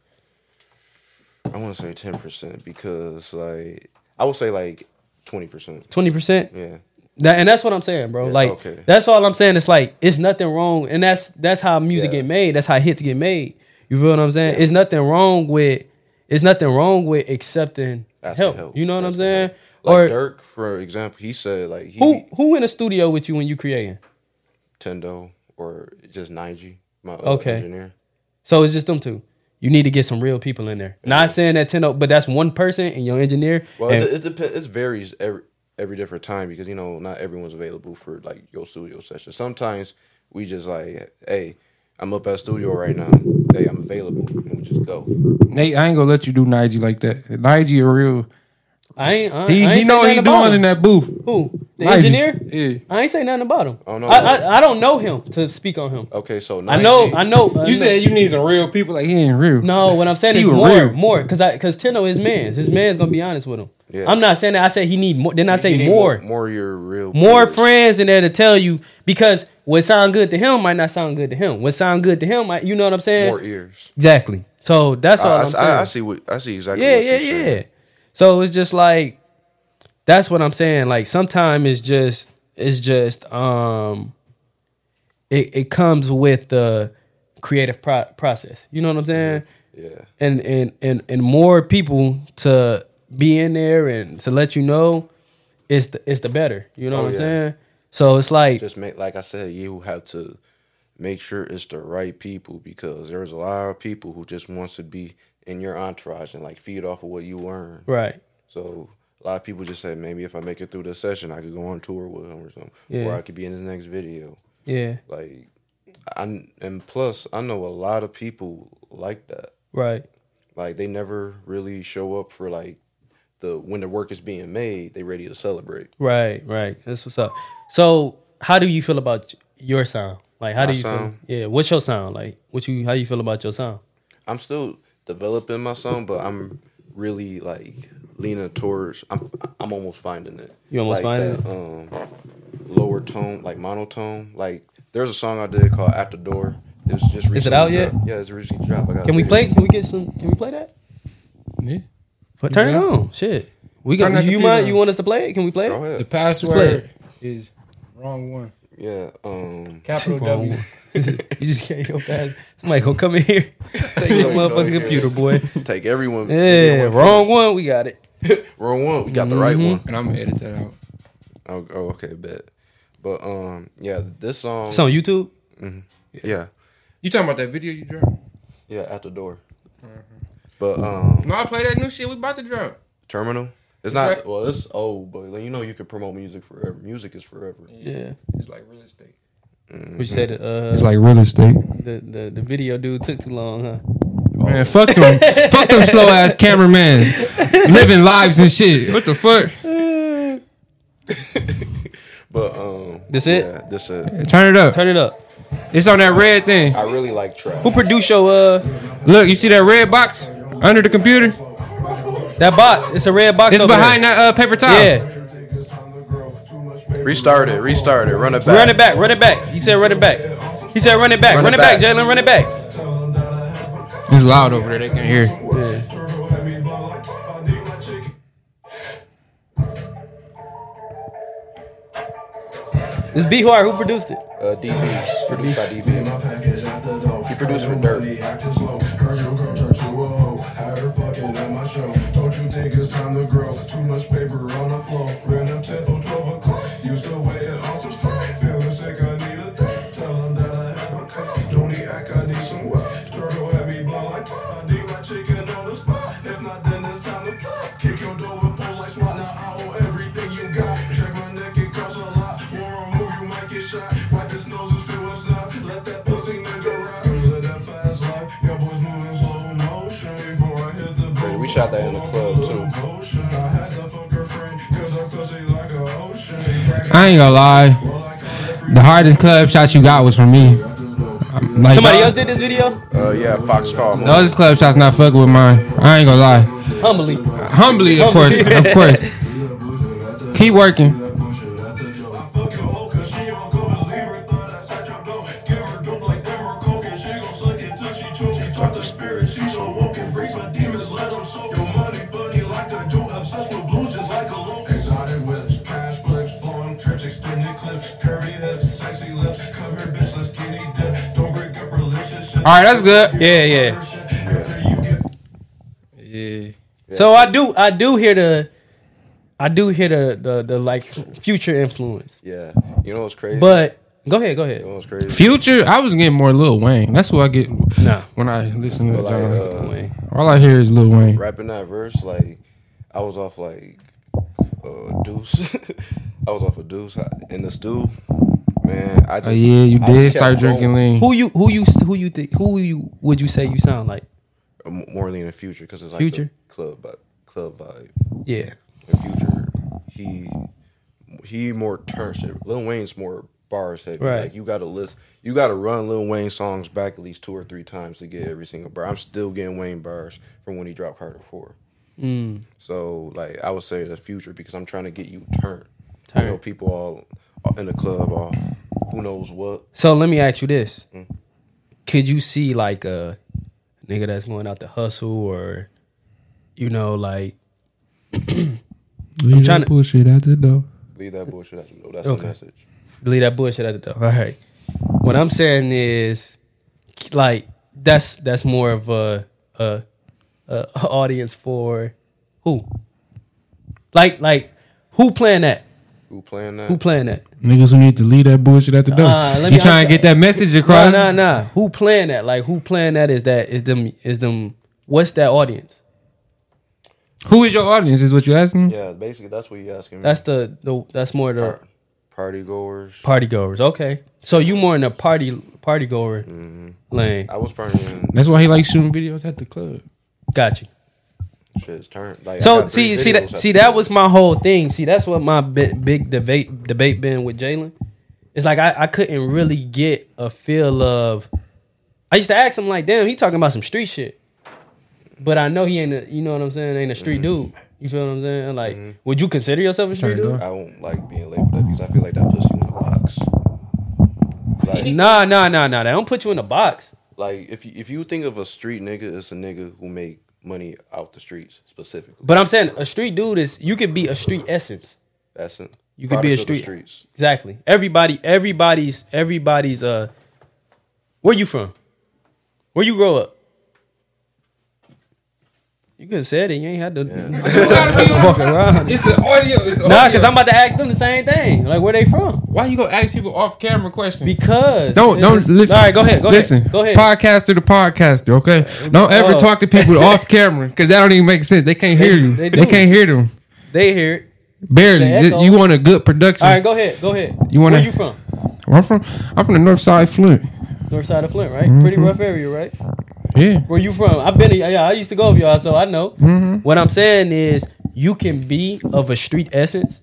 Speaker 4: I want to say ten percent because like I would say like twenty percent.
Speaker 3: Twenty percent.
Speaker 4: Yeah,
Speaker 3: That, and that's what I'm saying, bro. like
Speaker 4: okay.
Speaker 3: that's all I'm saying. It's like it's nothing wrong, and that's that's how music
Speaker 4: Yeah.
Speaker 3: get made. That's how hits get made. You feel what I'm saying? It's nothing wrong with it's nothing wrong with accepting
Speaker 4: Asking
Speaker 3: help.
Speaker 4: help.
Speaker 3: You know what I'm
Speaker 4: Asking
Speaker 3: saying?
Speaker 4: help. Like
Speaker 3: Or-
Speaker 4: Dirk, for example, he said like he
Speaker 3: Who who in the studio with you when you creating?
Speaker 4: Tendo or just 9G, my uh,
Speaker 3: Okay.
Speaker 4: engineer.
Speaker 3: So it's just them two. You need to get some real people in there. Not saying that Tendo, but that's one person and your engineer.
Speaker 4: Well,
Speaker 3: and-
Speaker 4: it, it depends. It varies every every different time because you know not everyone's available for like your studio session. Sometimes we just like, hey, I'm up at studio right now. Hey, I'm available, and we just go.
Speaker 1: Nate, I ain't gonna let you do Nige like that. Nige a real.
Speaker 3: I ain't. I,
Speaker 1: He,
Speaker 3: I ain't
Speaker 1: he know what
Speaker 3: say
Speaker 1: he
Speaker 3: nothing about
Speaker 1: doing in
Speaker 3: him.
Speaker 1: that booth.
Speaker 3: Who the
Speaker 1: Nige.
Speaker 3: engineer?
Speaker 1: Yeah.
Speaker 3: I ain't say nothing about him. I
Speaker 4: don't know. Oh,
Speaker 3: I, I, don't know him to speak on him.
Speaker 4: Okay, so 9G,
Speaker 3: I know. I know. I know.
Speaker 1: You said you need some real people. Like he ain't real.
Speaker 3: No, what I'm saying
Speaker 1: He
Speaker 3: is
Speaker 1: was
Speaker 3: more,
Speaker 1: real.
Speaker 3: more, because I, because Tendo is man's. His man's gonna be honest with him.
Speaker 4: Yeah.
Speaker 3: I'm not saying that. I said he need more. Then I say
Speaker 4: you need
Speaker 3: more, more,
Speaker 4: more your real, peers.
Speaker 3: friends in there to tell you because what sound good to him might not sound good to him. What sound good to him, might, you know what I'm saying?
Speaker 4: more ears.
Speaker 3: Exactly. So that's all I,
Speaker 4: I,
Speaker 3: am
Speaker 4: I-
Speaker 3: saying.
Speaker 4: I- I see what I see exactly.
Speaker 3: yeah,
Speaker 4: what
Speaker 3: yeah,
Speaker 4: you're
Speaker 3: yeah.
Speaker 4: saying.
Speaker 3: So it's just like that's what I'm saying. Like sometimes it's just it's just um it it comes with the creative pro- process. You know what I'm saying?
Speaker 4: Yeah.
Speaker 3: and and and and more people to be in there and to let you know it's the it's the better. You know
Speaker 4: Oh,
Speaker 3: what I'm
Speaker 4: yeah.
Speaker 3: saying? So it's like
Speaker 4: just make like I said, you have to make sure it's the right people because there's a lot of people who just wants to be in your entourage and like feed off of what you earn.
Speaker 3: right.
Speaker 4: So a lot of people just say maybe if I make it through this session, I could go on tour with him or something,
Speaker 3: Yeah.
Speaker 4: or I could be in his next video.
Speaker 3: Yeah.
Speaker 4: Like, I and plus I know a lot of people like that.
Speaker 3: Right.
Speaker 4: Like they never really show up for like the when the work is being made, they ready to celebrate.
Speaker 3: Right. Right. That's what's up. So how do you feel about your sound? Like how
Speaker 4: My
Speaker 3: do you
Speaker 4: sound?
Speaker 3: feel? Yeah. What's your sound? Like what you how you feel about your sound?
Speaker 4: I'm still developing my song, but I'm really like leaning towards. I'm I'm almost finding it.
Speaker 3: You almost
Speaker 4: like
Speaker 3: finding
Speaker 4: that, Um, lower tone, like monotone. Like there's a song I did called "At the Door." It's just recently
Speaker 3: it out yet?
Speaker 4: dropped. Yeah, it's recently dropped. I got a
Speaker 3: Can we
Speaker 4: video.
Speaker 3: play? Can we get some? Can we play that?
Speaker 1: Yeah.
Speaker 3: But turn it
Speaker 1: Yeah.
Speaker 3: on. Shit. We
Speaker 1: Turn
Speaker 3: got
Speaker 1: that
Speaker 3: you
Speaker 1: computer
Speaker 3: mind?
Speaker 1: on.
Speaker 3: You want us to play it? Can we play
Speaker 4: Go
Speaker 3: it?
Speaker 1: The
Speaker 4: ahead.
Speaker 1: password is wrong one.
Speaker 4: Yeah. Um.
Speaker 1: Capital W.
Speaker 3: Wrong one. you just can't go past. Somebody gonna come in here, take your motherfucking computer, boy.
Speaker 4: Take everyone.
Speaker 3: Yeah,
Speaker 4: everyone-
Speaker 3: wrong Mm-hmm. one. We got it.
Speaker 4: Wrong one. We got the right one.
Speaker 1: And I'm gonna edit that out.
Speaker 4: Oh, oh, okay, bet. But um, yeah, this song.
Speaker 3: It's on YouTube.
Speaker 4: yeah,
Speaker 1: You talking about that video you dropped?
Speaker 4: yeah, at the door. But um,
Speaker 1: No, I play that new shit we about to drop.
Speaker 4: Terminal. It's
Speaker 1: right.
Speaker 4: not well. It's old, but like, you know you can promote music forever. Music is forever.
Speaker 3: Yeah.
Speaker 1: It's like real estate.
Speaker 3: What you said? Uh,
Speaker 1: It's like real estate.
Speaker 3: the, the the video dude took too long, huh? Oh.
Speaker 1: Man, fuck them. fuck them slow ass cameramen. Living lives and shit. What the fuck?
Speaker 4: But um,
Speaker 3: This it?
Speaker 4: Yeah, this it.
Speaker 1: Turn it up.
Speaker 3: Turn it up.
Speaker 1: It's on that red thing.
Speaker 4: I really like trap.
Speaker 3: Who produced your uh
Speaker 1: Look, you see that red box under the computer?
Speaker 3: that box? It's a red box.
Speaker 1: It's
Speaker 3: over
Speaker 1: behind that uh, paper towel.
Speaker 3: There. Yeah.
Speaker 4: Restart it. Restart it. Run it back.
Speaker 3: Run it back. Run it back. He said run it back. He said run it back. Run,
Speaker 4: Run
Speaker 3: it
Speaker 4: it
Speaker 3: back,
Speaker 4: back.
Speaker 3: Jalen. Run it back.
Speaker 1: It's loud over there. They can hear.
Speaker 3: It's Bihar. Who produced it?
Speaker 4: Uh, DB. Produced by DB.
Speaker 5: He
Speaker 4: produced for Dirt.
Speaker 5: Don't you think it's time to grow? Too much paper on the floor. Ran up 10 or 12 o'clock. Used to wait on some stuff. Feeling sick, I need a day. Tell 'em that I have a cup. Don't eat act, I need some work. Turtle had me blind like I need my chicken on the spot. If not, then it's time to play. Kick your door with pose like SWAT. Now I owe everything you got. Check my neck, it costs a lot. Warren, move, you might get shot. Wipe his nose and feel what's not. Let that pussy nigga rock. Live that fast life. Your boys moving slow motion. Before I hit the
Speaker 4: Hey, we shot that in the club, too.
Speaker 5: Ocean. I had to fuck her friend. Cause her pussy like a ocean.
Speaker 1: I ain't gonna lie. The hardest club shot you got was from me. I'm- Like,
Speaker 3: Somebody
Speaker 1: the-
Speaker 3: else did this video.
Speaker 4: Uh, yeah, Fox Call.
Speaker 1: The other club shots not fucking with mine. I ain't gonna lie.
Speaker 3: Humbly.
Speaker 1: Humbly, of course, of course. Keep working.
Speaker 5: I fuck her hoe cause she don't go to leave her thought I shot your dough. Give her dope like them or coke and she gon' suck it till she choke. She taught the spirit, she so woke and breaks my demons, let them soak. Your money funny like a joke, obsessed with blues just like a loaf. Exotic whips, cash flips, long trips, extended clips, curvy hips, sexy lips. Come here, bitch, let's skinny dip. Don't break up relationship.
Speaker 1: All right, that's good.
Speaker 3: Yeah, yeah.
Speaker 5: After you get
Speaker 1: Yeah.
Speaker 3: So I do I do hear the I do hear the the, the like f- future influence.
Speaker 4: Yeah, you know what's crazy?
Speaker 3: But go ahead, go
Speaker 4: you know
Speaker 3: ahead.
Speaker 4: what's crazy?
Speaker 1: Future, I was getting more Lil Wayne. That's what I get
Speaker 3: Nah.
Speaker 1: when I listen to
Speaker 4: But, like,
Speaker 1: John.
Speaker 4: uh,
Speaker 1: All I hear is Lil Wayne.
Speaker 4: rapping that verse, like I was off like uh, Deuce. I was off a Deuce in the stew. Man, I just
Speaker 1: Oh, yeah, you
Speaker 4: I
Speaker 1: did
Speaker 4: just
Speaker 1: start
Speaker 4: kept
Speaker 1: drinking
Speaker 4: going
Speaker 1: lean.
Speaker 3: Who you who you who you think who you would you say you sound like?
Speaker 4: more lean in future because it's like
Speaker 3: Future?
Speaker 4: the club vibe, club vibe.
Speaker 3: Yeah.
Speaker 4: In future, he he more turn shit. Lil Wayne's more bars heavy.
Speaker 3: Right.
Speaker 4: Like you got to list, you got to run Lil Wayne songs back at least two or three times to get every single bar. I'm still getting Wayne bars from when he dropped Carter Four.
Speaker 3: Mm.
Speaker 4: So like I would say the future because I'm trying to get you turned.
Speaker 3: Turn.
Speaker 4: You know, people all, all in the club all who knows what.
Speaker 3: So let me ask you this: Could you see like a nigga that's going out to hustle, or you know, like
Speaker 1: Leave
Speaker 3: trying
Speaker 1: that
Speaker 3: to-
Speaker 1: bullshit out the door.
Speaker 4: Leave that bullshit out the window. That's
Speaker 3: Okay.
Speaker 4: the message.
Speaker 3: leave that bullshit out the door? All right. What I'm saying is, like that's that's more of a a, a audience for who? Like like who playing that?
Speaker 4: Who playing that?
Speaker 3: Who playing that?
Speaker 1: Niggas who need to leave that bullshit out the door.
Speaker 3: Uh, let me
Speaker 1: you trying
Speaker 3: ask-
Speaker 1: to get that message
Speaker 3: Nah
Speaker 1: across?
Speaker 3: nah nah. Who playing that? Like who playing that? Is that is them is them? What's that audience?
Speaker 1: Who is your audience? Is what you asking?
Speaker 4: yeah, basically that's what you asking me.
Speaker 3: That's the, the that's more the
Speaker 4: Par- party goers.
Speaker 3: Party goers, okay. So you more in the party party goer lane.
Speaker 4: I was partying.
Speaker 1: That's why he likes shooting videos at the club.
Speaker 3: Got you.
Speaker 4: Shit's turned. Like, I
Speaker 3: So
Speaker 4: got
Speaker 3: see
Speaker 4: three
Speaker 3: see
Speaker 4: videos
Speaker 3: that
Speaker 4: at
Speaker 3: see
Speaker 4: the
Speaker 3: that
Speaker 4: crib.
Speaker 3: was my whole thing. See that's what my bi- big debate debate been with Jalen. It's like I, I couldn't really get a feel of. I used to ask him like, damn, he talking about some street shit, but I know he ain't. A, you know what I'm saying? Ain't a street
Speaker 4: Mm-hmm.
Speaker 3: dude. You feel what I'm saying? Like, would you consider yourself a street
Speaker 1: Turned
Speaker 3: dude?
Speaker 1: up.
Speaker 4: I don't like being labeled that because I feel like that puts you in a box. Like,
Speaker 3: Nah nah nah nah. They don't put you in a box.
Speaker 4: like if you, if you think of a street nigga, it's a nigga who make money out the streets specifically.
Speaker 3: But I'm saying a street dude is you could be a street essence.
Speaker 4: That's it.
Speaker 3: You could be a
Speaker 4: Product of the
Speaker 3: street-
Speaker 4: streets.
Speaker 3: Exactly. Everybody, everybody's, everybody's. Uh, where you from? Where you grow up? You could have said it. You ain't had to walk around.
Speaker 1: It's an audio. It's an
Speaker 3: Nah,
Speaker 1: audio.
Speaker 3: because I'm about to ask them the same thing. Like, where they from?
Speaker 1: Why you gonna ask people off camera questions?
Speaker 3: Because
Speaker 1: Don't don't
Speaker 3: it's-
Speaker 1: listen.
Speaker 3: All right, go ahead. Go
Speaker 1: listen.
Speaker 3: ahead. Go ahead.
Speaker 1: Podcaster to podcaster. Okay. Don't ever
Speaker 3: Oh.
Speaker 1: talk to people off camera because that don't even make sense. They can't hear you.
Speaker 3: they
Speaker 1: They,
Speaker 3: do.
Speaker 1: can't hear them.
Speaker 3: they hear it.
Speaker 1: Barely.
Speaker 3: The echo.
Speaker 1: You want a good production?
Speaker 3: All right, go ahead. Go ahead.
Speaker 1: You wanna-
Speaker 3: Where you from?
Speaker 1: I'm from. I'm from the north side Flint.
Speaker 3: North side of Flint, right?
Speaker 1: Mm-hmm.
Speaker 3: Pretty rough area, right?
Speaker 1: Yeah.
Speaker 3: Where you from? I've been. Yeah, I used to go with y'all, so I know.
Speaker 1: Mm-hmm.
Speaker 3: What I'm saying is, you can be of a street essence,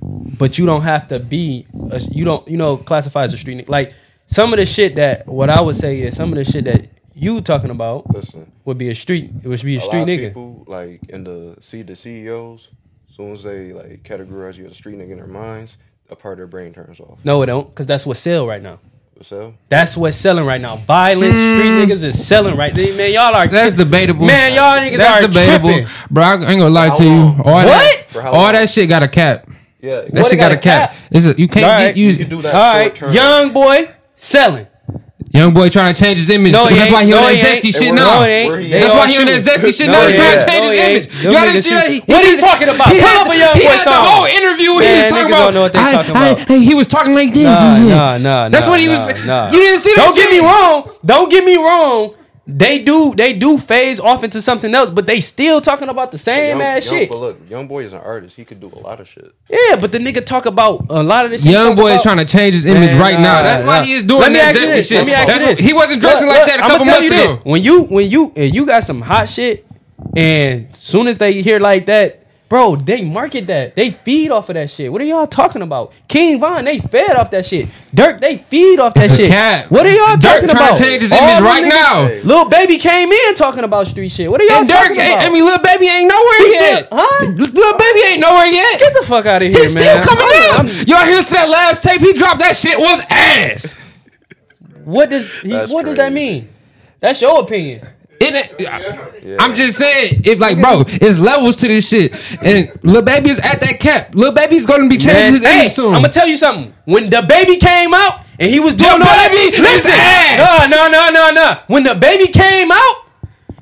Speaker 3: but you don't have to be. A, you don't. You know, classify as a street. ni- Like some of the shit that what I would say is some of the shit that you talking about
Speaker 4: Listen,
Speaker 3: would be a street. It would be a
Speaker 4: a
Speaker 3: street
Speaker 4: lot of
Speaker 3: nigga.
Speaker 4: people like in the see the CEOs. As soon as they like categorize you as a street nigga in their minds, a part of their brain turns off.
Speaker 3: no, it don't, because that's what sell right now.
Speaker 4: So
Speaker 3: That's what's selling right now. Violent street niggas is selling right. Man, y'all are
Speaker 1: Mm. That's debatable.
Speaker 3: man, y'all niggas
Speaker 1: That's
Speaker 3: are
Speaker 1: debatable,
Speaker 3: tripping.
Speaker 1: bro. I ain't gonna lie
Speaker 4: how
Speaker 1: to you.
Speaker 4: long?
Speaker 1: All that,
Speaker 4: For how
Speaker 1: all
Speaker 4: long?
Speaker 1: that shit got a cap.
Speaker 4: yeah,
Speaker 1: That
Speaker 3: What
Speaker 1: shit
Speaker 3: it
Speaker 1: got,
Speaker 3: got
Speaker 1: a
Speaker 3: a
Speaker 1: cap.
Speaker 3: cap?
Speaker 1: It's a, you can't
Speaker 3: All right.
Speaker 1: get used.
Speaker 4: you do that.
Speaker 3: All
Speaker 4: short
Speaker 3: right,
Speaker 4: term.
Speaker 3: young boy selling.
Speaker 1: Young boy trying to change his image.
Speaker 3: No, he
Speaker 1: That's
Speaker 3: ain't.
Speaker 1: why he on
Speaker 3: No,
Speaker 1: that
Speaker 3: he ain't.
Speaker 1: zesty shit
Speaker 4: They
Speaker 1: now.
Speaker 4: were-
Speaker 3: No, it ain't.
Speaker 4: They
Speaker 1: That's
Speaker 3: all
Speaker 1: why he on that
Speaker 3: shooting.
Speaker 1: zesty shit
Speaker 4: No,
Speaker 1: now. He
Speaker 4: yeah.
Speaker 1: trying to change
Speaker 3: oh, No, Oh,
Speaker 1: his
Speaker 3: yeah.
Speaker 1: image.
Speaker 3: Them
Speaker 1: Y'all
Speaker 3: niggas
Speaker 1: didn't see that?
Speaker 3: shoot.
Speaker 1: He-
Speaker 3: What
Speaker 1: he
Speaker 3: he
Speaker 1: did-
Speaker 3: talking about?
Speaker 1: He
Speaker 3: Pull
Speaker 1: had,
Speaker 3: up a
Speaker 1: the-
Speaker 3: Young
Speaker 1: he
Speaker 3: Boy
Speaker 1: had the
Speaker 3: song.
Speaker 1: whole interview. He
Speaker 3: Man,
Speaker 1: was
Speaker 3: niggas
Speaker 1: talking
Speaker 3: don't
Speaker 1: about.
Speaker 3: know what they
Speaker 1: I-
Speaker 3: talking
Speaker 1: I-
Speaker 3: about.
Speaker 1: I- he was talking like this.
Speaker 3: Nah,
Speaker 1: and shit.
Speaker 3: nah, nah,
Speaker 1: That's
Speaker 3: nah,
Speaker 1: what he
Speaker 3: nah,
Speaker 1: was.
Speaker 3: nah.
Speaker 1: You didn't see that.
Speaker 3: Don't get
Speaker 1: shit?
Speaker 3: me wrong. Don't get me wrong. They do they do phase off into something else, but they still talking about the same
Speaker 4: Young,
Speaker 3: ass
Speaker 4: young,
Speaker 3: shit.
Speaker 4: But look, young boy is an artist. He could do a lot of shit.
Speaker 3: Yeah, but the nigga talk about a lot of this. shit
Speaker 1: Young boy is trying to change his image
Speaker 3: Man,
Speaker 1: right
Speaker 3: nah,
Speaker 1: now. That's
Speaker 3: nah.
Speaker 1: why he is doing
Speaker 3: Let me
Speaker 1: that
Speaker 3: ask you
Speaker 1: zesty
Speaker 3: this. Let
Speaker 1: shit.
Speaker 3: me ask you
Speaker 1: That's-
Speaker 3: this.
Speaker 1: He wasn't dressing like that a couple months ago.
Speaker 3: When you when you and you got some hot shit, and soon as they hear like that, bro, they market that. They feed off of that shit. What are y'all talking about? King Von, they fed off that shit. Dirk, they feed off that
Speaker 1: It's a
Speaker 3: shit.
Speaker 1: cap.
Speaker 3: What are y'all
Speaker 1: Dirk
Speaker 3: talking
Speaker 1: trying to
Speaker 3: about?
Speaker 1: change his
Speaker 3: All
Speaker 1: image
Speaker 3: them
Speaker 1: right now.
Speaker 3: Lil baby came in talking about street shit. What are y'all
Speaker 1: And
Speaker 3: talking
Speaker 1: Dirk, I
Speaker 3: about?
Speaker 1: I mean, little baby ain't nowhere
Speaker 3: He
Speaker 1: yet.
Speaker 3: still- huh?
Speaker 1: Little baby ain't nowhere yet.
Speaker 3: Get the fuck out of here,
Speaker 1: He's
Speaker 3: man.
Speaker 1: still coming
Speaker 3: I'm-
Speaker 1: out.
Speaker 3: I'm-
Speaker 1: Y'all hear this that last tape he dropped? That shit was ass.
Speaker 3: What does he, what
Speaker 4: That's
Speaker 3: does that
Speaker 4: crazy.
Speaker 3: mean? That's your opinion.
Speaker 1: It, I'm just saying, if like, bro, it's levels to this shit, and Lil Baby is at that cap. Lil Baby's gonna be changing his image soon.
Speaker 3: I'm gonna tell you something. When the baby came out and he was doing all
Speaker 1: Your
Speaker 3: that,
Speaker 1: baby is ass.
Speaker 3: no, no, no, no, no. When the baby came out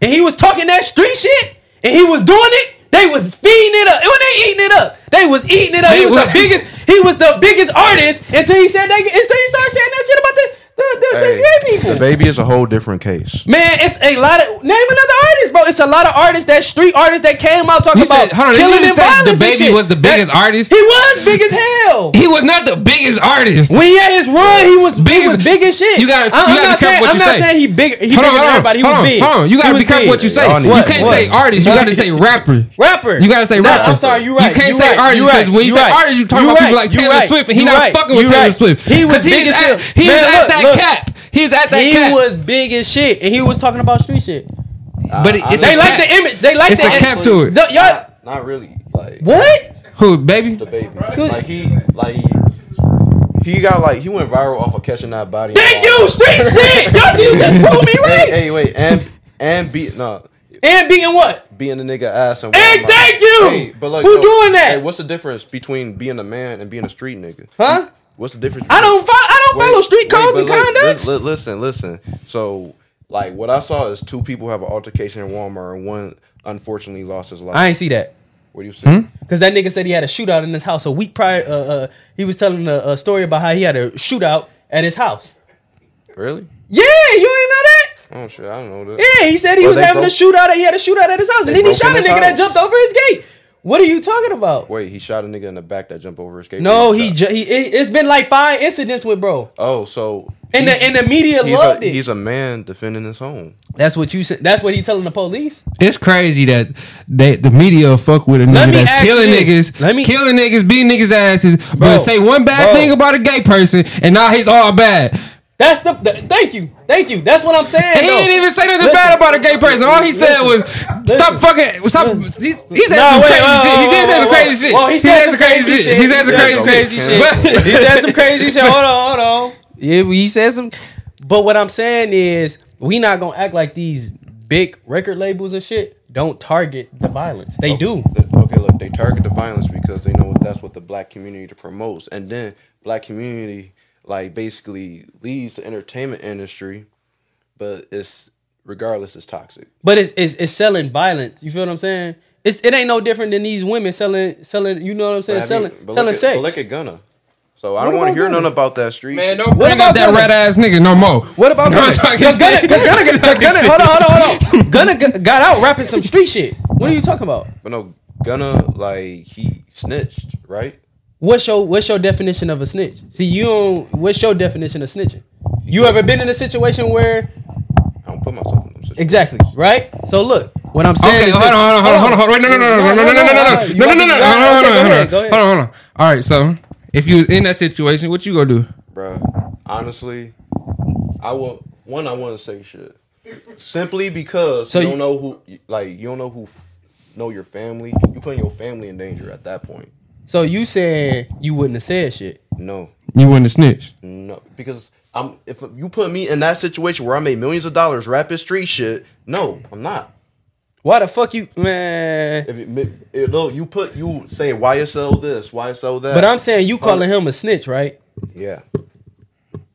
Speaker 3: and he was talking that street shit and he was doing it, They was speeding it up. When they eating it up, they was eating it up.
Speaker 1: They
Speaker 3: he was,
Speaker 1: was-
Speaker 3: the biggest. He was the biggest artist until he said that. Until he started saying that shit about the the, the,
Speaker 4: Hey,
Speaker 3: the gay people.
Speaker 4: the baby is a whole different case.
Speaker 3: Man, it's a lot of name another artist, bro. It's a lot of artists that street artists that came out talking
Speaker 1: You said-
Speaker 3: about
Speaker 1: hold on, you
Speaker 3: killing
Speaker 1: didn't
Speaker 3: and
Speaker 1: say
Speaker 3: violence. and
Speaker 1: DaBaby
Speaker 3: shit.
Speaker 1: was the biggest artist?
Speaker 3: He was big as hell.
Speaker 1: He was not the biggest artest.
Speaker 3: When he had his run, he was big,
Speaker 1: Big
Speaker 3: he was
Speaker 1: as-
Speaker 3: big as shit.
Speaker 1: You gotta- you
Speaker 3: I'm, I'm
Speaker 1: gotta
Speaker 3: not
Speaker 1: be careful
Speaker 3: saying,
Speaker 1: what
Speaker 3: I'm
Speaker 1: you
Speaker 3: not
Speaker 1: say.
Speaker 3: saying he big.
Speaker 1: Hold
Speaker 3: He bigger
Speaker 1: on,
Speaker 3: than
Speaker 1: hold on,
Speaker 3: everybody. He
Speaker 1: hold
Speaker 3: was
Speaker 1: on,
Speaker 3: big.
Speaker 1: hold on. You
Speaker 3: He
Speaker 1: gotta
Speaker 3: was
Speaker 1: be careful
Speaker 3: big.
Speaker 1: what you say.
Speaker 4: Y'all need
Speaker 1: you
Speaker 4: to-
Speaker 1: can't
Speaker 4: what?
Speaker 1: say artist. You
Speaker 3: What?
Speaker 1: gotta say rapper.
Speaker 3: Rapper.
Speaker 1: You gotta say
Speaker 3: Nah,
Speaker 1: rapper.
Speaker 3: I'm sorry, you right.
Speaker 1: You can't
Speaker 3: you
Speaker 1: say
Speaker 3: right,
Speaker 1: artist
Speaker 3: you right,
Speaker 1: because when you, say
Speaker 3: right,
Speaker 1: artist, you talking
Speaker 3: you
Speaker 1: about people
Speaker 3: right,
Speaker 1: like
Speaker 3: you
Speaker 1: Taylor
Speaker 3: right,
Speaker 1: Swift, and he
Speaker 3: you
Speaker 1: not
Speaker 3: right,
Speaker 1: fucking with
Speaker 3: you
Speaker 1: Taylor
Speaker 3: right.
Speaker 1: Swift.
Speaker 3: He was
Speaker 1: 'Cause
Speaker 3: big
Speaker 1: is
Speaker 3: as
Speaker 1: at,
Speaker 3: shit.
Speaker 1: He
Speaker 3: Man,
Speaker 1: is
Speaker 3: look,
Speaker 1: at that
Speaker 3: look.
Speaker 1: cap. He's at that
Speaker 3: He
Speaker 1: cap.
Speaker 3: was big as shit, and he was talking about street shit.
Speaker 1: but it- it's
Speaker 3: They
Speaker 1: a
Speaker 3: like
Speaker 1: cap.
Speaker 3: the image. They like
Speaker 1: It's
Speaker 3: the
Speaker 1: a
Speaker 3: im-
Speaker 1: cap to it.
Speaker 3: The- y'all.
Speaker 4: Not, not really. Like
Speaker 3: What?
Speaker 1: Who, baby?
Speaker 4: the baby. Like he like he got like he went viral off of catching that body.
Speaker 3: Thank you, street shit. Y'all you just proved me
Speaker 4: Hey,
Speaker 3: right.
Speaker 4: hey, wait, and and beat no
Speaker 3: And beating what?
Speaker 4: being the nigga ass and
Speaker 3: Hey,
Speaker 4: Walmart.
Speaker 3: thank you!
Speaker 4: look,
Speaker 3: Who
Speaker 4: yo,
Speaker 3: doing that?
Speaker 4: Hey, what's the difference between being a man and being a street nigga?
Speaker 3: Huh?
Speaker 4: What's the difference?
Speaker 3: I don't follow. I don't
Speaker 4: Wait,
Speaker 3: follow street
Speaker 4: wait,
Speaker 3: codes
Speaker 4: but
Speaker 3: and
Speaker 4: look,
Speaker 3: conducts.
Speaker 4: li- li- listen, listen. So, like, what I saw is two people have an altercation in Walmart, and one unfortunately lost his life.
Speaker 3: I ain't Hmm? see that.
Speaker 4: what do you say?
Speaker 3: Cause that nigga said he had a shootout in his house a week prior. Uh, uh, he was telling a, a story about how he had a shootout at his house.
Speaker 4: Really?
Speaker 3: Yeah, you ain't know that.
Speaker 4: Oh shit, I don't know that.
Speaker 3: Yeah, he said he
Speaker 4: Well,
Speaker 3: was
Speaker 4: they
Speaker 3: having
Speaker 4: broke-
Speaker 3: a shootout. He had a shootout at his house, and
Speaker 4: They
Speaker 3: then he
Speaker 4: broke
Speaker 3: shot a
Speaker 4: in
Speaker 3: nigga
Speaker 4: his
Speaker 3: that
Speaker 4: house.
Speaker 3: jumped over his gate. What are you talking about?
Speaker 4: Wait, he shot a nigga in the back that jumped over his gate.
Speaker 3: No,
Speaker 4: He
Speaker 3: he, ju- he it, it's been like five incidents with bro,
Speaker 4: Oh, so
Speaker 3: and the and the media
Speaker 4: he's
Speaker 3: loved
Speaker 4: a,
Speaker 3: it.
Speaker 4: he's a man defending his home.
Speaker 3: that's what you said. That's what he telling the police.
Speaker 1: It's crazy that they, the media fuck with a
Speaker 3: Let
Speaker 1: nigga
Speaker 3: me
Speaker 1: that's
Speaker 3: ask you
Speaker 1: killing
Speaker 3: this.
Speaker 1: niggas,
Speaker 3: Let me-
Speaker 1: killing niggas, beating niggas asses,
Speaker 3: Bro,
Speaker 1: but say one bad
Speaker 3: bro.
Speaker 1: thing about a gay person, and now he's all bad.
Speaker 3: That's the, the- thank you, thank you. That's what I'm saying.
Speaker 1: And he
Speaker 3: though.
Speaker 1: didn't even say nothing
Speaker 3: Listen.
Speaker 1: bad about a gay person. All he said
Speaker 3: Listen.
Speaker 1: was, "Stop fucking." Stop. He, he said some crazy shit. He did say some crazy shit.
Speaker 3: Well, he, said some crazy shit.
Speaker 1: He said some crazy shit. But-
Speaker 3: he said some crazy shit. Hold on, hold on. Yeah, he said some. But what I'm saying is, we not gonna act like these big record labels and shit don't target the violence. They do.
Speaker 4: The- okay, look, they target the violence because they know that's what the black community promotes, and then black community like basically leads the entertainment industry, but it's regardless, it's toxic.
Speaker 3: But it's, it's it's selling violence. You feel what I'm saying? It's it ain't no different than these women selling selling. You know what I'm saying?
Speaker 4: But I
Speaker 3: selling
Speaker 4: mean, but
Speaker 3: selling
Speaker 4: look
Speaker 3: sex.
Speaker 4: At, but look at Gunna. So I don't want to
Speaker 3: about
Speaker 4: hear
Speaker 3: Gunna?
Speaker 4: none about that street.
Speaker 1: Man,
Speaker 4: shit.
Speaker 1: don't bring
Speaker 3: about
Speaker 1: up that
Speaker 3: Gunna?
Speaker 1: red ass nigga no more.
Speaker 3: What about
Speaker 1: No, I'm
Speaker 3: Gunna?
Speaker 1: talking
Speaker 3: Cause Gunna,
Speaker 1: shit.
Speaker 3: cause Gunna, cause
Speaker 1: Talking
Speaker 3: Gunna,
Speaker 1: shit.
Speaker 3: hold on, hold on, hold on. Gunna g- got out rapping some street shit. What are you talking about?
Speaker 4: But no, Gunna like he snitched, right?
Speaker 3: What's your What's your definition of a snitch? See, you don't. What's your definition of snitching? You ever been in a situation where
Speaker 4: I don't put myself in them situations.
Speaker 3: exactly right? So look, what I'm saying.
Speaker 1: Okay,
Speaker 3: is
Speaker 1: hold
Speaker 3: this-
Speaker 1: on, hold on, hold on, hold on, hold on. Wait, no, no, no, no, no, no, no, no, no, no,
Speaker 3: You
Speaker 1: no, no,
Speaker 3: want
Speaker 1: no,
Speaker 3: me
Speaker 1: no,
Speaker 3: to-
Speaker 1: hold on,
Speaker 3: okay, go
Speaker 1: hold on,
Speaker 3: ahead, go
Speaker 1: hold on,
Speaker 3: ahead.
Speaker 1: hold on, hold on. All right, so if you was in that situation, what you gonna do?
Speaker 4: Bruh, honestly, I will. One, I want to say shit simply because
Speaker 3: So
Speaker 4: you
Speaker 3: you-
Speaker 4: don't know who, like you don't know who, f- know your family. You putting your family in danger at that point.
Speaker 3: So you saying you wouldn't have said shit?
Speaker 4: No,
Speaker 1: You wouldn't snitch.
Speaker 4: no, because I'm. If you put me in that situation where I made millions of dollars rapping street shit, no, I'm not.
Speaker 3: Why the fuck you, man?
Speaker 4: If it, it, no, you put you saying YSL this, YSL that. Um,
Speaker 3: But I'm saying you calling him a snitch, right?
Speaker 4: Yeah.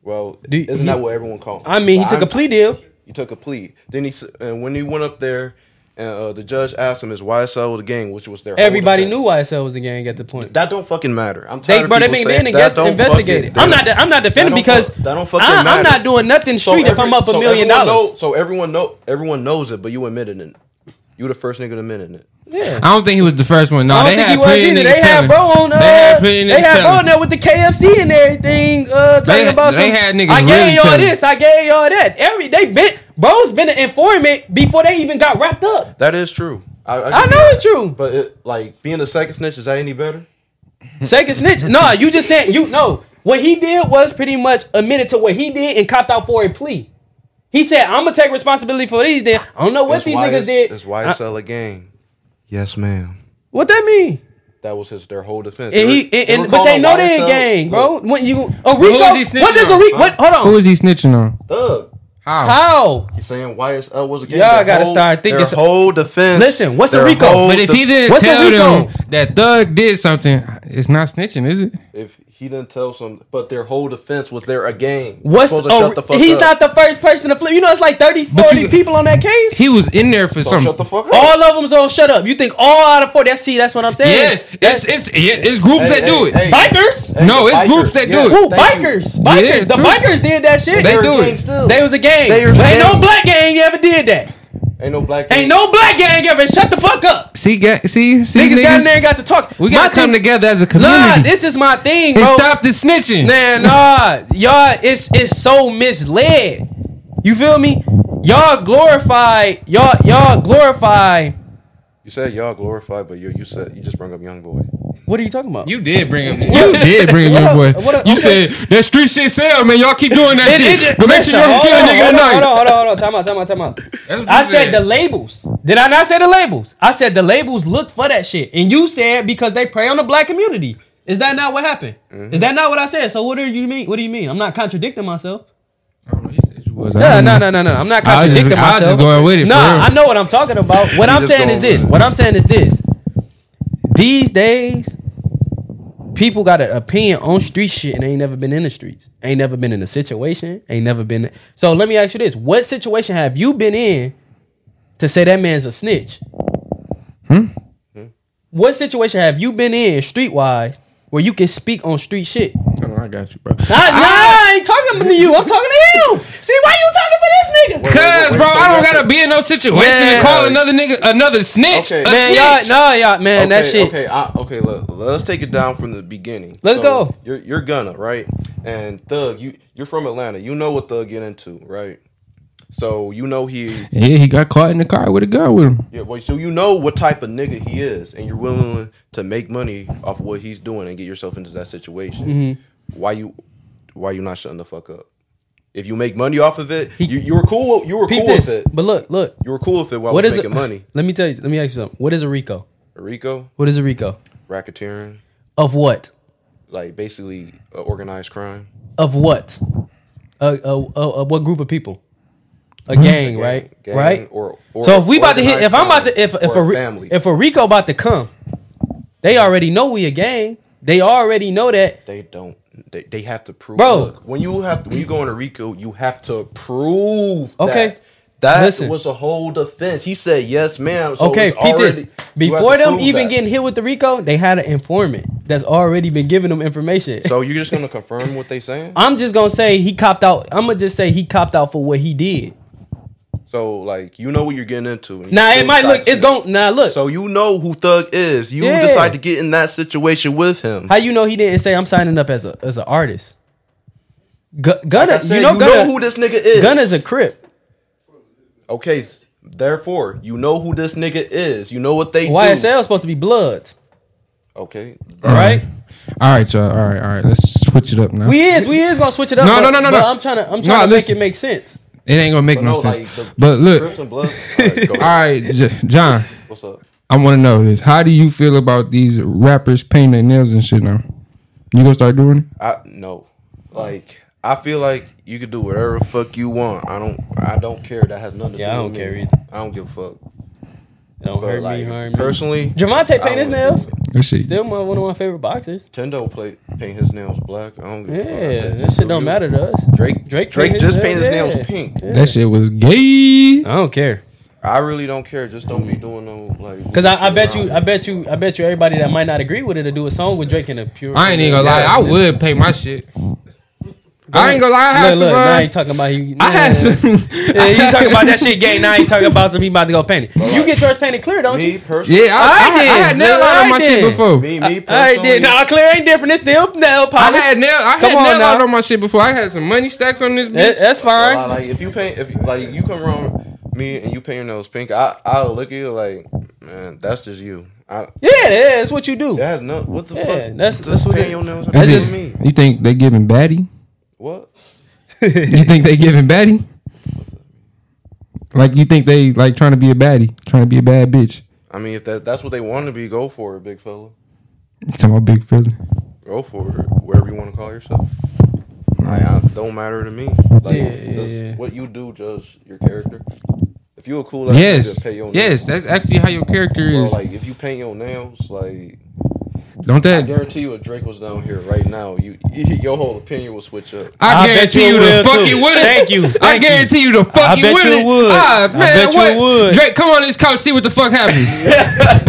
Speaker 4: Well,
Speaker 3: Do-
Speaker 4: isn't
Speaker 3: he-
Speaker 4: that what everyone called?
Speaker 3: I mean, he
Speaker 4: Well,
Speaker 3: took a
Speaker 4: I'm-
Speaker 3: plea deal.
Speaker 4: He took a plea. Then he s- and when he went up there, and uh, the judge asked him his YSL was the gang, which was their whole
Speaker 3: Everybody
Speaker 4: defense.
Speaker 3: knew YSL was a gang at the point.
Speaker 4: That don't fucking matter. I'm tired
Speaker 3: They,
Speaker 4: of
Speaker 3: bro, they
Speaker 4: people
Speaker 3: been
Speaker 4: saying
Speaker 3: they
Speaker 4: that
Speaker 3: invest,
Speaker 4: don't
Speaker 3: investigated.
Speaker 4: fucking-
Speaker 3: I'm not. I'm not defending
Speaker 4: that don't
Speaker 3: because
Speaker 4: fuck- that don't fucking
Speaker 3: I, I'm
Speaker 4: matter.
Speaker 3: not doing nothing
Speaker 4: So
Speaker 3: street if
Speaker 4: every-
Speaker 3: I'm up a
Speaker 4: so
Speaker 3: million
Speaker 4: everyone
Speaker 3: dollars.
Speaker 4: know- so everyone know everyone knows it, but you admitted it. You the first nigga to admit it.
Speaker 3: Yeah.
Speaker 1: I don't think he was the first one. No,
Speaker 3: I
Speaker 1: they
Speaker 3: don't think he
Speaker 1: had
Speaker 3: was
Speaker 1: plenty of
Speaker 3: either. They
Speaker 1: niggas
Speaker 3: had
Speaker 1: telling.
Speaker 3: bro on. Uh,
Speaker 1: They had plenty of
Speaker 3: they
Speaker 1: niggas
Speaker 3: had bro on
Speaker 1: telling.
Speaker 3: there with the KFC and everything. Uh, talking
Speaker 1: They-
Speaker 3: about
Speaker 1: they
Speaker 3: some,
Speaker 1: had niggas
Speaker 3: I gave
Speaker 1: really
Speaker 3: y'all
Speaker 1: telling.
Speaker 3: this. I gave y'all that. Every they been bro's been an informant before they even got wrapped up.
Speaker 4: That is true. I,
Speaker 3: I
Speaker 4: can-
Speaker 3: know it's true.
Speaker 4: But it, like being the second snitch, is that any better?
Speaker 3: Second snitch. No, you just said you no. What he did was pretty much admitted to what he did and copped out for a plea. He said, "I'm gonna take responsibility for these." Then I don't know what
Speaker 4: That's
Speaker 3: these
Speaker 4: why
Speaker 3: niggas
Speaker 4: it's-
Speaker 3: did.
Speaker 4: That's why it's a gang. Yes, ma'am.
Speaker 3: What that mean?
Speaker 4: That was his their whole defense.
Speaker 3: And
Speaker 4: They
Speaker 3: he,
Speaker 4: were-
Speaker 3: and,
Speaker 4: were
Speaker 3: and- but
Speaker 4: calling
Speaker 3: they know
Speaker 4: on
Speaker 3: they
Speaker 4: YSL.
Speaker 3: ain't gang, bro.
Speaker 4: Look,
Speaker 3: When you a Rico,
Speaker 1: he snitching
Speaker 3: what does a
Speaker 1: on,
Speaker 3: Rico?
Speaker 1: huh?
Speaker 3: What? Hold on.
Speaker 1: Who is he snitching on?
Speaker 4: Thug.
Speaker 1: How?
Speaker 3: How?
Speaker 4: He's saying YSL was a gang.
Speaker 3: Y'all
Speaker 4: Their
Speaker 3: gotta
Speaker 4: whole-
Speaker 3: start thinking
Speaker 4: Their
Speaker 3: so-
Speaker 4: whole defense.
Speaker 3: Listen, what's the
Speaker 4: their
Speaker 3: Rico?
Speaker 4: whole
Speaker 1: But if
Speaker 4: def-
Speaker 1: he didn't
Speaker 3: What's a
Speaker 1: tell
Speaker 3: Rico?
Speaker 1: them that Thug did something, It's not snitching, is it?
Speaker 4: If he didn't tell some, but their whole defense was they're a game.
Speaker 3: What's
Speaker 4: Supposed to
Speaker 3: oh,
Speaker 4: shut the fuck
Speaker 3: he's
Speaker 4: up.
Speaker 3: not the first person to flip. You know, it's like 30,
Speaker 1: But
Speaker 3: 40
Speaker 1: you-
Speaker 3: people on that case.
Speaker 1: He was in there for
Speaker 4: So
Speaker 1: something.
Speaker 4: shut the fuck up.
Speaker 3: all of them's on shut up. You think all out of four? That's see, that's what I'm saying.
Speaker 1: Yes, it's it's yeah, it's groups
Speaker 4: Hey,
Speaker 1: that do
Speaker 4: hey,
Speaker 1: it.
Speaker 4: hey.
Speaker 3: bikers.
Speaker 4: Hey,
Speaker 1: No,
Speaker 4: the
Speaker 1: it's groups that do it.
Speaker 3: Who?
Speaker 4: thank you.
Speaker 3: Bikers. Bikers.
Speaker 1: Yeah,
Speaker 3: the
Speaker 1: true.
Speaker 3: bikers did that shit.
Speaker 1: They
Speaker 3: They,
Speaker 4: They're
Speaker 1: do
Speaker 4: a
Speaker 1: it.
Speaker 4: gang still.
Speaker 3: was a gang.
Speaker 4: They are
Speaker 3: But ain't
Speaker 4: gang.
Speaker 3: no black gang ever did that.
Speaker 4: Ain't no black.
Speaker 3: Ain't no black gang ever. Shut the fuck up.
Speaker 1: See, ga- see, see,
Speaker 3: Niggas,
Speaker 1: niggas,
Speaker 3: got in there and got to talk.
Speaker 1: we gotta
Speaker 3: My
Speaker 1: come
Speaker 3: thing-
Speaker 1: together as a
Speaker 3: Nah,
Speaker 1: community
Speaker 3: this is my thing, bro.
Speaker 1: and stop the snitching.
Speaker 3: Man, nah, y'all, it's it's so misled. You feel me? Y'all glorify, y'all y'all glorify.
Speaker 4: You said y'all glorified, but you you said you just brought up young boy.
Speaker 3: What are you talking about?
Speaker 1: You did bring up. You did bring up,
Speaker 3: What
Speaker 1: boy.
Speaker 3: up? What up?
Speaker 1: you
Speaker 3: Okay.
Speaker 1: said that street shit sell, man. Y'all keep doing that
Speaker 3: It-
Speaker 1: shit,
Speaker 3: it-
Speaker 1: but make sure
Speaker 3: listen,
Speaker 1: y'all kill a
Speaker 3: hold on,
Speaker 1: nigga
Speaker 3: hold on,
Speaker 1: tonight.
Speaker 3: Hold on, hold on, hold on. Time out, time out, time out.
Speaker 1: That's what
Speaker 3: I
Speaker 1: you
Speaker 3: said
Speaker 1: said.
Speaker 3: the labels. Did I not say the labels? I said the labels look for that shit. And you said because they prey on the black community. Is that not what happened?
Speaker 1: Mm-hmm.
Speaker 3: Is that not what I said? So what do you mean? What do you mean? I'm not contradicting myself.
Speaker 1: I don't know, he said you was. I
Speaker 3: No,
Speaker 1: don't
Speaker 3: no,
Speaker 1: know.
Speaker 3: no, no, no. I'm not
Speaker 1: I was just-
Speaker 3: contradicting
Speaker 1: I was
Speaker 3: myself.
Speaker 1: just going with it, for
Speaker 3: Nah,
Speaker 1: real.
Speaker 3: I know what I'm talking about. What I'm
Speaker 4: just
Speaker 3: saying is
Speaker 4: going
Speaker 3: this.
Speaker 4: with it.
Speaker 3: What I'm saying is this. These days, people got an opinion on street shit and they ain't never been in the streets. Ain't never been in a situation. Ain't never been. So let me ask you this: What situation have you been in to say that man's a snitch?
Speaker 1: Hmm?
Speaker 3: What situation have you been in streetwise where you can speak on street shit?
Speaker 1: Oh, I got you, bro.
Speaker 3: Nah, Ah, nah, I ain't talking to you. I'm talking to him. See, why you talking for this nigga?
Speaker 1: Cause, bro, I don't gotta be in no situation
Speaker 3: Man.
Speaker 1: to call another nigga another snitch.
Speaker 4: Okay.
Speaker 1: A
Speaker 3: man,
Speaker 1: snitch.
Speaker 3: y'all, no, y'all, man,
Speaker 4: okay,
Speaker 3: that shit.
Speaker 4: Okay, I, okay. Look, let's take it down from the beginning.
Speaker 3: Let's go.
Speaker 4: You're you're gonna right, and Thug, you you're from Atlanta. You know what Thug get into, right? So you know he,
Speaker 1: Yeah, he got caught in the car with a gun with him.
Speaker 4: yeah. Well, so you know what type of nigga he is, and you're willing to make money off what he's doing and get yourself into that situation.
Speaker 3: Mm-hmm.
Speaker 4: Why you, why you not shutting the fuck up? If you make money off of it, you, you were cool. You were
Speaker 3: Peep
Speaker 4: cool
Speaker 3: this.
Speaker 4: with it.
Speaker 3: But look, look.
Speaker 4: You were cool with it while
Speaker 3: What
Speaker 4: we
Speaker 3: is
Speaker 4: making
Speaker 3: it?
Speaker 4: money.
Speaker 3: Let me tell you. Let me ask you something. What is a Rico?
Speaker 4: Rico,
Speaker 3: What is a Rico?
Speaker 4: racketeering,
Speaker 3: Of what?
Speaker 4: like basically uh, organized crime.
Speaker 3: Of what? A, a, a, a what group of people? A gang,
Speaker 4: gang,
Speaker 3: right?
Speaker 4: Hmm? gang
Speaker 3: right.
Speaker 4: or- or
Speaker 3: so if we about to hit, if I'm about to, if
Speaker 4: organized
Speaker 3: if a,
Speaker 4: crime or
Speaker 3: Ri-
Speaker 4: a family.
Speaker 3: if a Rico about to come, they already know we a gang. They already know that.
Speaker 4: They don't. They, they have to prove.
Speaker 3: Bro.
Speaker 4: Look, when you have to, when you go into Rico, you have to prove.
Speaker 3: Okay.
Speaker 4: That. That
Speaker 3: Listen.
Speaker 4: was a whole defense. He said, "Yes, ma'am." So
Speaker 3: Okay,
Speaker 4: it's
Speaker 3: peep this.
Speaker 4: already- you have
Speaker 3: Before
Speaker 4: to
Speaker 3: them
Speaker 4: prove
Speaker 3: even
Speaker 4: that.
Speaker 3: getting hit with the Rico, they had an informant that's already been giving them information.
Speaker 4: So you're just gonna confirm what they saying?
Speaker 3: I'm just gonna say he copped out. I'm gonna just say he copped out for what he did.
Speaker 4: So like, you know what you're getting into. and you
Speaker 3: Now it
Speaker 4: still
Speaker 3: might
Speaker 4: decide
Speaker 3: look.
Speaker 4: to
Speaker 3: It's
Speaker 4: do
Speaker 3: going. Now
Speaker 4: it.
Speaker 3: look.
Speaker 4: So you know who Thug is. You
Speaker 3: Yeah.
Speaker 4: decide to get in that situation with him.
Speaker 3: how you know he didn't say I'm signing up as a as an artist? Gu- Gunna,
Speaker 4: I said,
Speaker 3: you know Gunna.
Speaker 4: who this nigga is.
Speaker 3: Gunna's a crip.
Speaker 4: Okay, s- therefore, you know who this nigga is. You know what they
Speaker 3: YSL supposed to be bloods,
Speaker 4: do. Okay.
Speaker 3: right?
Speaker 4: Uh-huh.
Speaker 1: All right, y'all. All right, all right. Let's switch it up now.
Speaker 3: We is we is gonna switch it up.
Speaker 1: No,
Speaker 3: but-
Speaker 1: no, no, no,
Speaker 3: but
Speaker 1: no.
Speaker 3: I'm trying to I'm
Speaker 1: No,
Speaker 3: trying to make
Speaker 1: listen.
Speaker 3: it make sense.
Speaker 1: it ain't gonna make no, sense.
Speaker 4: the
Speaker 1: but look,
Speaker 4: Crips and Bloods- All right, go
Speaker 1: all
Speaker 4: ahead.
Speaker 1: right, J- John.
Speaker 4: What's up?
Speaker 1: I want to know this. How do you feel about these rappers painting their nails and shit now? You gonna start doing it?
Speaker 4: I no. Like I feel like you can do whatever the fuck you want. I don't. I don't care. That has nothing to
Speaker 3: Yeah, I
Speaker 4: do.
Speaker 3: don't
Speaker 4: with
Speaker 3: care
Speaker 4: me.
Speaker 3: either.
Speaker 4: I don't give a fuck.
Speaker 3: Don't
Speaker 4: But
Speaker 3: hurt
Speaker 4: like
Speaker 3: me, harm me.
Speaker 4: personally,
Speaker 3: Javante
Speaker 4: I
Speaker 3: paint his
Speaker 4: wouldn't
Speaker 3: nails.
Speaker 4: do it.
Speaker 1: That shit.
Speaker 3: Still my, one of my favorite boxers.
Speaker 4: Tendo play paint his nails black. I don't give
Speaker 3: Yeah,
Speaker 4: a fuck. I said,
Speaker 3: that
Speaker 4: just
Speaker 3: shit
Speaker 4: do
Speaker 3: don't
Speaker 4: you.
Speaker 3: matter to us. Drake
Speaker 4: Drake, Drake,
Speaker 3: paint
Speaker 4: Drake
Speaker 3: his
Speaker 4: just painted his
Speaker 3: nails,
Speaker 4: nails
Speaker 3: yeah. Uh,
Speaker 4: pink.
Speaker 1: That shit was gay.
Speaker 3: I don't care.
Speaker 4: I really don't care. Just don't be doing no like.
Speaker 3: Cause I, I bet you, I bet you, I bet you, everybody that might not agree with it to do a song with Drake in a pure.
Speaker 1: I ain't even gonna lie. I would paint my shit. I ain't gonna lie. I had
Speaker 3: Look,
Speaker 1: some.
Speaker 3: look,
Speaker 1: uh,
Speaker 3: now I ain't talking about you.
Speaker 1: I had some.
Speaker 3: Yeah, you talking about that shit gay. Now I ain't talking about some people about to go paint it. You get yours painted clear, don't
Speaker 4: me
Speaker 3: you?
Speaker 4: personally.
Speaker 1: Yeah, I, I,
Speaker 3: I
Speaker 1: had, I had
Speaker 3: did,
Speaker 1: nail
Speaker 3: sir,
Speaker 1: art on
Speaker 3: I
Speaker 1: my
Speaker 3: did.
Speaker 1: shit before.
Speaker 4: Me, me personally.
Speaker 3: I did. Nah, clear ain't different. It's still nail
Speaker 1: I
Speaker 3: polish.
Speaker 1: had nail. I
Speaker 3: Come on
Speaker 1: had nail art
Speaker 3: now.
Speaker 1: on my shit before. I had some money stacks on this
Speaker 3: That-
Speaker 1: bitch.
Speaker 3: that's
Speaker 4: Nah,
Speaker 3: fine.
Speaker 4: like if you paint, if like you come around me and you paint your nails pink, I I'll look at you like, man, that's just you. I
Speaker 3: Yeah, yeah, that's what you do.
Speaker 4: that has no what the
Speaker 3: Yeah,
Speaker 4: fuck.
Speaker 3: that's-
Speaker 4: just
Speaker 3: that's what
Speaker 4: paint
Speaker 3: it-
Speaker 4: your nails.
Speaker 1: That's
Speaker 4: That's
Speaker 1: just
Speaker 4: just me.
Speaker 1: You think they giving baddie?
Speaker 4: What?
Speaker 1: You think they giving baddie? Like you think they like trying to be a baddie, trying to be a bad bitch?
Speaker 4: I mean, if that that's what they want to be, go for it, big fella.
Speaker 1: You talking about big fella?
Speaker 4: Go for it, whatever you want to call yourself. Like, I, don't matter to me. Like,
Speaker 3: Yeah,
Speaker 4: does
Speaker 3: yeah, yeah.
Speaker 4: what you do judge your character. If you a cool, ass nigga,
Speaker 1: Yes,
Speaker 4: paint your nails.
Speaker 1: yes. That's actually how your character
Speaker 4: Bro,
Speaker 1: is.
Speaker 4: like if you paint your nails, like
Speaker 1: Don't
Speaker 4: I
Speaker 1: that?
Speaker 4: guarantee you, if Drake was down here right now, you your whole opinion will switch up.
Speaker 1: I,
Speaker 3: I bet
Speaker 1: guarantee
Speaker 3: you
Speaker 1: you the
Speaker 3: will,
Speaker 1: fuck
Speaker 3: too.
Speaker 1: you would.
Speaker 3: Thank you.
Speaker 1: I
Speaker 3: Thank you.
Speaker 1: guarantee you the fuck
Speaker 3: I
Speaker 1: you
Speaker 3: bet
Speaker 1: would.
Speaker 3: you would.
Speaker 1: Ah,
Speaker 3: I
Speaker 1: man,
Speaker 3: bet you
Speaker 1: what?
Speaker 3: would.
Speaker 1: Drake, come on this couch, see what the fuck happened.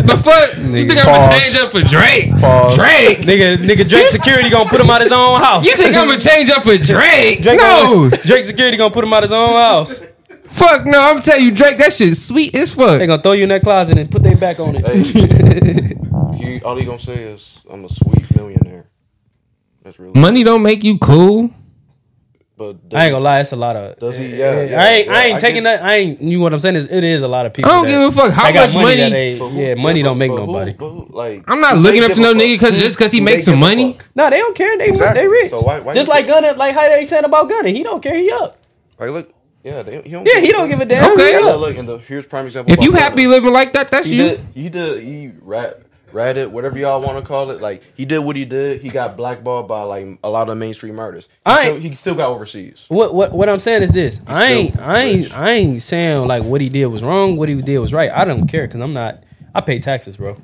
Speaker 1: the fuck? you think I'm gonna
Speaker 2: pause.
Speaker 1: change up for Drake?
Speaker 2: Pause.
Speaker 1: Drake.
Speaker 3: Nigga, nigga, Drake security gonna put him out his own house.
Speaker 1: You think I'm gonna change up for Drake?
Speaker 3: Drake
Speaker 1: no,
Speaker 3: gonna- Drake security gonna put him out his own house.
Speaker 1: fuck no. I'm telling you, Drake, that shit's sweet as fuck.
Speaker 3: They gonna throw you in that closet and put their back on it.
Speaker 4: Hey, he, all he gonna say is, "I'm a sweet millionaire." That's really.
Speaker 1: Money don't make you cool.
Speaker 4: But does,
Speaker 3: I ain't gonna lie, it's a lot of.
Speaker 4: does he? Yeah, yeah,
Speaker 3: I ain't,
Speaker 4: yeah,
Speaker 3: I ain't taking
Speaker 4: get-
Speaker 3: that. I ain't. You know what I'm saying is, it is a lot of people.
Speaker 1: I don't
Speaker 3: that-
Speaker 1: give a fuck how
Speaker 3: that got
Speaker 1: much
Speaker 3: that
Speaker 1: money.
Speaker 3: they-
Speaker 4: but who-
Speaker 3: yeah, money
Speaker 4: but-
Speaker 3: don't make
Speaker 4: but who-
Speaker 3: nobody.
Speaker 4: but who- like,
Speaker 1: I'm not
Speaker 4: do
Speaker 1: looking
Speaker 4: they
Speaker 1: up to
Speaker 4: give a
Speaker 1: no nigga
Speaker 4: fuck?
Speaker 1: 'cause- just 'cause he
Speaker 4: Do
Speaker 1: makes
Speaker 4: they
Speaker 1: some
Speaker 4: give a
Speaker 1: money?
Speaker 4: fuck?
Speaker 3: No, they don't care. They
Speaker 4: Exactly.
Speaker 3: they rich.
Speaker 4: So why- why
Speaker 3: Just
Speaker 4: you-
Speaker 3: like Gunna, like how they saying about Gunna, he don't care. He up.
Speaker 4: Like, look, yeah, they, he don't.
Speaker 3: Yeah,
Speaker 4: give
Speaker 3: he
Speaker 4: a
Speaker 3: don't
Speaker 4: fuck.
Speaker 3: give a damn.
Speaker 1: Okay.
Speaker 3: He
Speaker 4: Yeah,
Speaker 3: up.
Speaker 4: look, and the here's prime example.
Speaker 1: If
Speaker 4: about
Speaker 1: you happy
Speaker 4: Gunna.
Speaker 1: living like that, that's
Speaker 4: he
Speaker 1: you.
Speaker 4: did, he did, he rat, ratted, whatever y'all want to call it. Like he did what he did. He got blackballed by like a lot of mainstream artists. He,
Speaker 3: I-
Speaker 4: still, he still got overseas.
Speaker 3: What what what I'm saying is this. I
Speaker 4: still
Speaker 3: ain't I
Speaker 4: rich.
Speaker 3: ain't I ain't saying like what he did was wrong. What he did was right. I don't care because I'm not. I pay taxes, bro.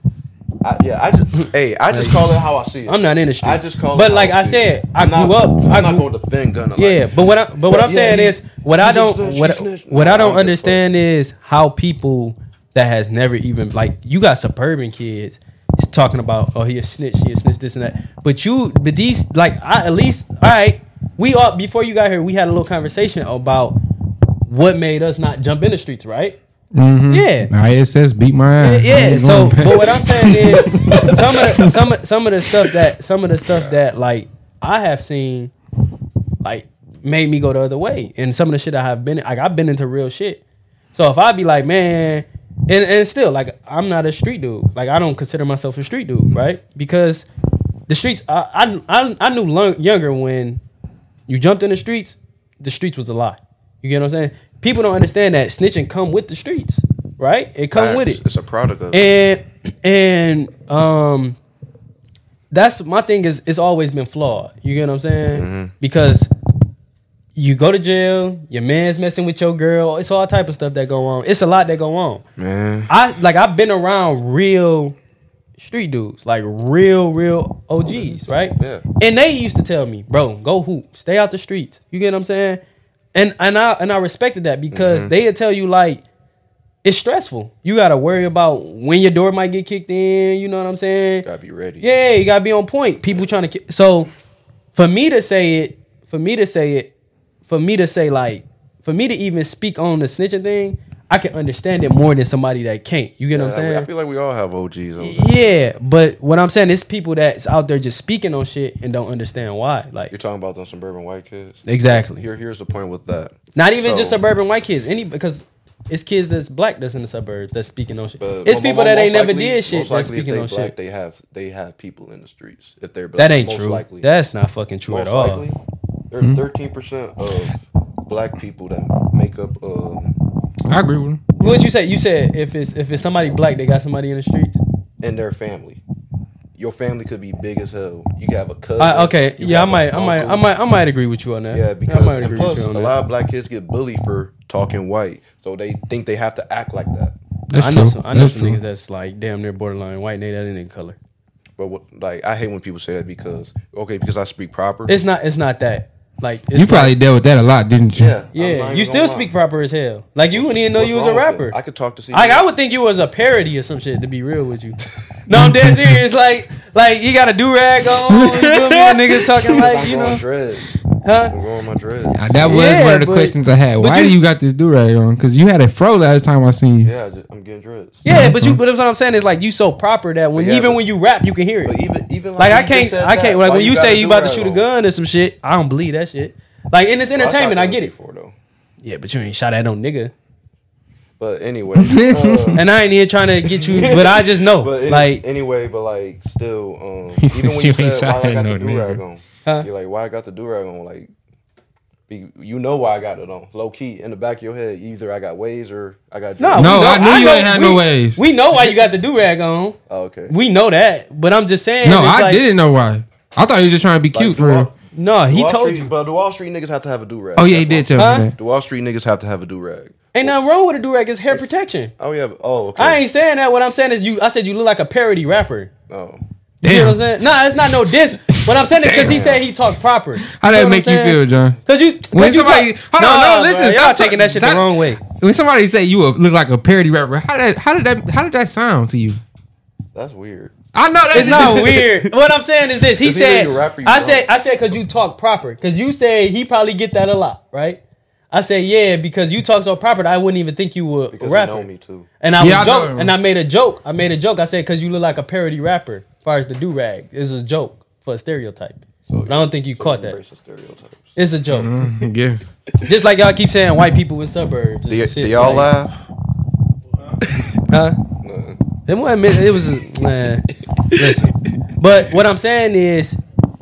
Speaker 4: I, yeah, I just hey, I just call it how I see it.
Speaker 3: I'm not in the streets.
Speaker 4: I just call.
Speaker 3: But
Speaker 4: it
Speaker 3: like
Speaker 4: how
Speaker 3: I
Speaker 4: see
Speaker 3: said,
Speaker 4: it.
Speaker 3: I
Speaker 4: I'm
Speaker 3: grew
Speaker 4: not,
Speaker 3: up. I
Speaker 4: I'm not
Speaker 3: grew-
Speaker 4: going to defend Gunna. Like,
Speaker 3: Yeah, but what I but what
Speaker 4: But
Speaker 3: I'm
Speaker 4: yeah,
Speaker 3: saying
Speaker 4: he-
Speaker 3: is what
Speaker 4: he
Speaker 3: I
Speaker 4: just
Speaker 3: don't
Speaker 4: snitched,
Speaker 3: what
Speaker 4: he snitched.
Speaker 3: what I
Speaker 4: No, I
Speaker 3: don't
Speaker 4: don't give a fuck.
Speaker 3: understand is how people that has never even like you got suburban kids is talking about oh he a snitch he a snitch this and that but you but these like I at least all right we all before you got here we had a little conversation about what made us not jump in the streets right
Speaker 1: Mm-hmm.
Speaker 3: yeah
Speaker 1: ISS beat my ass.
Speaker 3: yeah. So, but what I'm saying is, some of the, some of- some of the stuff that some of the stuff that like I have seen, like made me go the other way, and some of the shit I have been like I've been into real shit. So if I be like, man, and and still like I'm not a street dude. Like I don't consider myself a street dude, right? Because the streets, I I I, I knew lung, younger when you jumped in the streets, the streets was a lie. You get what I'm saying? People don't understand that snitching come with the streets, right? It come with
Speaker 4: facts,
Speaker 3: it
Speaker 4: It's a product of.
Speaker 3: and and um that's my thing is it's always been flawed you get what i'm saying because you go to jail your man's messing with your girl it's all type of stuff that go on it's a lot that go on
Speaker 4: man.
Speaker 3: i like i've been around real street dudes like real real og's right
Speaker 4: Yeah.
Speaker 3: and they used to tell me bro go hoop stay out the streets you get what i'm saying and and i and i respected that because
Speaker 4: Mm-hmm.
Speaker 3: they'd tell you like it's stressful. You gotta worry about when your door might get kicked in. You know what I'm saying?
Speaker 4: Gotta be ready.
Speaker 3: Yeah, you gotta be on point. People trying to ki- so for me to say it, for me to say it, for me to say like, for me to even speak on the snitching thing, I can understand it more than somebody that can't. You get
Speaker 4: Yeah,
Speaker 3: what I'm
Speaker 4: I-
Speaker 3: saying?
Speaker 4: I feel like we all have OGs. on that.
Speaker 3: yeah, but what I'm saying is people that's out there just speaking on shit and don't understand why.
Speaker 4: You're
Speaker 3: Like
Speaker 4: talking about those suburban white kids.
Speaker 3: exactly,
Speaker 4: Here, here's the point with that.
Speaker 3: not even just
Speaker 4: So-
Speaker 3: suburban white kids. Any because. It's kids that's black that's in the suburbs that's speaking on shit.
Speaker 4: uh, But
Speaker 3: it's
Speaker 4: mo- mo-
Speaker 3: people that
Speaker 4: most
Speaker 3: ain't never
Speaker 4: likely-
Speaker 3: did shit
Speaker 4: most
Speaker 3: that's
Speaker 4: likely if
Speaker 3: speaking
Speaker 4: they
Speaker 3: on
Speaker 4: black,
Speaker 3: shit.
Speaker 4: They have they have people in the streets if they're black.
Speaker 3: That ain't
Speaker 4: most
Speaker 3: true.
Speaker 4: Likely.
Speaker 3: That's not fucking true
Speaker 4: most
Speaker 3: at all. Mm-hmm.
Speaker 4: likely. Thirteen percent of black people that make up. Um,
Speaker 1: I agree with him.
Speaker 3: What you say? You said if it's if it's somebody black, they got somebody in the streets.
Speaker 4: in their family. Your family could be big as hell. You could have a cousin.
Speaker 3: I, okay,
Speaker 4: you
Speaker 3: yeah, I
Speaker 4: have a
Speaker 3: might, I might, I
Speaker 4: uncle.
Speaker 3: might, I might agree with you on that.
Speaker 4: Yeah, because
Speaker 3: I might
Speaker 4: and
Speaker 3: agree
Speaker 4: plus,
Speaker 3: with you
Speaker 4: a
Speaker 3: on that.
Speaker 4: lot of black kids get bullied for talking white, so they think they have to act like that.
Speaker 1: That's
Speaker 3: I know
Speaker 1: true.
Speaker 3: some, I know
Speaker 1: that's
Speaker 3: some
Speaker 1: true.
Speaker 3: niggas that's like damn near borderline white. and They that ain't in color.
Speaker 4: But what, like, I hate when people say that because okay, because I speak proper.
Speaker 3: It's not, it's not that. Like it's
Speaker 1: you probably
Speaker 3: like-
Speaker 1: dealt with that a lot, didn't you?
Speaker 4: yeah, I'm not
Speaker 3: yeah.
Speaker 4: even
Speaker 3: You
Speaker 4: gonna
Speaker 3: still
Speaker 4: lie.
Speaker 3: speak proper as hell. Like you wouldn't even know
Speaker 4: What's
Speaker 3: you was a
Speaker 4: wrong with it?
Speaker 3: rapper.
Speaker 4: I could talk to see.
Speaker 3: Like I would think you was a parody or some shit. To be real with you, no, I'm dead serious. Like, like you got a do rag on. You feel me? A nigga talking like you know,
Speaker 4: dreads.
Speaker 3: huh?
Speaker 4: I'm growing my dreads.
Speaker 1: Uh, That was
Speaker 3: Yeah,
Speaker 1: one of the
Speaker 3: but-
Speaker 1: questions I had. Why
Speaker 3: you-
Speaker 1: do you got this do rag on? Because you had a fro last time I seen you.
Speaker 4: Yeah, I just, I'm getting dreads.
Speaker 3: Yeah, but you. But
Speaker 1: Mm-hmm.
Speaker 3: that's what I'm saying is like you so proper that when
Speaker 4: But yeah,
Speaker 3: even
Speaker 4: but-
Speaker 3: when you rap, you can hear it.
Speaker 4: But even even
Speaker 3: like
Speaker 4: you
Speaker 3: I
Speaker 4: just
Speaker 3: can't,
Speaker 4: said
Speaker 3: I
Speaker 4: that,
Speaker 3: can't. Like
Speaker 4: why
Speaker 3: when you,
Speaker 4: gotta
Speaker 3: say you
Speaker 4: do
Speaker 3: about to
Speaker 4: that
Speaker 3: shoot a
Speaker 4: though?
Speaker 3: gun or some shit, I don't believe that shit. Like and it's
Speaker 4: Well, shot
Speaker 3: entertainment, I
Speaker 4: guns
Speaker 3: get it.
Speaker 4: Before, though.
Speaker 3: Yeah, but you ain't shot at no nigga,
Speaker 4: But anyway, uh,
Speaker 3: and I ain't even trying to get you. But I just know,
Speaker 4: but any,
Speaker 3: like,
Speaker 4: anyway, but like still, um,
Speaker 1: He
Speaker 4: even
Speaker 1: said
Speaker 4: when
Speaker 1: you
Speaker 4: you
Speaker 1: ain't
Speaker 4: said
Speaker 1: shot
Speaker 4: why I
Speaker 1: at
Speaker 4: got
Speaker 1: no
Speaker 4: the do rag
Speaker 1: nigga.
Speaker 4: on,
Speaker 3: Huh?
Speaker 4: you're like, why I got the do rag on? Like, be- you know why I got it on? Low key in the back of your head, either I got ways or I got
Speaker 3: no,
Speaker 4: dreads.
Speaker 1: No,
Speaker 3: we know-
Speaker 1: I knew you
Speaker 3: know-
Speaker 1: ain't had no
Speaker 3: we-
Speaker 1: ways.
Speaker 3: We know why you got the do rag on.
Speaker 4: Oh, okay.
Speaker 3: We know that, but I'm just saying.
Speaker 1: No,
Speaker 3: it's
Speaker 1: I
Speaker 3: like-
Speaker 1: didn't know why. I thought he was just trying to be
Speaker 4: Like,
Speaker 1: cute
Speaker 4: do
Speaker 1: for real.
Speaker 4: all-
Speaker 3: No,
Speaker 4: do
Speaker 3: he
Speaker 4: all
Speaker 3: told
Speaker 4: street-
Speaker 3: you.
Speaker 4: but do all street niggas have to have a do rag?
Speaker 1: Oh yeah, he did tell
Speaker 3: Huh?
Speaker 1: me that.
Speaker 4: Do all street niggas have to have a do rag?
Speaker 3: Ain't nothing wrong with a do rag. It's hair protection.
Speaker 4: Oh yeah. but- Oh, okay.
Speaker 3: I ain't saying that. What I'm saying is you. I said you look like a parody rapper.
Speaker 4: Oh.
Speaker 3: You know what
Speaker 1: Damn.
Speaker 3: I'm saying? Nah, it's not no diss. What I'm saying is because he said he talked proper.
Speaker 1: How that make you feel, John?
Speaker 3: Because you, cause
Speaker 1: When
Speaker 3: you
Speaker 1: somebody-
Speaker 3: talk,
Speaker 1: hold on, no,
Speaker 3: Nah,
Speaker 1: listen,
Speaker 3: bruh, y'all
Speaker 1: stop
Speaker 3: taking that shit
Speaker 1: talk-
Speaker 3: the wrong way.
Speaker 1: When somebody say you a, look like a parody rapper, how did how did that how did that sound to you?
Speaker 4: That's weird.
Speaker 1: I know that's
Speaker 3: It's not weird. What I'm saying is this. He
Speaker 4: Does he
Speaker 3: said,
Speaker 4: know you a rapper, you
Speaker 3: I
Speaker 4: don't?
Speaker 3: said, I said, because you talk proper. Because you say he probably get that a lot, right? I said, yeah, because you talk so proper, that I wouldn't even think you were a
Speaker 4: Because
Speaker 3: rapper.
Speaker 4: they know me too.
Speaker 3: And I
Speaker 1: Yeah,
Speaker 3: was
Speaker 1: I know
Speaker 3: joke,
Speaker 1: him.
Speaker 3: and I made a joke. I made a joke. I said, because you look like a parody rapper, as far as the do rag, is a joke for a stereotype. But I don't think you
Speaker 4: So
Speaker 3: caught that.
Speaker 4: embrace the stereotypes.
Speaker 3: It's a joke.
Speaker 1: Mm. Yes.
Speaker 3: Just like y'all keep saying white people in suburbs. And
Speaker 4: Do, y-
Speaker 3: shit,
Speaker 4: do y'all
Speaker 3: like,
Speaker 4: laugh?
Speaker 3: Huh? It wasn't. It was. Man, listen. But what I'm saying is,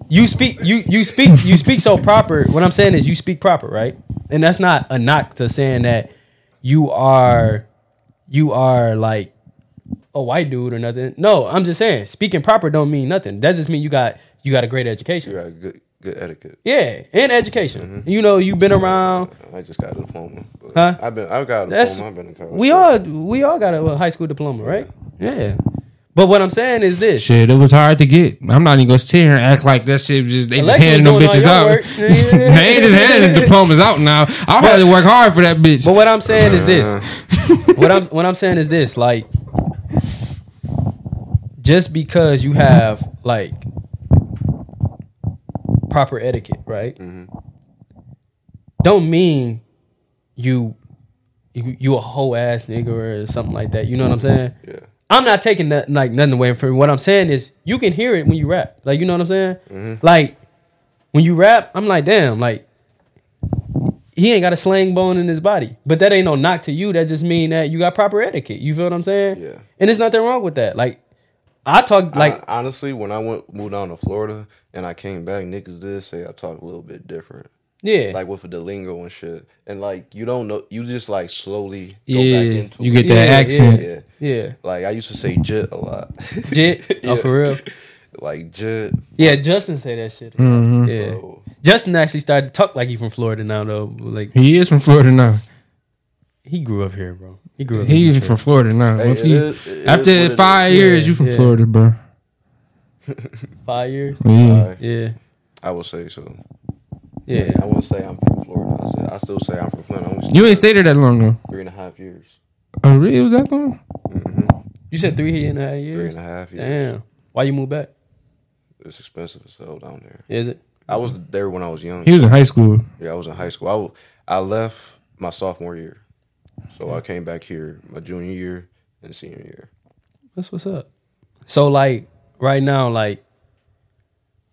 Speaker 3: you speak. You you speak. You speak so proper. What I'm saying is, you speak proper, right? And that's not a knock to saying that you are, you are like a white dude or nothing. No, I'm just saying speaking proper don't mean nothing. That just mean you got you got a great education.
Speaker 4: You got good, good etiquette.
Speaker 3: Yeah, and education. You know, you've been around.
Speaker 4: I just got a diploma. but
Speaker 3: Huh?
Speaker 4: I've been. I've got a
Speaker 3: That's-
Speaker 4: diploma. I've been in college.
Speaker 3: We all we all got a high school diploma, right? Yeah. But what I'm saying is this.
Speaker 1: Shit, it was hard to get. I'm not even gonna sit here and act like that shit was just they just
Speaker 3: Alexa
Speaker 1: handing them
Speaker 3: doing all
Speaker 1: bitches
Speaker 3: your
Speaker 1: out.
Speaker 3: work.
Speaker 1: they ain't just handing the diplomas out now. I had to work hard for that bitch.
Speaker 3: But what I'm saying is this. what I'm what I'm saying is this. Like, just because you have like proper etiquette, right? Don't mean you you you a whole ass nigga or something like that. You know what I'm saying?
Speaker 4: Yeah.
Speaker 3: I'm not taking that like nothing away from what I'm saying is you can hear it when you rap. Like you know what I'm saying?
Speaker 4: Mm-hmm.
Speaker 3: Like when you rap, I'm like, damn, like he ain't got a slang bone in his body. But that ain't no knock to you. That just mean that you got proper etiquette. You feel what I'm saying?
Speaker 4: Yeah.
Speaker 3: And there's nothing wrong with that. Like I talk like
Speaker 4: Hon- honestly, when I went moved down to Florida and I came back, niggas did say I talk a little bit different,
Speaker 3: yeah.
Speaker 4: like with the lingo and shit. And like you don't know, you just like slowly go
Speaker 1: yeah,
Speaker 4: back into
Speaker 1: you
Speaker 4: it.
Speaker 1: get that
Speaker 3: Yeah,
Speaker 1: accent.
Speaker 4: Yeah.
Speaker 3: yeah.
Speaker 4: Like I used to say jit a lot.
Speaker 3: Jit? Oh, for real?
Speaker 4: Like jit.
Speaker 3: Yeah, Justin say that shit.
Speaker 1: Mm-hmm.
Speaker 3: Yeah.
Speaker 4: Oh,
Speaker 3: Justin actually started to talk like he from Florida now though. Like
Speaker 1: He is from Florida now.
Speaker 3: he grew up here, bro. He grew up in
Speaker 1: He's
Speaker 3: Detroit.
Speaker 1: from Florida now.
Speaker 4: Hey,
Speaker 1: Once
Speaker 4: it
Speaker 1: you-
Speaker 4: is- it is what it
Speaker 1: after
Speaker 4: is.
Speaker 1: five years,
Speaker 3: Yeah,
Speaker 1: you from
Speaker 3: yeah.
Speaker 1: Florida, bro.
Speaker 3: five years.
Speaker 1: Yeah.
Speaker 4: I-
Speaker 3: Yeah.
Speaker 4: I would say so.
Speaker 3: Yeah.
Speaker 4: I wouldn't say I'm from Florida. I said I still say I'm from Flint. I only
Speaker 1: You ain't stayed there that long though.
Speaker 4: three and a half years.
Speaker 1: Oh, really? It was that long?
Speaker 3: You said three and a half years.
Speaker 4: Three and a half years.
Speaker 3: Damn. Why you move back?
Speaker 4: It's expensive as hell down there.
Speaker 3: Is it?
Speaker 4: I was there when I was young.
Speaker 1: He was in high school.
Speaker 4: Yeah, I was in high school. I, w- I left my sophomore year. So I came back here my junior year and senior year.
Speaker 3: That's what's up. So like right now, like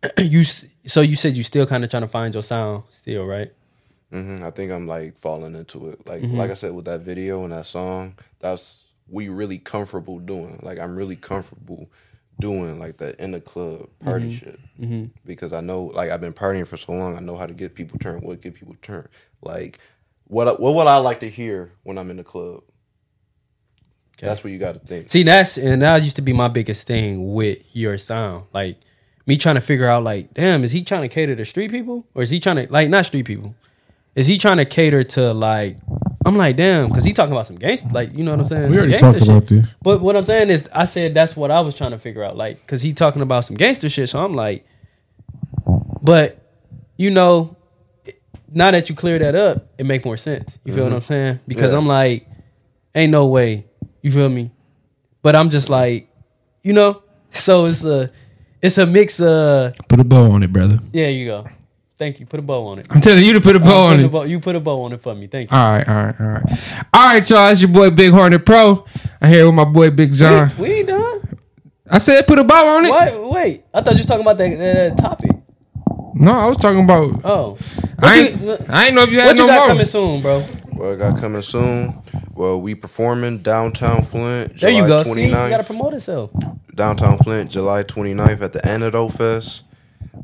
Speaker 3: you. s- So you said you still kind of trying to find your sound, still, right?
Speaker 4: hmm I think I'm like falling into it.
Speaker 3: Mm-hmm.
Speaker 4: Like like I said with that video and that song, that's we really comfortable doing. Like I'm really comfortable doing like that in the club party
Speaker 3: Mm-hmm.
Speaker 4: shit because I know like I've been partying for so long. I know how to get people turned. What get people turned? Like what I- what would I like to hear when I'm in the club? That's what you got to think.
Speaker 3: See, that's and that used to be my biggest thing with your sound, like me trying to figure out, like, damn, is he trying to cater to street people or is he trying to like not street people? Is he trying to cater to like? I'm like, damn, because he talking about some gangster, like you know what I'm saying?
Speaker 1: We
Speaker 3: Some
Speaker 1: already
Speaker 3: gangsta
Speaker 1: talked about
Speaker 3: shit.
Speaker 1: this.
Speaker 3: But what I'm saying is, I said that's what I was trying to figure out, like, because he talking about some gangster shit. So I'm like, but you know, now that you clear that up, it make more sense. You feel
Speaker 1: Mm-hmm.
Speaker 3: what I'm saying? Because
Speaker 4: Yeah.
Speaker 3: I'm like, ain't no way. You feel me? But I'm just like, you know. So it's a, it's a mix. Uh,
Speaker 1: Put a bow on it, brother.
Speaker 3: yeah, you go. Thank you. Put a bow on it.
Speaker 1: I'm telling you to put a bow
Speaker 3: Put
Speaker 1: on
Speaker 3: a
Speaker 1: it.
Speaker 3: bow- you put a bow on it for me. Thank you.
Speaker 1: All right, all right, all right. All right, y'all. It's your boy Big Hornet Pro. I'm here with my boy Big John.
Speaker 3: We ain't done.
Speaker 1: I said put a bow on it.
Speaker 3: Why? Wait. I thought you was talking about that, that topic.
Speaker 1: No, I was talking about.
Speaker 3: Oh. What
Speaker 1: I
Speaker 3: you,
Speaker 1: ain't, I ain't know if you had
Speaker 3: what
Speaker 1: no
Speaker 3: you got
Speaker 1: more.
Speaker 3: coming soon, bro?
Speaker 4: Well, it got coming soon. Well, we performing downtown Flint.
Speaker 3: There you
Speaker 4: July
Speaker 3: go. See, you
Speaker 4: 29th.
Speaker 3: gotta promote yourself.
Speaker 4: downtown Flint, July 29th at the Antidote Fest.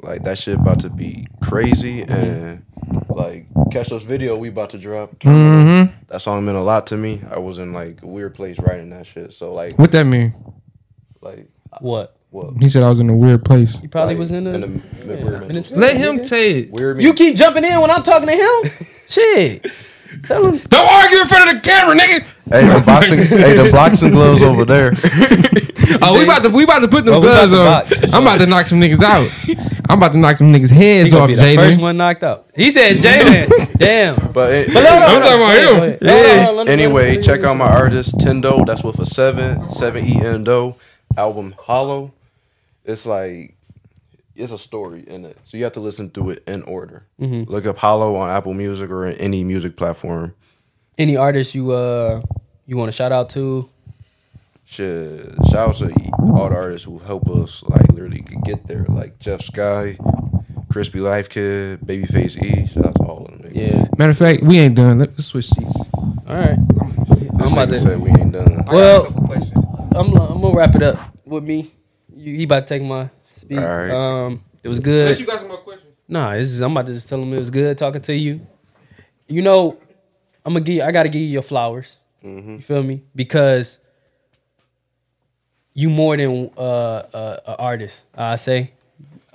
Speaker 4: Like that shit about to be crazy
Speaker 3: Mm-hmm.
Speaker 4: and like catch those video we about to drop.
Speaker 3: Mm-hmm.
Speaker 4: That song meant a lot to me. I was in like a weird place writing that shit. So like
Speaker 1: What that mean?
Speaker 4: like
Speaker 3: What?
Speaker 4: what
Speaker 1: He said I was in a weird place.
Speaker 3: You probably
Speaker 4: like,
Speaker 3: was in a.
Speaker 4: the m-
Speaker 3: yeah,
Speaker 4: weird
Speaker 3: in
Speaker 4: mental
Speaker 3: a-
Speaker 4: state.
Speaker 1: Let him say it.
Speaker 4: Weird
Speaker 3: You
Speaker 4: mental-
Speaker 3: keep jumping in when I'm talking to him. Shit. Tell him.
Speaker 1: Don't argue in front of the camera, nigga.
Speaker 4: Hey, the boxing, hey, the boxing gloves over there.
Speaker 1: Oh, we about to we about to put them
Speaker 3: Oh, we
Speaker 1: gloves on.
Speaker 3: about to box.
Speaker 1: I'm about to knock some niggas out. I'm about to knock some niggas heads
Speaker 3: He gonna
Speaker 1: off,
Speaker 3: be the first
Speaker 1: Jalen.
Speaker 3: one knocked out. He said Jalen. Damn.
Speaker 4: But, it-
Speaker 3: But no, no,
Speaker 1: I'm talking
Speaker 3: no.
Speaker 1: about
Speaker 3: Go
Speaker 1: him.
Speaker 3: ahead, go
Speaker 1: Yeah.
Speaker 3: ahead. No, no, no, let him- let
Speaker 4: anyway,
Speaker 3: him-
Speaker 4: check out my artist Tendo. That's what for seven seven E N D O album Hollow. It's like it's a story in it, so you have to listen to it in order.
Speaker 3: Mm-hmm.
Speaker 4: Look up Hollow on Apple Music or in any music platform.
Speaker 3: Any artist you uh you want to shout out to?
Speaker 4: Shit, shout out to all the artists who help us like literally get there, like Jeff Sky, Crispy Life Kid, Babyface E. Shout out to all of them. Niggas.
Speaker 3: Yeah.
Speaker 1: Matter of fact, we ain't done. Let's switch seats.
Speaker 3: All right.
Speaker 4: this
Speaker 3: I'm about
Speaker 4: nigga
Speaker 3: to-
Speaker 4: said we ain't done.
Speaker 3: Well, I'm I'm gonna wrap it up with me. You, he about to take my speech.
Speaker 4: All right.
Speaker 3: Um, it was good.
Speaker 1: Unless you got some more questions.
Speaker 3: Nah, this is, I'm about to just tell him it was good talking to you. You know, I'm gonna give. I gotta give you your flowers.
Speaker 4: Mm-hmm.
Speaker 3: You feel me? Because you more than uh, uh, an artist. I say.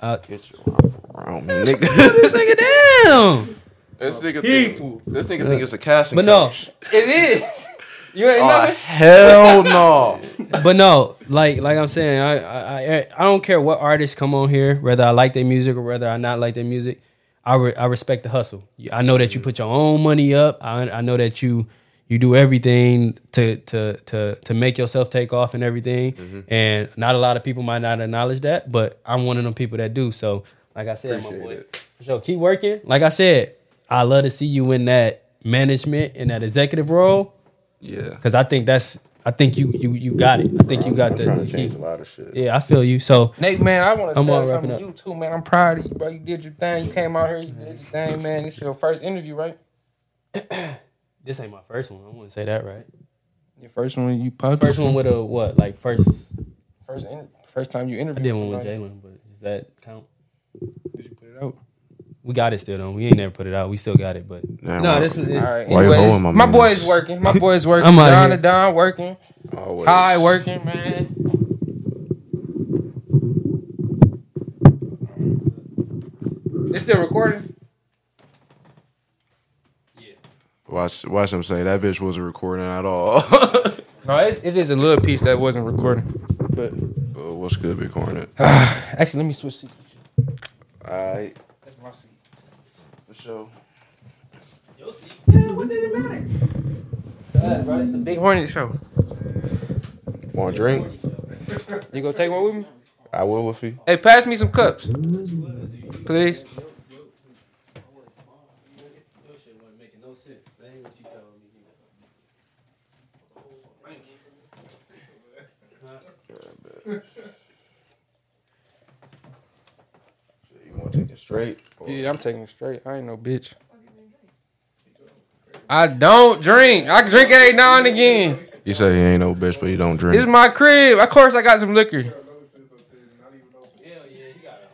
Speaker 3: Uh,
Speaker 4: Get your around me, nigga.
Speaker 3: this nigga, damn.
Speaker 4: This nigga think, this nigga think it's a casting
Speaker 3: But no,
Speaker 4: couch.
Speaker 3: it is.
Speaker 1: You ain't
Speaker 4: Oh, hell no.
Speaker 3: but no, like like I'm saying, I, I I I don't care what artists come on here, whether I like their music or whether I not like their music. I re, I respect the hustle. I know that you put your own money up. I I know that you you do everything to to to to make yourself take off and everything. And not a lot of people might not acknowledge that, but I'm one of them people that do. So like I said, my boy, so keep working. Like I said, I love to see you in that management in that executive role
Speaker 4: Yeah.
Speaker 3: because I think that's I think you you you got it. I think you got
Speaker 4: I'm
Speaker 3: the,
Speaker 4: trying
Speaker 3: the
Speaker 4: to change a
Speaker 3: key.
Speaker 4: lot of shit.
Speaker 3: Yeah, I feel you. So
Speaker 1: Nate, man, I want to
Speaker 3: I'm all
Speaker 1: say
Speaker 3: wrapping
Speaker 1: something to you too, man. I'm proud of you, bro. You did your thing. You came out here, you did your thing, man. This your first interview, right?
Speaker 3: this ain't my first one. I wouldn't say that, right?
Speaker 1: Your first one you published.
Speaker 3: First one with a what? Like first,
Speaker 1: First, inter- first time you
Speaker 3: I
Speaker 1: interviewed.
Speaker 3: did one with
Speaker 1: somebody.
Speaker 3: Jalen, but does that count?
Speaker 1: Did you put it out?
Speaker 3: We got it still though. We ain't never put it out. We still got it, but
Speaker 4: Yeah,
Speaker 3: no,
Speaker 4: well,
Speaker 3: this is this,
Speaker 1: All right.
Speaker 4: Why you
Speaker 1: Anyways,
Speaker 4: hoeing my
Speaker 1: my, boy
Speaker 4: mans?
Speaker 1: is working. My boy is working.
Speaker 3: I'm outta
Speaker 1: Don
Speaker 3: here.
Speaker 1: to Don working.
Speaker 4: Always.
Speaker 1: Ty working, man. It's still recording.
Speaker 4: Watch, watch him say that bitch wasn't recording at all.
Speaker 1: No, it's, it is a little piece that wasn't recording. But
Speaker 4: but what's good, Big Hornet?
Speaker 1: actually, let me switch seats. with you.
Speaker 4: All right.
Speaker 1: That's my seat.
Speaker 4: For sure.
Speaker 1: It's the Big Hornet Show.
Speaker 4: Want a drink?
Speaker 1: You gonna take one with me?
Speaker 4: I will with you.
Speaker 1: Hey, pass me some cups, please.
Speaker 4: You want to take it straight? Or-
Speaker 1: Yeah, I'm taking it straight. I ain't no bitch. I don't drink. I drink every now and again.
Speaker 4: You say he ain't no bitch, but he don't drink.
Speaker 1: It's my crib. Of course, I got some liquor.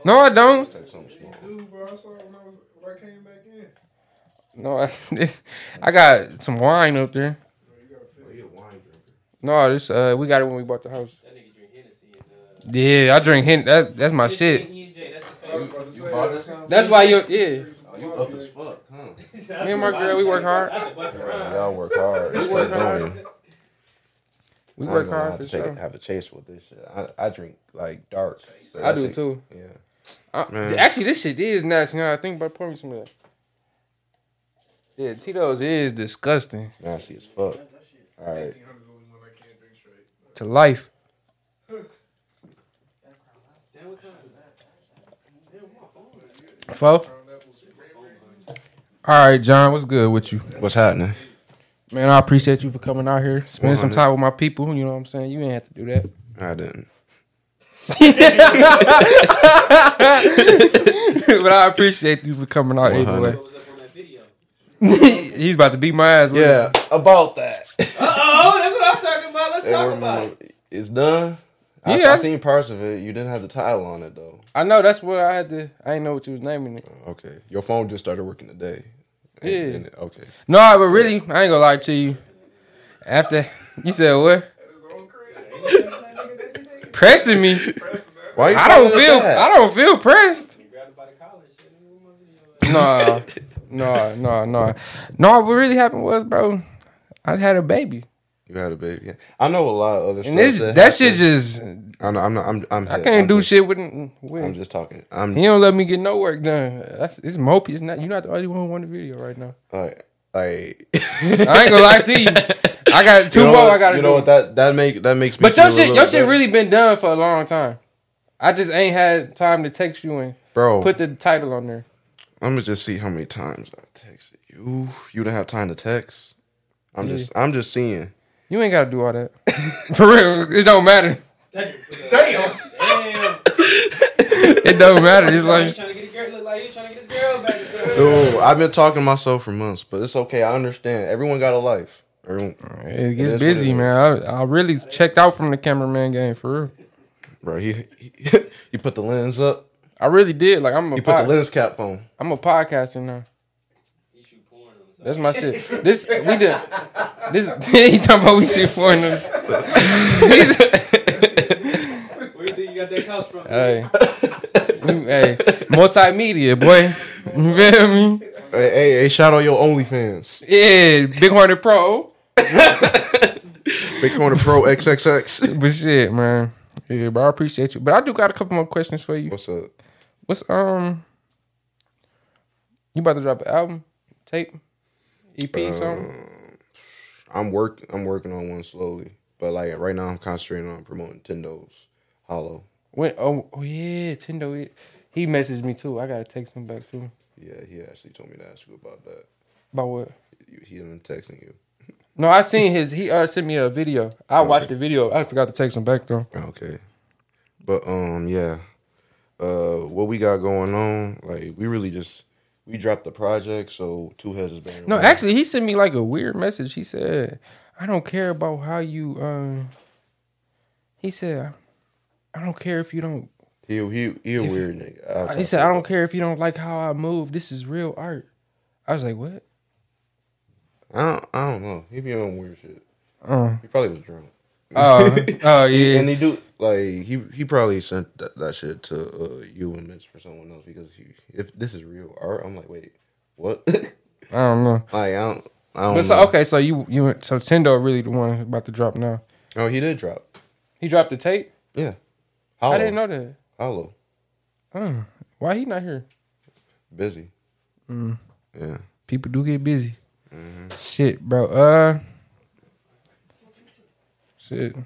Speaker 1: No, I don't.
Speaker 5: Dude, bro, I saw it when I was when I came back in.
Speaker 1: No, I, I got some wine up there. No, this uh, we got it when we bought the house.
Speaker 3: uh,
Speaker 1: Yeah, I drink hint. That, that's
Speaker 4: Oh,
Speaker 1: my shit.
Speaker 5: I was about to say, I
Speaker 1: That's why you. Yeah,
Speaker 4: Oh, You up as fuck, huh?
Speaker 1: me and my girl, we work hard.
Speaker 4: Y'all work hard.
Speaker 1: You work hard.
Speaker 4: Don't you?
Speaker 1: We
Speaker 4: I'm
Speaker 1: work
Speaker 4: gonna
Speaker 1: hard
Speaker 4: have
Speaker 1: for
Speaker 4: to take-
Speaker 1: sure.
Speaker 4: Have a chase with this shit. I, I drink like dark. so
Speaker 1: I
Speaker 4: that's
Speaker 1: do
Speaker 4: it.
Speaker 1: too.
Speaker 4: Yeah.
Speaker 1: I-
Speaker 4: Man.
Speaker 1: actually, this shit is nasty. Now that I think about pouring some of that. Yeah, Tito's is disgusting
Speaker 4: Nasty as fuck. All right.
Speaker 1: to life. Fo. All right, John, what's good with you?
Speaker 4: What's happening?
Speaker 1: Man, I appreciate you for coming out here, spending some
Speaker 4: 100.
Speaker 1: time with my people. You know what I'm saying? You ain't have to do that.
Speaker 4: I didn't.
Speaker 1: but I appreciate you for coming out either way.
Speaker 4: 100.
Speaker 1: He's about to beat my ass. with it.
Speaker 4: Yeah, about that.
Speaker 3: Oh, that's what I'm talking about. Let's
Speaker 4: Hey,
Speaker 3: talk
Speaker 4: we're-
Speaker 3: about it.
Speaker 4: It's done. I,
Speaker 1: Yeah.
Speaker 4: I seen parts of it. You didn't have the title on it though.
Speaker 1: I know. That's what I had to. I didn't know what you was naming it.
Speaker 4: Okay, your phone just started working today. And-
Speaker 1: Yeah.
Speaker 4: and- okay.
Speaker 1: No, but really, I ain't gonna lie to you. After you said what? Pressing me.
Speaker 4: Why? You
Speaker 1: I don't
Speaker 4: calling it
Speaker 1: feel.
Speaker 4: that?
Speaker 1: I don't feel pressed. No, no, no, no, no. What really happened was, bro, I had a baby.
Speaker 4: You had a baby. Yeah. I know a lot of other
Speaker 1: And this
Speaker 4: stuff.
Speaker 1: that shit just
Speaker 4: I know. I'm not. I'm. I'm
Speaker 1: I
Speaker 4: hip.
Speaker 1: can't
Speaker 4: I'm
Speaker 1: do
Speaker 4: just,
Speaker 1: shit with
Speaker 4: I'm
Speaker 1: with.
Speaker 4: just talking. I'm.
Speaker 1: He don't let me get no work done. That's, it's mopey. It's not. You're not the only one who won the video right now.
Speaker 4: Like, like
Speaker 1: I ain't gonna lie to you. I got two
Speaker 4: you know
Speaker 1: more.
Speaker 4: what,
Speaker 1: I gotta
Speaker 4: You
Speaker 1: do.
Speaker 4: know what? That that make that makes me.
Speaker 1: but your
Speaker 4: feel a
Speaker 1: shit,
Speaker 4: little
Speaker 1: your shit
Speaker 4: better.
Speaker 1: really been done for a long time. I just ain't had time to text you and
Speaker 4: bro.
Speaker 1: put the title on there.
Speaker 4: I'm gonna just see how many times I texted you. You don't have time to text. I'm just. I'm just seeing.
Speaker 1: You ain't gotta do all that. For real, it don't matter.
Speaker 3: Damn.
Speaker 1: It don't matter. It's like
Speaker 3: Like, you trying to get a girl, look like you trying to get this girl back.
Speaker 4: Dude, I've been talking to myself for months, but it's okay. I understand. Everyone got a life. Everyone,
Speaker 1: it
Speaker 4: is
Speaker 1: gets
Speaker 4: what
Speaker 1: busy,
Speaker 4: it is.
Speaker 1: man. I, I really checked out from the cameraman game for real.
Speaker 4: bro. He, he he put the lens up.
Speaker 1: I really did. Like I'm a
Speaker 4: He put the
Speaker 1: pod,
Speaker 4: lens cap on.
Speaker 1: I'm a podcaster now. That's my shit. This we did. This he talking about we shoot porn. He's-
Speaker 3: Where you think you got that couch from?
Speaker 1: hey, You- hey, multimedia boy. You feel me?
Speaker 4: Hey, hey, hey, shout out your OnlyFans.
Speaker 1: Yeah, Big Hornet Pro.
Speaker 4: Big Corner Pro XXX.
Speaker 1: But shit, man. Yeah, but I appreciate you. But I do got a couple more questions for you.
Speaker 4: What's up?
Speaker 1: What's um? You about to drop an album, tape, EP, something?
Speaker 4: I'm work. I'm working on one slowly, but like right now, I'm concentrating on promoting Tendo's Hollow.
Speaker 1: When? Oh, oh yeah, Tendo. yeah. He messaged me too. I gotta text him back too.
Speaker 4: Yeah, he actually told me to ask you about that.
Speaker 1: About what?
Speaker 4: You- He been texting you.
Speaker 1: No, I seen his. He uh, sent me a video. I watched the video. I forgot to text him back though.
Speaker 4: Okay. But um yeah. Uh what we got going on, like we really just we dropped the project, so two heads is banging.
Speaker 1: No,
Speaker 4: around.
Speaker 1: actually, he sent me like a weird message. He said, "I don't care about how you." um He said, "I don't care if you don't."
Speaker 4: he he he a weird nigga. I'll
Speaker 1: Uh, He
Speaker 4: talk
Speaker 1: said,
Speaker 4: to
Speaker 1: "I
Speaker 4: him.
Speaker 1: don't care if you don't like how I move. This is real art." I was like, "What?"
Speaker 4: I don't I don't know. He be on weird shit.
Speaker 1: Uh.
Speaker 4: He probably was drunk.
Speaker 1: Oh, oh
Speaker 4: And
Speaker 1: yeah.
Speaker 4: he do like he he probably sent that, that shit to uh, you and Mitch for someone else because he, if this is real art, I'm like, wait, what? like
Speaker 1: I don't know.
Speaker 4: I don't I
Speaker 1: But
Speaker 4: don't know.
Speaker 1: so okay, so you you so Tendo really the one about to drop now.
Speaker 4: Oh, he did drop.
Speaker 1: He dropped the tape.
Speaker 4: Yeah. Hollow.
Speaker 1: I didn't know that.
Speaker 4: Hollow.
Speaker 1: Uh, why he not here?
Speaker 4: Busy.
Speaker 1: Mm.
Speaker 4: Yeah.
Speaker 1: People do get busy. Shit, bro. Uh, shit.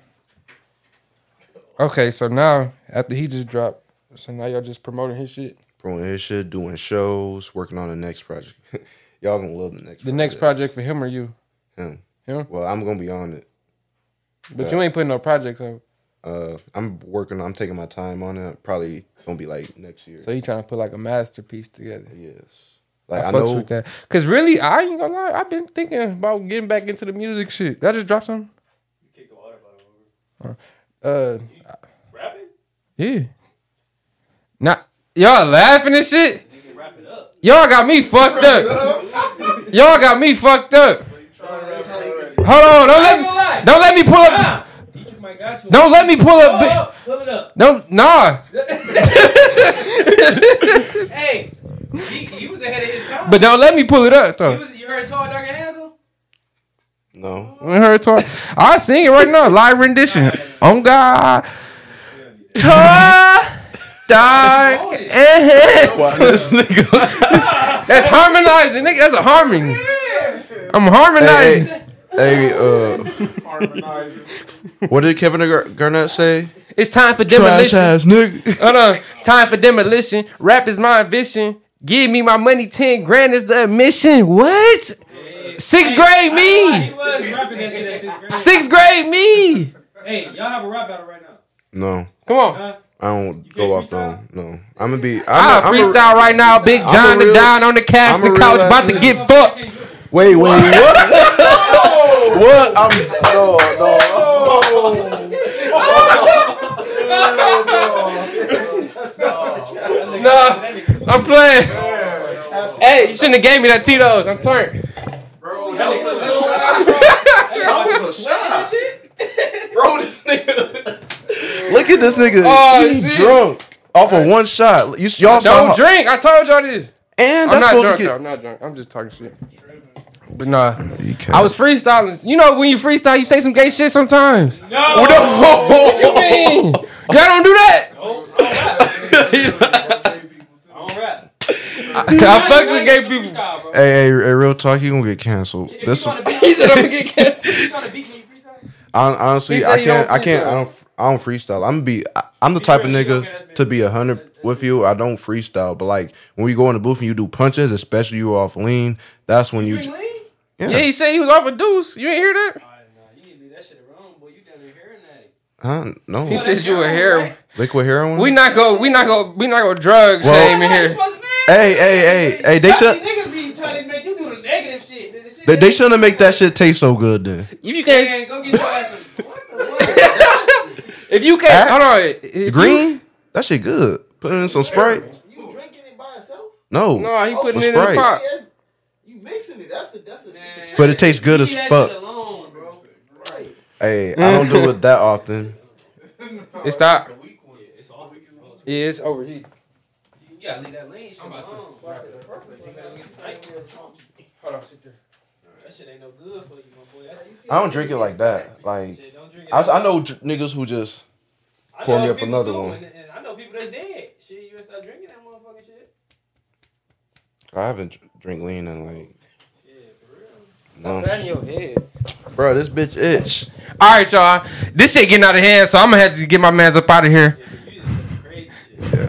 Speaker 1: Okay, so now after he just dropped, so now y'all just promoting his shit.
Speaker 4: promoting his shit, doing shows, working on the next project. Y'all gonna love the next.
Speaker 1: The next project for him or you,
Speaker 4: Him.
Speaker 1: Him?
Speaker 4: Well, I'm gonna be on it.
Speaker 1: but you ain't putting no projects out.
Speaker 4: Uh, I'm working. I'm taking my time on it. Probably gonna be like next year.
Speaker 1: So you trying to put like a masterpiece together.
Speaker 4: yes. Like I,
Speaker 1: I, fucks
Speaker 4: know.
Speaker 1: with that. Cause really, I ain't gonna lie. I've been thinking about getting back into the music shit. Did I just drop something? Uh,
Speaker 3: Wrap it?
Speaker 1: yeah. Not y'all laughing and shit.
Speaker 3: You can wrap it up.
Speaker 1: Y'all got me fucked up. Y'all got me fucked up. Hold on, don't
Speaker 3: I ain't
Speaker 1: let
Speaker 3: gonna lie.
Speaker 1: me, don't let me pull up.
Speaker 3: Ah!
Speaker 4: Uh,
Speaker 3: Teacher might got you.
Speaker 1: Don't let me pull
Speaker 3: Pull
Speaker 1: up.
Speaker 3: it
Speaker 1: bi-
Speaker 3: up. Pull it up.
Speaker 1: Don't nah.
Speaker 3: Hey, he, he was ahead of his time.
Speaker 1: But don't let me pull it up
Speaker 3: He
Speaker 1: though.
Speaker 3: was, you heard Tall, Dark, and Handsome?
Speaker 4: No.
Speaker 1: When her talk, I sing it right now, live rendition. On God, Ta- dark and handsome. That's harmonizing, nigga. That's a harmony. I'm
Speaker 4: Hey,
Speaker 1: harmonizing.
Speaker 4: hey, hey, uh, what did Kevin Gar- Garnett say?
Speaker 1: It's time for demolition.
Speaker 4: nigga.
Speaker 1: Hold on. Time for demolition. Rap is my ambition. Give me my money. Ten grand is the admission. What? Sixth grade
Speaker 3: He
Speaker 1: me.
Speaker 3: was rapping that shit at sixth grade.
Speaker 1: Sixth grade me.
Speaker 3: Hey, y'all have a rap battle right now.
Speaker 4: No,
Speaker 1: Come on.
Speaker 3: Huh?
Speaker 4: I don't
Speaker 3: can't
Speaker 4: go off
Speaker 3: freestyle?
Speaker 4: down. No, I'm gonna be. I'm
Speaker 1: I
Speaker 4: a- I'm a-
Speaker 1: freestyle right now. Big
Speaker 4: a
Speaker 1: John the
Speaker 4: real-
Speaker 1: Don on the couch.
Speaker 4: I'm a
Speaker 1: The couch
Speaker 4: real
Speaker 1: about to
Speaker 4: athlete.
Speaker 1: get fucked.
Speaker 4: Wait, wait, what? what? I'm no, no.
Speaker 1: No, I'm playing. Hey, you shouldn't have gave me that Tito's. I'm turned.
Speaker 4: Bro, this nigga. Look at this nigga.
Speaker 1: Oh,
Speaker 4: he
Speaker 1: shit.
Speaker 4: drunk off of one shot. You, y'all saw.
Speaker 1: Don't drink. I told y'all this.
Speaker 4: And
Speaker 1: I'm
Speaker 4: that's
Speaker 1: not
Speaker 4: supposed
Speaker 1: drunk.
Speaker 4: to
Speaker 1: though.
Speaker 4: get.
Speaker 1: I'm not drunk. I'm just talking shit. but nah.
Speaker 4: You can't.
Speaker 1: I was freestyling. You know when you freestyle, you say some gay shit sometimes. What you
Speaker 4: no.
Speaker 1: mean? Y'all don't do that.
Speaker 3: I don't rap.
Speaker 1: I, I fucks with gay people.
Speaker 3: Freestyle, bro.
Speaker 4: Hey, hey, hey, real talk, you gonna get canceled.
Speaker 3: If
Speaker 4: That's
Speaker 3: you
Speaker 4: a,
Speaker 3: wanna beat-
Speaker 1: He said I'm gonna get canceled.
Speaker 3: if you wanna beat me, freestyle.
Speaker 4: hon- honestly,
Speaker 1: He said
Speaker 4: I
Speaker 1: he
Speaker 4: can't,
Speaker 1: don't
Speaker 4: I can't, I
Speaker 1: freestyle.
Speaker 4: don't, I don't freestyle. I'm be, I, I'm the type of nigga to be a hundred with you. I don't freestyle, but like when we go in the booth and you do punches, especially you off lean, that's when
Speaker 3: Bring
Speaker 4: you.
Speaker 3: lean?
Speaker 1: Yeah, he said he was off a deuce. You ain't hear that?
Speaker 3: Nah, you need to do that shit around, boy. You down there hearing that.
Speaker 4: Huh? No.
Speaker 1: He said you a
Speaker 3: Right?
Speaker 1: hero.
Speaker 4: Liquid heroin.
Speaker 1: We not go. We not go. We not go drug shame in
Speaker 3: That's how you
Speaker 1: here.
Speaker 3: supposed to be.
Speaker 4: Hey, hey, hey, hey, they
Speaker 3: Y'all
Speaker 4: should-
Speaker 3: see Niggas be trying to make you do the negative shit. The shit
Speaker 4: They, they shouldn't make that shit taste so good then.
Speaker 1: If you can't,
Speaker 3: Man, go get your ass. some- What the fuck?
Speaker 1: if you can't,
Speaker 4: Huh?
Speaker 1: hold on. If you-
Speaker 4: Green? That shit good. Put in some Sprite.
Speaker 2: You drinking it by itself?
Speaker 4: No.
Speaker 1: No, he
Speaker 2: Oh,
Speaker 1: putting
Speaker 4: with
Speaker 1: it in the
Speaker 4: Sprite.
Speaker 1: pot.
Speaker 2: Yes. You mixing it. That's the that's the it's a
Speaker 3: Man.
Speaker 2: trick,
Speaker 4: But it tastes good as
Speaker 3: Leave that shit
Speaker 4: fuck.
Speaker 3: alone, bro.
Speaker 2: right?
Speaker 4: Hey, I don't do it that often.
Speaker 1: It stopped. Yeah, it's over. He-
Speaker 3: You gotta leave that lean shit alone.
Speaker 1: Hold on, sit there.
Speaker 3: That shit ain't no good for you, my boy. That's
Speaker 4: I don't drink it like that. Like,
Speaker 3: shit. Don't drink it.
Speaker 4: I, I know j- niggas who just.
Speaker 3: I know
Speaker 4: pour me up
Speaker 3: people
Speaker 4: another
Speaker 3: too,
Speaker 4: one.
Speaker 3: And, and I know people that's dead. Shit, you gonna start drinking that motherfucking shit?
Speaker 4: I haven't dr- drink lean in like.
Speaker 1: Pat in
Speaker 4: Months.
Speaker 1: your head.
Speaker 4: Bro, this bitch itch.
Speaker 1: All right, y'all. This shit getting out of hand, so I'm gonna have to get my man's up out of here.
Speaker 3: You just some crazy shit.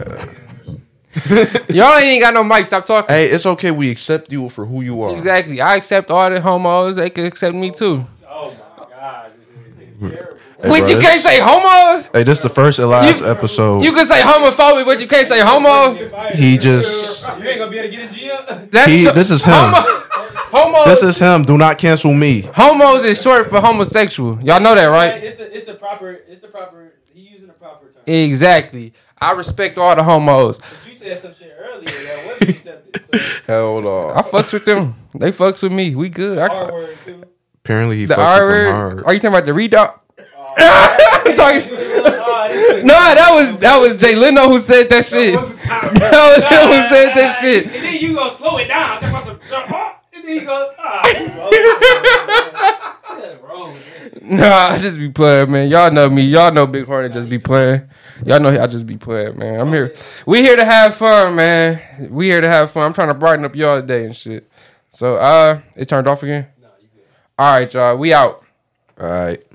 Speaker 1: Y'all ain't got no mic. Stop talking.
Speaker 4: Hey, it's okay. We accept you for who you are.
Speaker 1: Exactly. I accept all the homos. They can accept me too.
Speaker 3: Oh my god. this is-
Speaker 4: Hey,
Speaker 1: Wait,
Speaker 4: bro,
Speaker 1: you
Speaker 4: this-
Speaker 1: can't say homos.
Speaker 4: Hey, this is the first and last episode.
Speaker 1: You can say homophobic, but you can't say homos.
Speaker 4: he just.
Speaker 3: You ain't gonna be able to get a G
Speaker 1: That's
Speaker 4: He-
Speaker 1: so-
Speaker 4: this is him.
Speaker 1: Homo- homos.
Speaker 4: This is him. Do not cancel me.
Speaker 1: homos is short for homosexual. Y'all know that, right?
Speaker 3: It's the it's the proper it's the proper he using the proper term.
Speaker 1: Exactly. I respect all the homos.
Speaker 3: You said some shit earlier that wasn't accepted. So
Speaker 4: Hell on.
Speaker 1: I fucks with them. They fucks with me. We good. I,
Speaker 3: R word too.
Speaker 4: Apparently, he
Speaker 1: the
Speaker 4: fucks
Speaker 1: R
Speaker 4: with them
Speaker 1: word.
Speaker 4: hard.
Speaker 1: Are you talking about the redog? Talking shit.
Speaker 3: Ah, this is-
Speaker 1: No, that was that was Jay Leno who said that shit. That was him who said that
Speaker 3: And
Speaker 1: shit.
Speaker 3: then you gonna slow it down. Talk about some- ah, And then you go, ah, you wrong, man. Yeah, wrong. man.
Speaker 1: Nah, I just be playing, man. Y'all know me. Y'all know Big Hornet just be playing. Y'all know I just be playing, man. I'm here. We here to have fun, man. We here to have fun. I'm trying to brighten up y'all day and shit. So, uh, it turned off again.
Speaker 3: No, you good.
Speaker 1: All right, y'all. We out.
Speaker 4: All right.